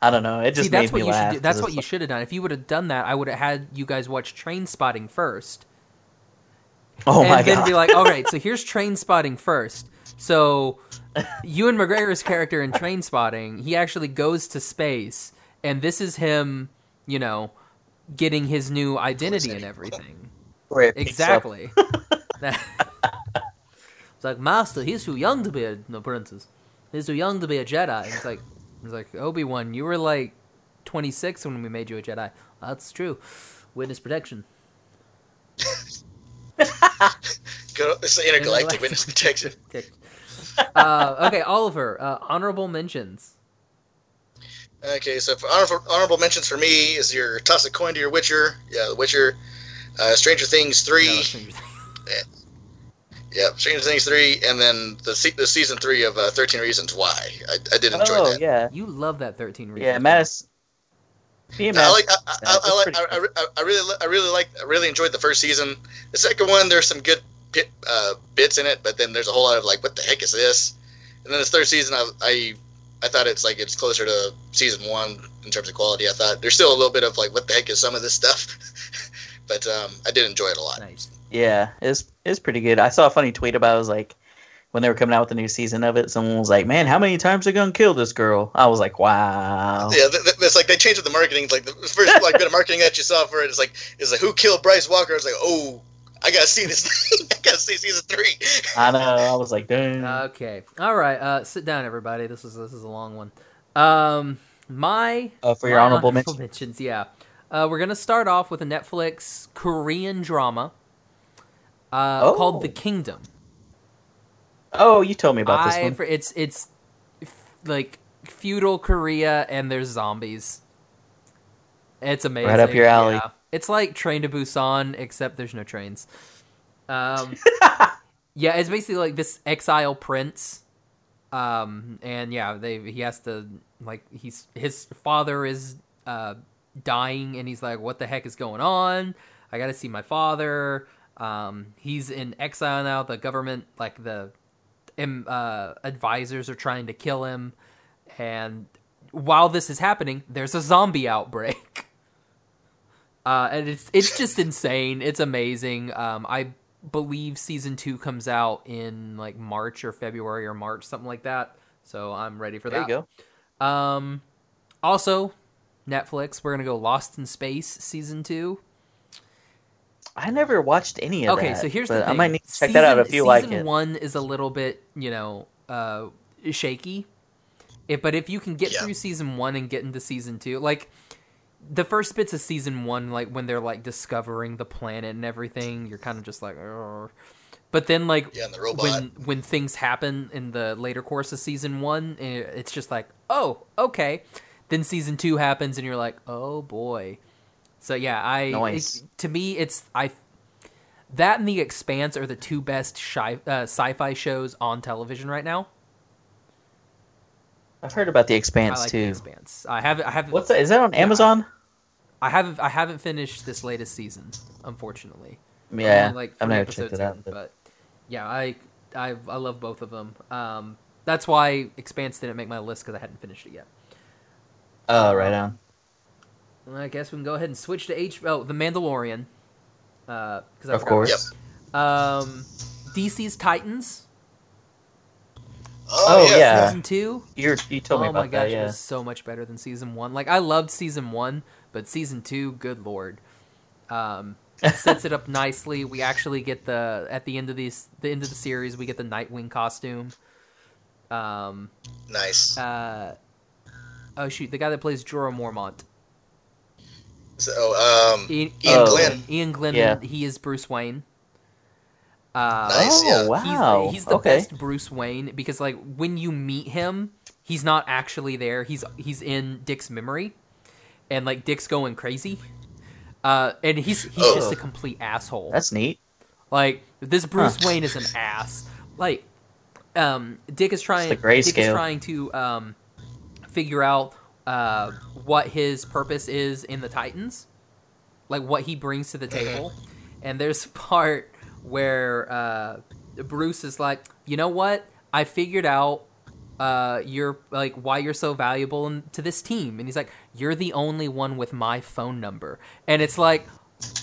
I don't know. It just See, that's made me what you laugh. should do. That's 'cause what you it's should have done. If you would have done that, I would have had you guys watch Train Spotting first, like- Oh and my then god! be like, "All right, *laughs* so here's Train Spotting first. So Ewan McGregor's character in Train Spotting, he actually goes to space, and this is him, you know, getting his new identity and everything. Where it picks up. *laughs* Exactly. it's like, Master, he's too young to be a no, princess. He's too young to be a Jedi. It's like, it's like Obi Wan, you were like 26 when we made you a Jedi. That's true. Witness protection. Go, it's the *laughs* intergalactic witness protection. uh, okay, Oliver. Uh, honorable mentions. Okay, so for honorable, honorable mentions for me is your toss a coin to your Witcher. Yeah, The Witcher. Uh, Stranger Things three. No, that's interesting. yeah, Stranger Things three, and then the se- the season three of uh, Thirteen Reasons Why. I, I did enjoy oh that. yeah, you love that 13 reasons. yeah. Mattis. Me and I Mattis- like. I, I, that's I, like. pretty I, I, I really. li- I really like. I really enjoyed the first season. The second one, there's some good bit, uh, bits in it, but then there's a whole lot of like, what the heck is this? And then this third season, I, I, I thought it's like it's closer to season one in terms of quality. I thought there's still a little bit of like, what the heck is some of this stuff? *laughs* but um, I did enjoy it a lot. Nice. Yeah, it's it's pretty good. I saw a funny tweet about it, it was like when they were coming out with the new season of it, someone was like, "Man, how many times are gonna kill this girl?" I was like, "Wow." Yeah, th- th- it's like they changed up the marketing. Like the first like bit of marketing that you saw for it is like is like who killed Bryce Walker? It's like oh, I gotta see this. *laughs* thing. I gotta see season three. I know. I was like, "Dang." Okay. All right. Uh, sit down, everybody. This is this is a long one. Um, my Uh, for your my honorable mention. mentions. Yeah. Uh, we're gonna start off with a Netflix Korean drama uh, Oh. called The Kingdom. Oh, you told me about this I- one. for- It's it's f- like feudal Korea, and there's zombies. It's amazing. up your alley. yeah. It's like Train to Busan, except there's no trains. *laughs* Um, yeah, it's basically like this exile prince. Um, and yeah, they he has to like he's his father is uh dying, and he's like, "What the heck is going on? I gotta see my father." Um, he's in exile now. The government, like the um, uh, advisors, are trying to kill him, and while this is happening, there's a zombie outbreak. *laughs* Uh, and it's it's just insane. It's amazing. Um, I believe season two comes out in like March or February or March, something like that. So I'm ready for There you that. go. Um, also, Netflix. We're gonna go Lost in Space season two. I never watched any of okay, that. so here's but the thing. I might need to check that out if you season like it. one is a little bit, you know, uh, shaky. If, but if you can get Yeah. through season one and get into season two, like the first bits of season one, like when they're like discovering the planet and everything, you're kind of just like, "Arr." but then like Yeah, and the robot. when when things happen in the later course of season one, i- it's just like, oh, okay. Then season two happens, and you're like, oh boy. So yeah, I Nice. it- to me, it's I that and The Expanse are the two best sci- uh, sci-fi shows on television right now. I've heard about the I Expanse like The too. Expanse. I haven't, I haven't, What's that? Is that on Amazon? I haven't, I haven't finished this latest season, unfortunately. Yeah, only, like three I've never checked episodes it out. in, but- but yeah, I, I I love both of them. Um, that's why Expanse didn't make my list because I hadn't finished it yet. Oh, right um, on. Well, I guess we can go ahead and switch to H. Oh, The Mandalorian. Uh, 'cause I Of forgot. course. Um, DC's Titans Oh, Oh, yeah. season two. You're, you told me oh about my gosh, that. Yeah. it was so much better than season one. Like I loved season one, but season two, good lord, *laughs* um, sets it up nicely. We actually get the at the end of these the end of the series, we get the Nightwing costume. Um, Nice. uh, oh shoot, the guy that plays Jorah Mormont, So, um, Ian, Ian Oh. Glenn. Ian Glenn, Yeah. he is Bruce Wayne. Uh, Nice. Oh yeah. He's wow. the, he's the okay. best Bruce Wayne because like when you meet him, he's not actually there. He's he's in Dick's memory, and like Dick's going crazy, uh, and he's he's Oh. just a complete asshole. That's neat. Like this Bruce Wayne is an ass. Like um Dick is trying the Dick is grayscale. trying to um figure out uh what his purpose is in the Titans. Like what he brings to the table. And there's *laughs* a part where uh Bruce is like, "You know what? I figured out uh, you're like why you're so valuable in, to this team, and he's like, you're the only one with my phone number, and it's like,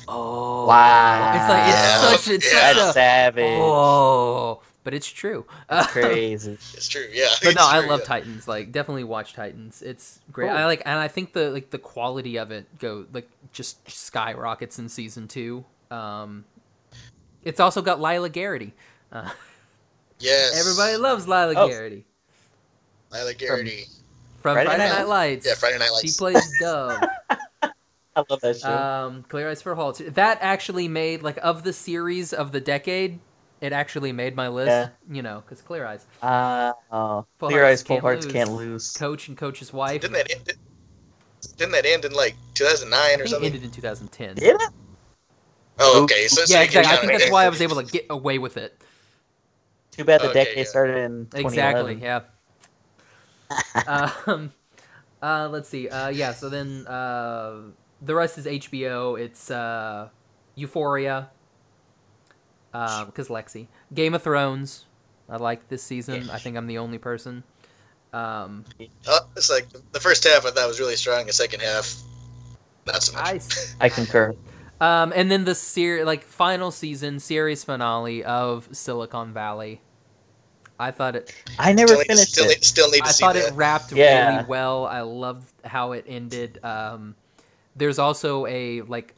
oh, Wow. it's like Yeah. it's such it's Yeah. such That's a savage. oh, but it's true. *laughs* That's crazy. It's true. Yeah. but no, *laughs* It's I true, love yeah. Titans. Like, definitely watch Titans. It's great. Cool. I like, and I think the like the quality of it go like just skyrockets in season two. Um, it's also got Lila Garrity. Uh, Yes. everybody loves Lila Oh. Garrity Lila Garrity. from Friday Friday, Night- Night Lights. Yeah, Friday Night She Lights. plays *laughs* Dove. I love that show. um, Clear Eyes for Halt. That actually made like of the series of the decade. It actually made my list. Yeah. You know, because Clear Eyes, Uh, oh, Full clear hearts eyes, full can't hearts lose. can't lose. Coach and Coach's wife. Didn't that end? Didn't that end in like 2009 I or think it something? ended in 2010. Did it? Oh, okay. So, so yeah, you exactly. can I count think it. that's why I was able to get away with it. Too bad the Okay, decade yeah. started in 2011. Exactly. Yeah. um, *laughs* uh, let's see. Uh, yeah. So then uh, the rest is HBO. It's uh, Euphoria. Because Lexi, Game of Thrones. I liked this season. I think I'm the only person. Um, Oh, it's like the first half I thought was really strong. The second half, not so much. I s- I concur. um, and then the ser- like final season series finale of Silicon Valley. I thought it I never still, finished still, it. still need to I see thought that. it wrapped Yeah. really well. I loved how it ended. Um, there's also a like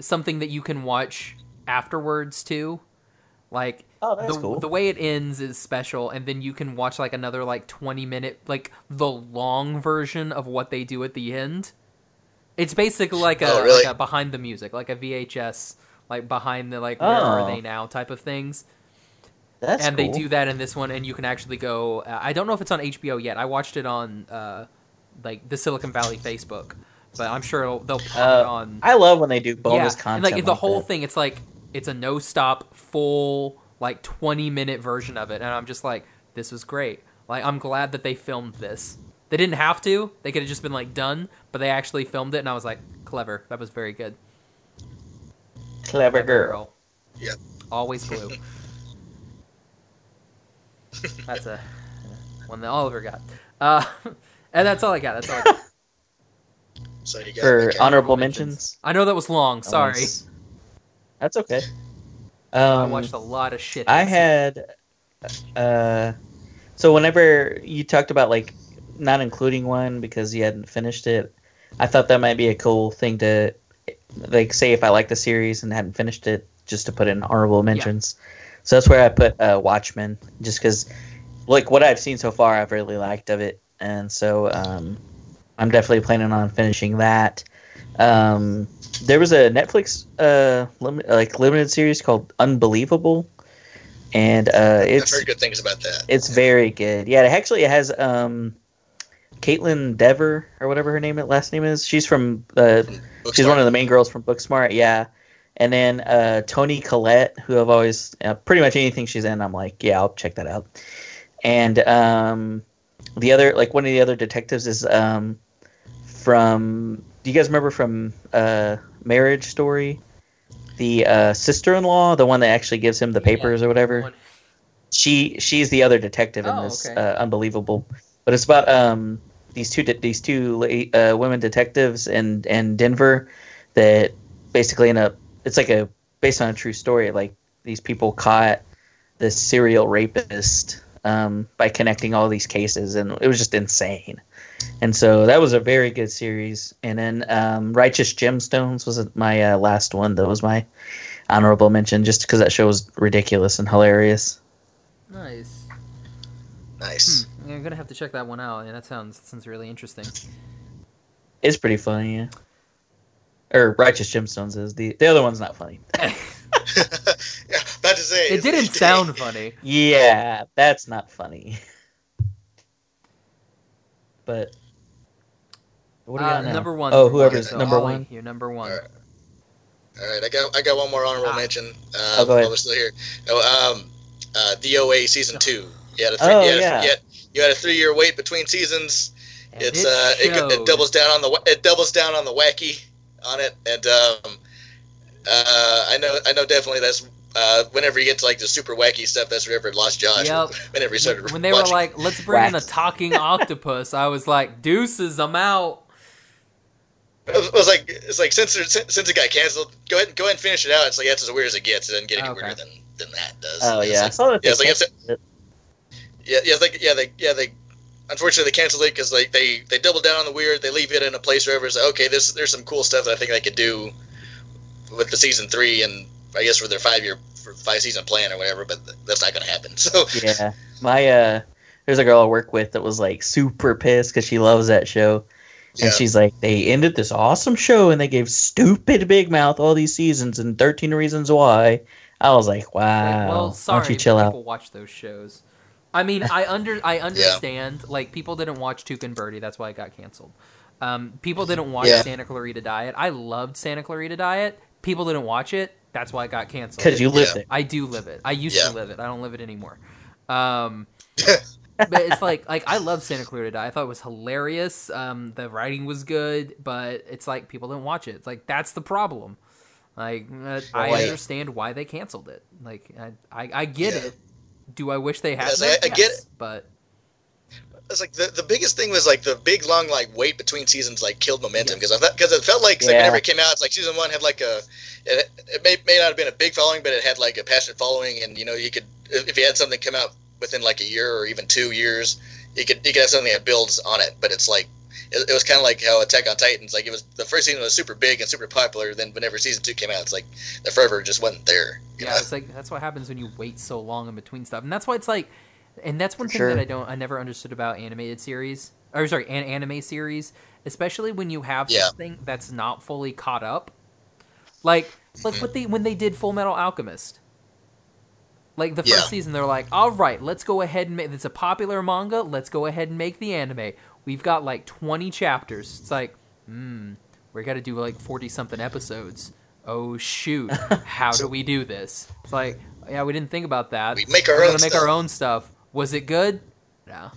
something that you can watch afterwards too. Like Oh, that's the, cool. the way it ends is special, and then you can watch like another like 20 minute like the long version of what they do at the end. It's basically like a, Oh, really? like a behind the music, like a VHS, like behind the like where are Oh. they now type of things That's and cool. they do that in this one, and you can actually go. Uh, I don't know if it's on HBO yet. I watched it on uh, like the Silicon Valley Facebook, but I'm sure it'll, they'll pop Uh, it on I love when they do bonus yeah, content. And like the whole that. thing, it's like it's a no stop, full like 20 minute version of it, and I'm just like, this was great. Like I'm glad that they filmed this. They didn't have to. They could have just been like done, but they actually filmed it, and I was like, clever. That was very good. Clever Clever girl. Yep. Always blue. that's a one that Oliver got. Uh, *laughs* and that's all I got. That's all I *laughs* got. So you got For okay. honorable mentions. mentions. I know that was long. Sorry. Nice. That's okay. I Um, watched a lot of shit. I this had, uh, so whenever you talked about like not including one because you hadn't finished it, I thought that might be a cool thing to, like, say if I like the series and hadn't finished it, just to put in honorable mentions. So that's where I put uh, Watchmen, just because, like, what I've seen so far, I've really liked of it, and so um, I'm definitely planning on finishing that. Um, there was a Netflix uh, lim- like limited series called Unbelievable, and uh, I've it's heard good things about that. it's very good. Yeah, it actually has um, Caitlin Dever or whatever her name last name is. She's from uh, she's one of the main girls from Booksmart. Yeah, and then uh, Tony Collette, who I've always uh, pretty much anything she's in, I'm like, yeah, I'll check that out. And um, the other like one of the other detectives is um, from. Do you guys remember from uh, Marriage Story? The uh, sister-in-law, the one that actually gives him the Yeah, papers or whatever one. she she's the other detective in Oh, this okay. uh, unbelievable but it's about um these two de- these two la- uh, women detectives in in denver that basically in a it's like a based on a true story like these people caught this serial rapist um, by connecting all these cases and it was just insane and so that was a very good series and then um, righteous gemstones was my uh, last one that was my honorable mention just because that show was ridiculous and hilarious Nice. nice. Hmm, I'm gonna have to check that one out. Yeah, that sounds that sounds really interesting. It's pretty funny, yeah. Or Righteous Gemstones is the the other one's not funny. *laughs* yeah, about to say Hmm. It it's- didn't sound funny. Yeah, that's not funny. *laughs* But what do Uh, we got now? number one. Oh, whoever's so number Ollie, one. You're number one. Alright. All right, I got I got one more honorable Ah. mention. Uh, Oh, go ahead. while we're still here. Oh, um, uh, DOA season two. You had a three, Oh, you had a- yeah. you had- you had a three year wait between seasons. And It's it uh, it, go- showed. it doubles down on the wa- it doubles down on the wacky on it, and um, uh, I know I know definitely that's Uh, whenever you get to like the super wacky stuff, that's whenever it lost Josh. Yep. Whenever he started When they were watching. like, "Let's bring in a Wax. talking *laughs* octopus," I was like, "Deuces, I'm out." It was, it was like it's like since it, since it got canceled, go ahead go ahead and finish it out. It's like that's as weird as it gets. It doesn't get any Oh, Okay. weirder than, than that does. Oh It's yeah, I like- saw that. yeah, they it's like it's, canceled it. yeah, yeah, it's like yeah, they yeah they unfortunately they canceled it because like they they double down on the weird. They leave it in a place where it's like, okay, this there's some cool stuff that I think they could do with the season three and I guess with their five year five season plan or whatever. But that's not gonna happen. *laughs* So yeah, my uh, there's a girl I work with that was like super pissed because she loves that show, yeah, and she's like, they ended this awesome show and they gave stupid Big Mouth all these seasons and 13 Reasons Why. I was like, Like, wow, well, why sorry, don't you chill but out? people watch those shows. I mean, I under *laughs* I understand. Like, people didn't watch Tuke and Birdie, that's why it got canceled. Um, people didn't watch Yeah. Santa Clarita Diet. I loved Santa Clarita Diet. People didn't watch it, that's why it got canceled. Because you lived Yeah. it. I do live it. I used Yeah. to live it. I don't live it *laughs* anymore. Um, but it's like like I love Santa Clarita Diet. I thought it was hilarious. Um, the writing was good, but it's like people didn't watch it. It's like that's the problem. Like uh, I Right. understand why they canceled it. Like I I, I get Yeah. it. Do I wish they had? Yes, that? I- I get Yes, but it's like the, the biggest thing was like the big long like wait between seasons like killed momentum because I thought because it felt like, 'cause, like, Yeah. whenever it came out it's like season one had like a it, it may, may not have been a big following but it had like a passionate following and you know you could if if you had something come out within like a year or even two years you could you could have something that builds on it but it's like it, it was kind of like how Attack on Titans like it was the first season was super big and super popular then whenever season two came out it's like the fervor just wasn't there you yeah, know? it's like that's what happens when you wait so long in between stuff, and that's why it's like, and that's one For thing sure. that I don't, I never understood about animated series, or sorry, an anime series, especially when you have Yeah. something that's not fully caught up, like like what they when they did Full Metal Alchemist. Like the first Yeah. season, they're like, "All right, let's go ahead and make it's a popular manga. Let's go ahead and make the anime. We've got like twenty chapters. It's like, hmm, we got to do like forty something episodes. Oh shoot, how do we do this? It's like, yeah, we didn't think about that. we make our We're own gonna make stuff. our own stuff. Was it good? No,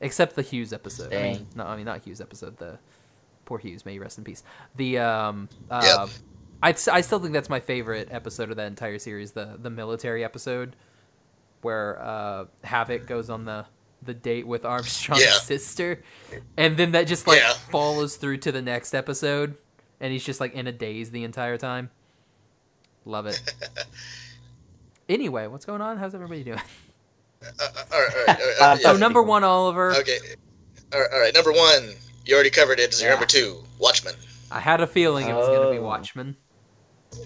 except the Hughes episode. I mean, Dang. no, I mean not Hughes episode. The poor Hughes, may he rest in peace. The um, uh, Yep. I, I still think that's my favorite episode of that entire series. The the military episode where uh Havoc goes on the the date with Armstrong's *laughs* Yeah. sister, and then that just like Yeah. follows through to the next episode, and he's just like in a daze the entire time. Love it. *laughs* anyway, what's going on? How's everybody doing? Uh, uh, all right, all right, all right, Uh, yeah. So number one, Oliver. Okay. All right, all right. Number one, you already covered it. Is your Yeah. number two, Watchmen? I had a feeling it was gonna be Oh. Watchmen.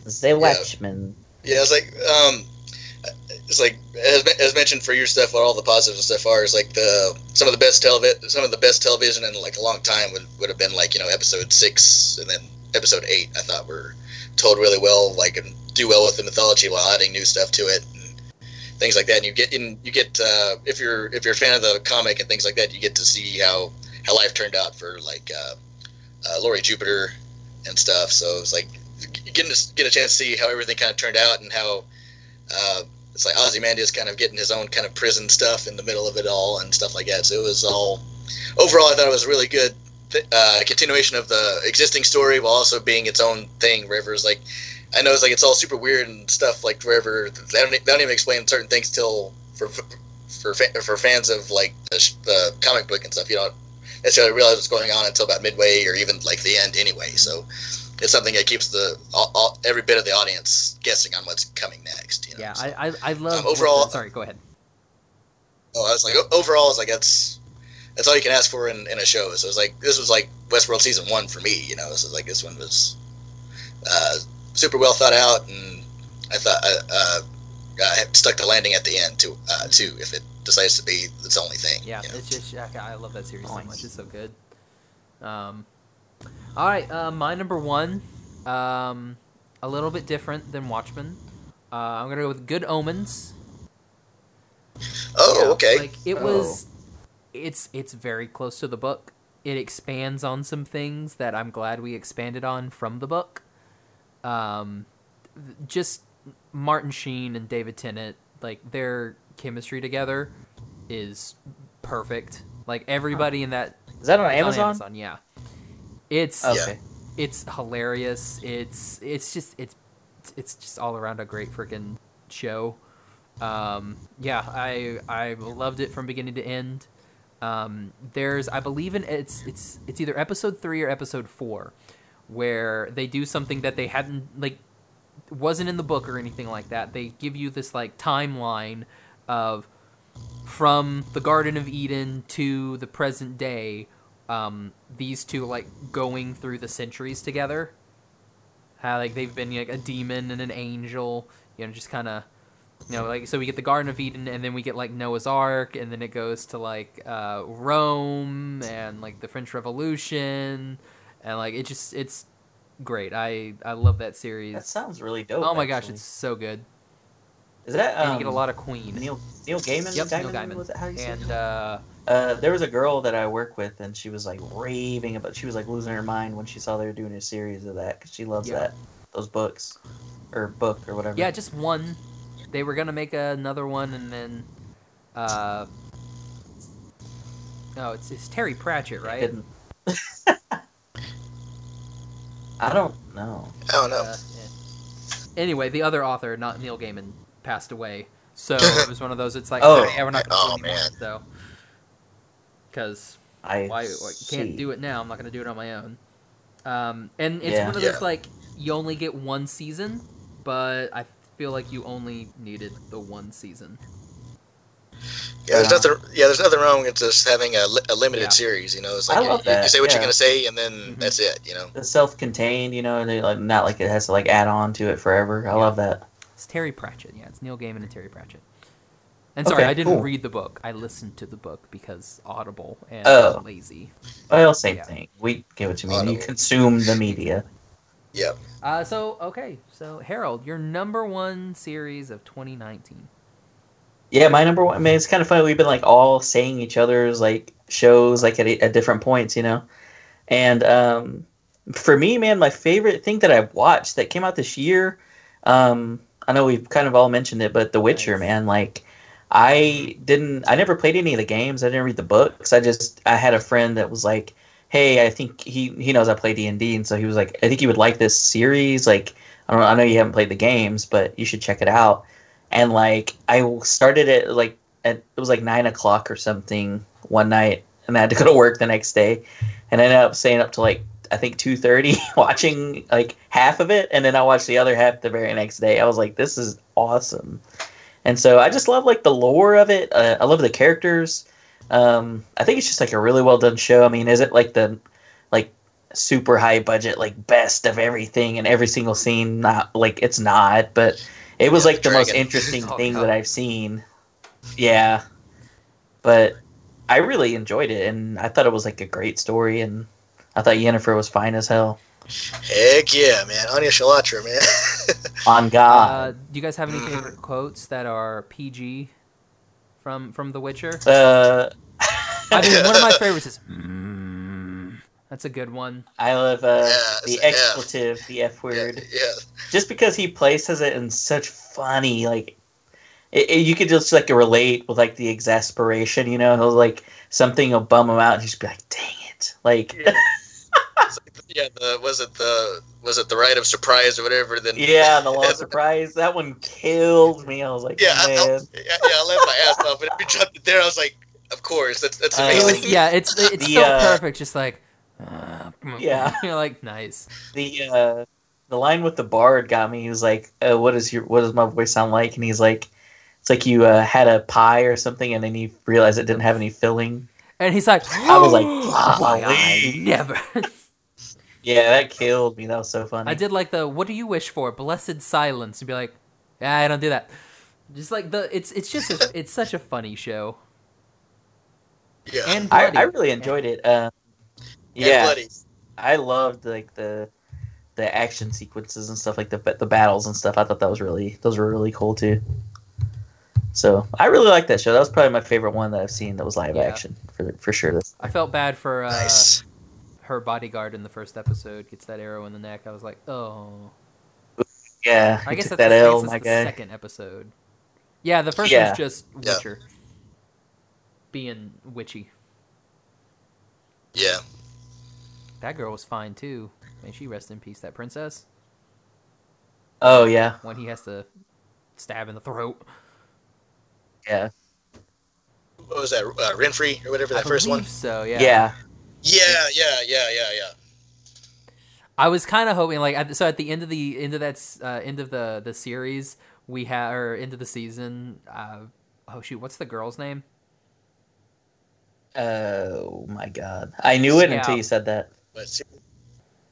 The Watchmen. Yeah, it's like um, it's like as, as mentioned for your stuff, what all the positives and stuff are is like the some of the best television, some of the best television in like a long time would would have been like you know episode six and then episode eight. I thought were told really well, like and do well with the mythology while adding new stuff to it. and Things like that, and you get in. You get uh, if you're if you're a fan of the comic and things like that, you get to see how how life turned out for like uh, uh, Lori Jupiter and stuff. So it's like getting to get a chance to see how everything kind of turned out and how uh, it's like Ozymandias kind of getting his own kind of prison stuff in the middle of it all and stuff like that. So it was all overall, I thought it was a really good th- uh, continuation of the existing story while also being its own thing. Wherever it's like, I know it's like it's all super weird and stuff. Like wherever they don't, e, they don't even explain certain things till for for fa- for fans of like the, sh- the comic book and stuff. You don't necessarily realize what's going on until about midway or even like the end anyway. So it's something that keeps the all, all, every bit of the audience guessing on what's coming next. You know? Yeah, So- I I, I love. Um, overall- sorry, go ahead. Oh, I was like, o- overall, it's like that's that's all you can ask for in, in a show. So it's like this was like Westworld season one for me. You know, so it's like this one was uh, super well thought out, and I thought I, uh, I stuck the landing at the end too. Uh, too, if it decides to be its only thing. Yeah, you know? it's just yeah, I love that series so Nice. much. It's so good. Um, all right, uh, my number one, um, a little bit different than Watchmen. Uh, I'm gonna go with Good Omens. oh, Yeah, okay. Like it Oh. was, it's it's very close to the book. It expands on some things that I'm glad we expanded on from the book. Um, th- just Martin Sheen and David Tennant, like their chemistry together is perfect. Like everybody in that Is that on it's Amazon? on Amazon, yeah. It's Yeah. Okay. it's hilarious. It's it's just it's it's just all around a great freaking show. Um, yeah, I I loved it from beginning to end. Um, there's I believe in it's it's it's either episode three or episode four, where they do something that they hadn't like wasn't in the book or anything like that. They give you this like timeline of from the Garden of Eden to the present day. Um, these two like going through the centuries together. How like they've been like a demon and an angel, you know, just kind of you know, like so we get the Garden of Eden, and then we get like Noah's Ark, and then it goes to like uh, Rome and like the French Revolution, and like it just it's great. I I love that series. That sounds really dope. oh my gosh, actually. it's so good. is that um, and you get a lot of Queen. Neil Neil Gaiman. yep, Neil Gaiman, was it how you say and uh, Uh, there was a girl that I work with, and she was like raving about. She was like losing her mind when she saw they were doing a series of that because she loves Yeah. that those books, or book or whatever. yeah, just one. They were gonna make another one, and then uh, oh, it's it's Terry Pratchett, I right? couldn't. *laughs* I don't know. I don't know. Uh, yeah. Anyway, the other author, not Neil Gaiman, passed away. So it was one of those. It's like, Oh. oh, yeah, we're not going to Oh, do anymore, man. So, because I why, why can't do it now? I'm not going to do it on my own. Um, and it's Yeah. one of Yeah. those like you only get one season, but I feel like you only needed the one season. Yeah, there's Yeah. nothing. Yeah, there's nothing wrong with just having a, li- a limited Yeah. series. You know, it's I like you, love you- that, you say what yeah. you're gonna say, and then Mhm. that's it. You know. It's self-contained, you know. They like not like it has to like add on to it forever. I love that. It's Terry Pratchett. Yeah, it's Neil Gaiman and Terry Pratchett. And sorry, Okay, I didn't cool. read the book. I listened to the book because Audible and Oh. lazy. Well, same Yeah. thing. We get what you mean. You Audible. consume the media. Yep. Uh, so okay, so Harold, your number one series of 2019. Yeah, my number one. I mean, it's kind of funny. We've been like all saying each other's like shows like at, e, at different points, you know. And um, for me, man, my favorite thing that I watched that came out this year. Um, I know we've kind of all mentioned it, but The Witcher, Nice. man, like I didn't. I never played any of the games. I didn't read the books. I just I had a friend that was like, "Hey, I think he he knows I play D and D, and so he was like, I think you would like this series. Like, I don't know, I know you haven't played the games, but you should check it out." and like I started at like at, it was like nine o'clock or something one night, and I had to go to work the next day, and I ended up staying up to like I think two thirty *laughs* watching like half of it, and then I watched the other half the very next day. I was like, this is awesome, and so I just love like the lore of it. Uh, I love the characters. Um, I think it's just like a really well done show. I mean, is it like the like super high budget like best of everything and every single scene? Not like it's not, but it was Yeah, like the the most dragon. *laughs* interesting Oh, thing God. that I've seen. Yeah, but I really enjoyed it, and I thought it was like a great story, and I thought Yennefer was fine as hell. Heck yeah, man. Anya Shalatra, man. *laughs* On Uh, God. do you guys have any favorite quotes that are PG from from The Witcher? uh *laughs* I mean, one of my favorites is. "Mm." That's a good one. I love uh, Yeah, the it's a F. expletive, the F word. yeah. Just because he places it in such funny, like, it, it- you could just, like, relate with, like, the exasperation, you know? He'll, like, something will bum him out, and he's be like, dang it. Like, Yeah. *laughs* Yeah, the was it the was it the right of surprise or whatever? Then yeah, *laughs* the law of surprise, that one killed me. I was like, yeah, I, I, man. yeah, yeah, I laughed my ass off. But if you jumped it there, I was like, of course, that's that's Uh, It amazing. was, Oh, yeah, it's it's The, so uh, perfect. Just like. uh, *laughs* Yeah. *laughs* You're like nice. the uh, the line with the bard got me. He was like, uh, "What is your What does my voice sound like?" And he's like, "It's like you uh, had a pie or something, and then you realize it didn't have any filling." And he's like, I *gasps* was like, why I "Golly." *laughs* never. Yeah, that killed me. That was so funny. I did like the what do you wish for? Blessed silence. And be like, yeah, I don't do that. Just like the it's it's just a, it's such a funny show. yeah. And I, bloody. I really enjoyed it. Um, And yeah, bloody. I loved like the the action sequences and stuff like the the battles and stuff. I thought that was really those were really cool too. So I really like that show. That was probably my favorite one that I've seen that was live Yeah. action for for sure. I felt bad for uh, nice. her bodyguard in the first episode gets that arrow in the neck. I was like, oh. Yeah, I *laughs* he guess took that's that the, I guess L, that's my the guy. second episode. Yeah, the first Yeah. one's just Yeah. Witcher being witchy. Yeah. That girl was fine too. May she rest in peace. That princess Oh yeah. when he has to stab in the throat. Yeah. What was that? Uh, Renfrey or whatever that I first one. believe So yeah, Yeah. Yeah, yeah, yeah, yeah, yeah. I was kind of hoping like at- so at the end of the end of that s- uh, end of the the series we have or end of the season. Uh, oh shoot, what's the girl's name? Oh my god. I knew it Yeah. until you said that. But see-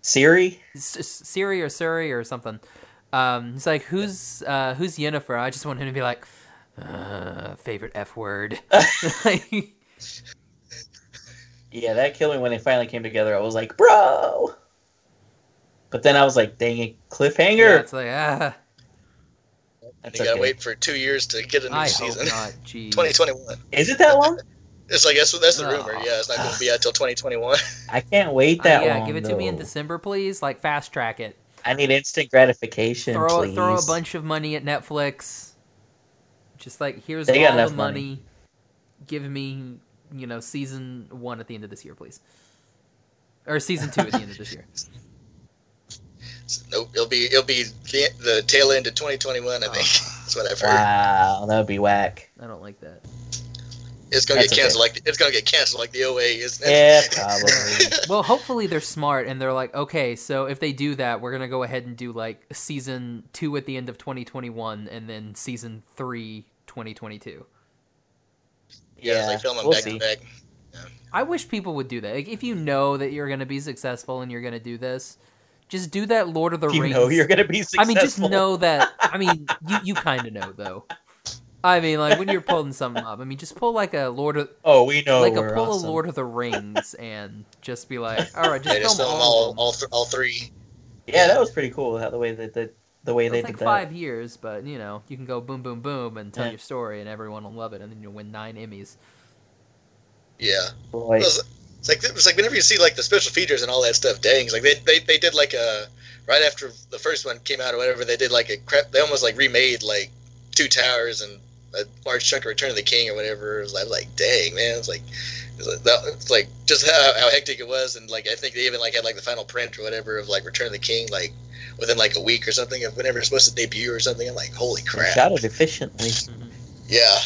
Siri? S- S- Siri or Suri or something. Um, it's like who's uh, who's Yennefer? I just want him to be like uh, favorite f word. *laughs* Like, Yeah, that killed me when they finally came together. I was like, bro. But then I was like, dang it, cliffhanger. yeah, it's like ah, and That's you gotta okay. wait for two years to get a new I hope *laughs* season. not. Jeez. 2021. Is it that long? It's like that's that's the Oh. rumor. Yeah, it's not gonna be out till 2021. I can't wait Uh, that yeah, long. give it to me in though. December, please. Like fast track it. I need instant gratification. Throw please. throw a bunch of money at Netflix. Just like here's They got all the enough money. money. Give me you know season one at the end of this year, please, or season two at the end of this year. *laughs* So, nope, it'll be it'll be the, the tail end of 2021. I think *laughs* that's what I've heard. Wow, that would be whack. I don't like that. It's gonna get That's okay. canceled like it's gonna get canceled like the OA, isn't it? *laughs* Yeah, probably. Well, hopefully they're smart and they're like, okay, so if they do that, we're gonna go ahead and do like season two at the end of 2021, and then season three 2022. yeah, it's Yeah, like filming we'll back see. to back. I wish people would do that. Like, if you know that you're gonna be successful and you're gonna do this, just do that Lord of the you Rings. know you're gonna be I successful. mean, just know *laughs* that. I mean, you you kind of know though. I mean, like when you're pulling something up, I mean, just pull like a Lord of Oh, we know. like a we're pull awesome. a Lord of the Rings and just be *laughs* like, all right, just They film just film all. of all them. all, th- all three. Yeah, that was pretty cool. How the way that the the way they It'll did take that. five years, but you know, you can go boom, boom, boom, and tell Yeah. your story, and everyone will love it, and then you'll win nine Emmys. Yeah. Boy, It's it's like it's like whenever you see like the special features and all that stuff, dangs like they, they they did like a right after the first one came out or whatever, they did like a crap. They almost like remade like Two Towers and a large chunk of Return of the King or whatever. It was, I was like, dang man, it's like it's like, that- it's like just how, how hectic it was, and like I think they even like had like the final print or whatever of like Return of the King like within like a week or something of whenever it's supposed to debut or something. I'm like, holy they crap, shot it *laughs* efficiently. yeah.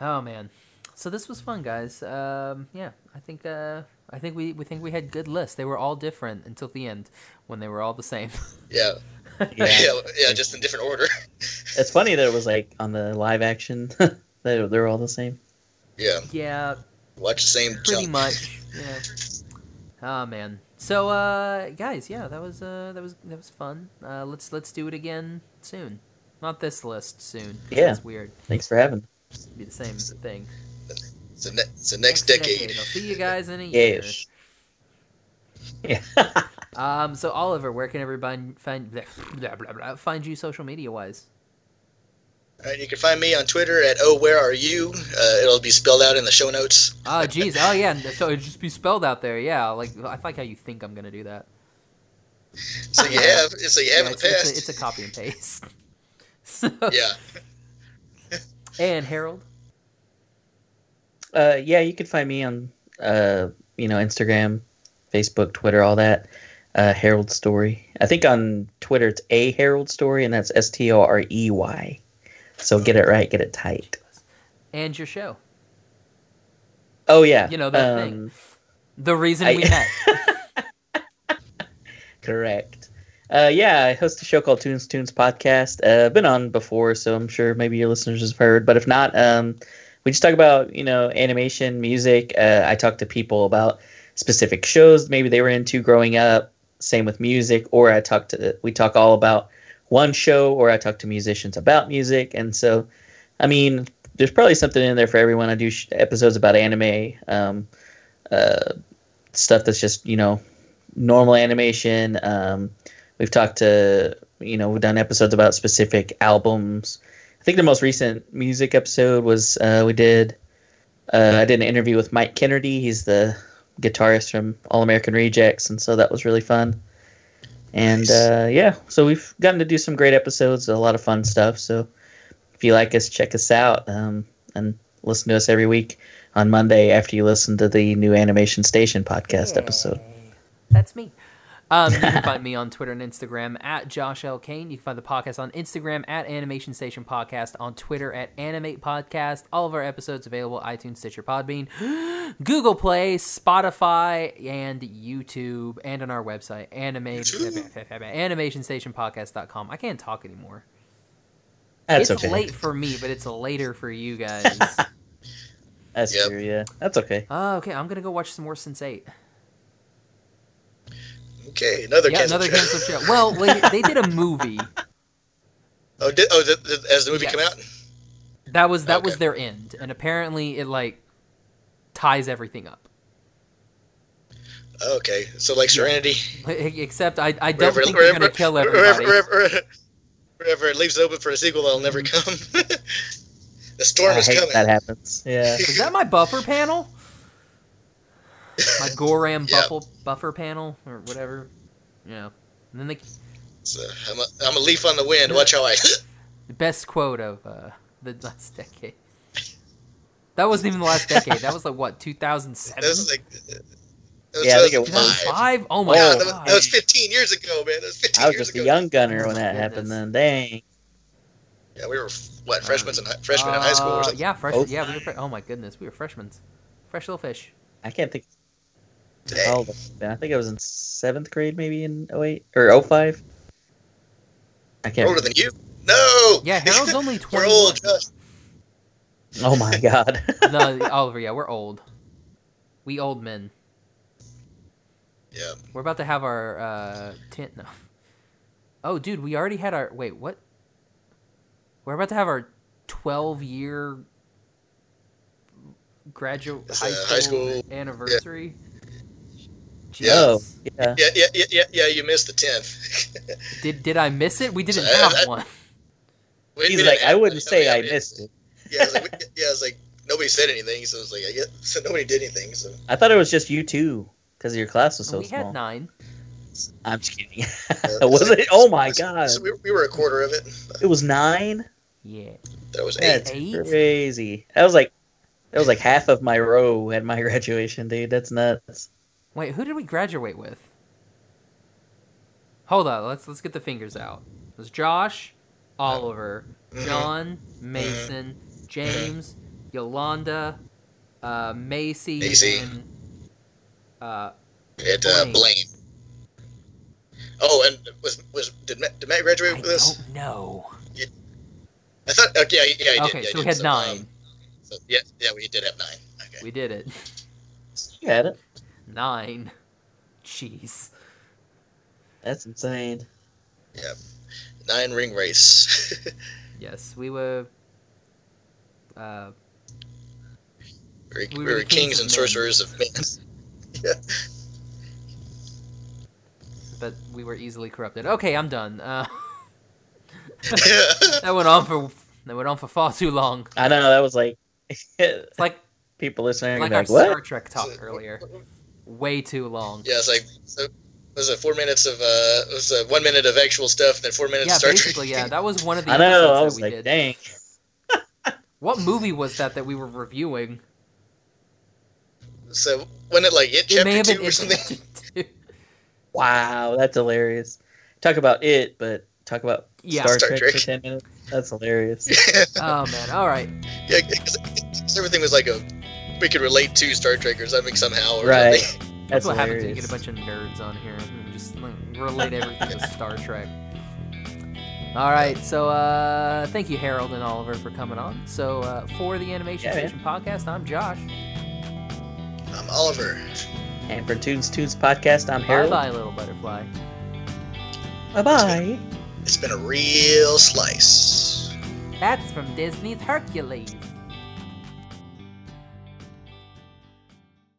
Oh man, so this was fun, guys. Um, yeah, I think uh, I think we we think we had good lists. They were all different until the end, when they were all the same. *laughs* yeah, Yeah. yeah, *laughs* yeah, just in different order. *laughs* it's funny that it was like on the live action. *laughs* they're, they're all the same. Yeah, yeah, watch the same. pretty jump. much. Yeah. Oh man. So uh, guys, yeah, that was uh, that was that was fun. Uh, let's let's do it again soon. Not this list soon. 'cause Yeah. That's weird. Thanks for having. It'd be the same thing. So, ne- so next, decade. I'll see you guys in a year. Yes. Yeah. Um. So Oliver, where can everybody find blah, blah, blah, blah, find you social media wise? All right, you can find me on Twitter at Oh Where Are You. Uh, it'll be spelled out in the show notes. Oh, jeez. Oh, yeah. and So it'd just be spelled out there. Yeah. Like I like how you think I'm gonna do that. So *laughs* you have, so you have Yeah, in the it's, it's past. a, it's a copy and paste. *laughs* so, yeah, And Harold. Uh, yeah, you can find me on uh, you know, Instagram, Facebook, Twitter, all that. Uh, Herald Story. I think on Twitter it's a Herald Story, and that's S T O R E Y. So get it right, get it tight. And your show. Oh yeah, You know, that thing. The reason I- we met. Correct. Uh, yeah, I host a show called Tunes Tunes Podcast. Uh, I've been on before, so I'm sure maybe your listeners have heard. But if not, um, we just talk about you know animation, music. Uh, I talk to people about specific shows maybe they were into growing up. Same with music, or I talk to we talk all about one show, or I talk to musicians about music. And so, I mean, there's probably something in there for everyone. I do sh- episodes about anime, um, uh, stuff that's just you know normal animation. Um, we've talked to you know we've done episodes about specific albums. I think the most recent music episode was uh, we did. Uh, I did an interview with Mike Kennedy. He's the guitarist from All American Rejects, and so that was really fun. And Nice. uh, yeah, so we've gotten to do some great episodes, a lot of fun stuff. So if you like us, check us out um, and listen to us every week on Monday after you listen to the new Animation Station podcast episode. That's me. Um, you *laughs* can find me on Twitter and Instagram at Josh L. Kane. You can find the podcast on Instagram at Animation Station Podcast, on Twitter at Animate Podcast. All of our episodes available iTunes, Stitcher, Podbean, *gasps* Google Play, Spotify, and YouTube, and on our website, anime, animationstationpodcast.com. I can't talk anymore. That's it's okay. late for me, but it's later for you *laughs* guys. That's Yep. true. Yeah, that's okay. oh, okay, I'm going to go watch some more Sense 8. Okay, another yeah, canceled another show. canceled show. Well, like, they did a movie. Oh, did, oh, did, did- has the movie come Yes. out? That was that was Okay. their end, and apparently it like ties everything up. Okay, so like Serenity, Except I, I don't wherever, think they're wherever, gonna kill wherever- everybody. wherever, wherever, wherever it leaves it open for a sequel that'll never come. Mm-hmm. *laughs* the storm I is hate coming. *laughs* that happens. Yeah. Is that my buffer panel? *laughs* My Goram Yeah. buffle buffer panel or whatever. Yeah. And then the, So I'm a, I'm a leaf on the wind. Watch how I. *laughs* the best quote of uh, the last decade. That wasn't even the last decade. That was like what 2007. that was like. That was Yeah, I think it was- 2005. 2005. Oh my Yeah, that, was, god. that was 15 years ago, man. That was 15 I was years just ago. a young gunner Oh when my that goodness. happened. Then, dang. Yeah, we were what freshmen in hi- freshmen in high school or Uh, something. Yeah, freshmen. Oh. Yeah, we were. Fre- oh my goodness, we were freshmen. Fresh little fish. I can't think. Dang. How old I was then. I think I was in seventh grade, maybe in 08 or 05. I can't. Older than you? No. *laughs* Yeah, Harold's only we're twenty. old, Josh. Oh *laughs* my god. *laughs* no, Oliver. Yeah, we're old. We old men. Yeah. We're about to have our uh, tent. No. Oh, dude, we already had our. Wait, what? We're about to have our twelve-year graduate It's, high, uh, high school school- anniversary. Yeah. Oh, Jeez. yeah. Yeah, yeah, yeah, yeah, yeah. You missed the 10th. Did did I miss it? We didn't So, uh, have that- one. *laughs* We- we He's didn't like, have I it. wouldn't say Yeah, I we- missed it. Yeah, I was like, we- yeah, I was like, nobody said anything, so I was like, I guess so nobody did *laughs* anything. So I thought it was just you two because your class was so Oh, we small. had nine. I'm just kidding. *laughs* uh, was so- it? Oh my so- god. So we, we were a quarter of it. It was nine. Yeah. That was eight. That's Eight? crazy. That was like that was like half of my row at my *laughs* graduation, dude. That's nuts. Wait, who did we graduate with? Hold on, let's let's get the fingers out. It was Josh, Oliver, Mhm. John, Mason, James, Mm-hmm. Yolanda, uh, Macy, Macy. and uh, It uh, Blaine. Blaine. Oh, and was was did Matt, did Matt graduate I with us? don't know. I thought. Okay, yeah, yeah, he did. Okay, yeah, he so we did. had um, nine. so- yeah, yeah, we did have nine. Okay. We did it. *laughs* You had it. Nine. Jeez. That's insane. Nine ring race. *laughs* Yes, we were. Uh, we, We we were were the kings and men. sorcerers of men. *laughs* but we were easily corrupted. Okay, I'm done. Uh, *laughs* that went on for that went on for far too long. I don't know. That was like *laughs* It's like people listening like like, our like what? Star Trek *laughs* talk earlier. Way too long. Yeah, it's like so. Was it four minutes of uh? It was uh, one minute of actual stuff, and then four minutes Yeah, of Star basically, Trek. yeah. That was one of the I know. episodes I that was we like, did. dang. What movie was that that we were reviewing? *laughs* So wasn't it like it It chapter may have two been or It something? *laughs* Chapter Two. Wow, that's hilarious. Talk about it, but talk about Yeah. Star, Star Trek, for Trek. ten minutes. That's hilarious. *laughs* Oh man. All right. yeah, because everything was like a we could relate to Star Trek or something somehow. Or right. Something. *laughs* That's, That's, what happens hilarious. when you get a bunch of nerds on here and just like, relate everything to Star Trek. All right, so uh, thank you, Harold and Oliver, for coming on. So uh, for the Animation Yeah, man. Station podcast, I'm Josh. I'm Oliver. and for Tunes Tunes podcast, I'm Harold. Bye, bye, little butterfly. Bye bye. It's been a real slice. That's from Disney's Hercules.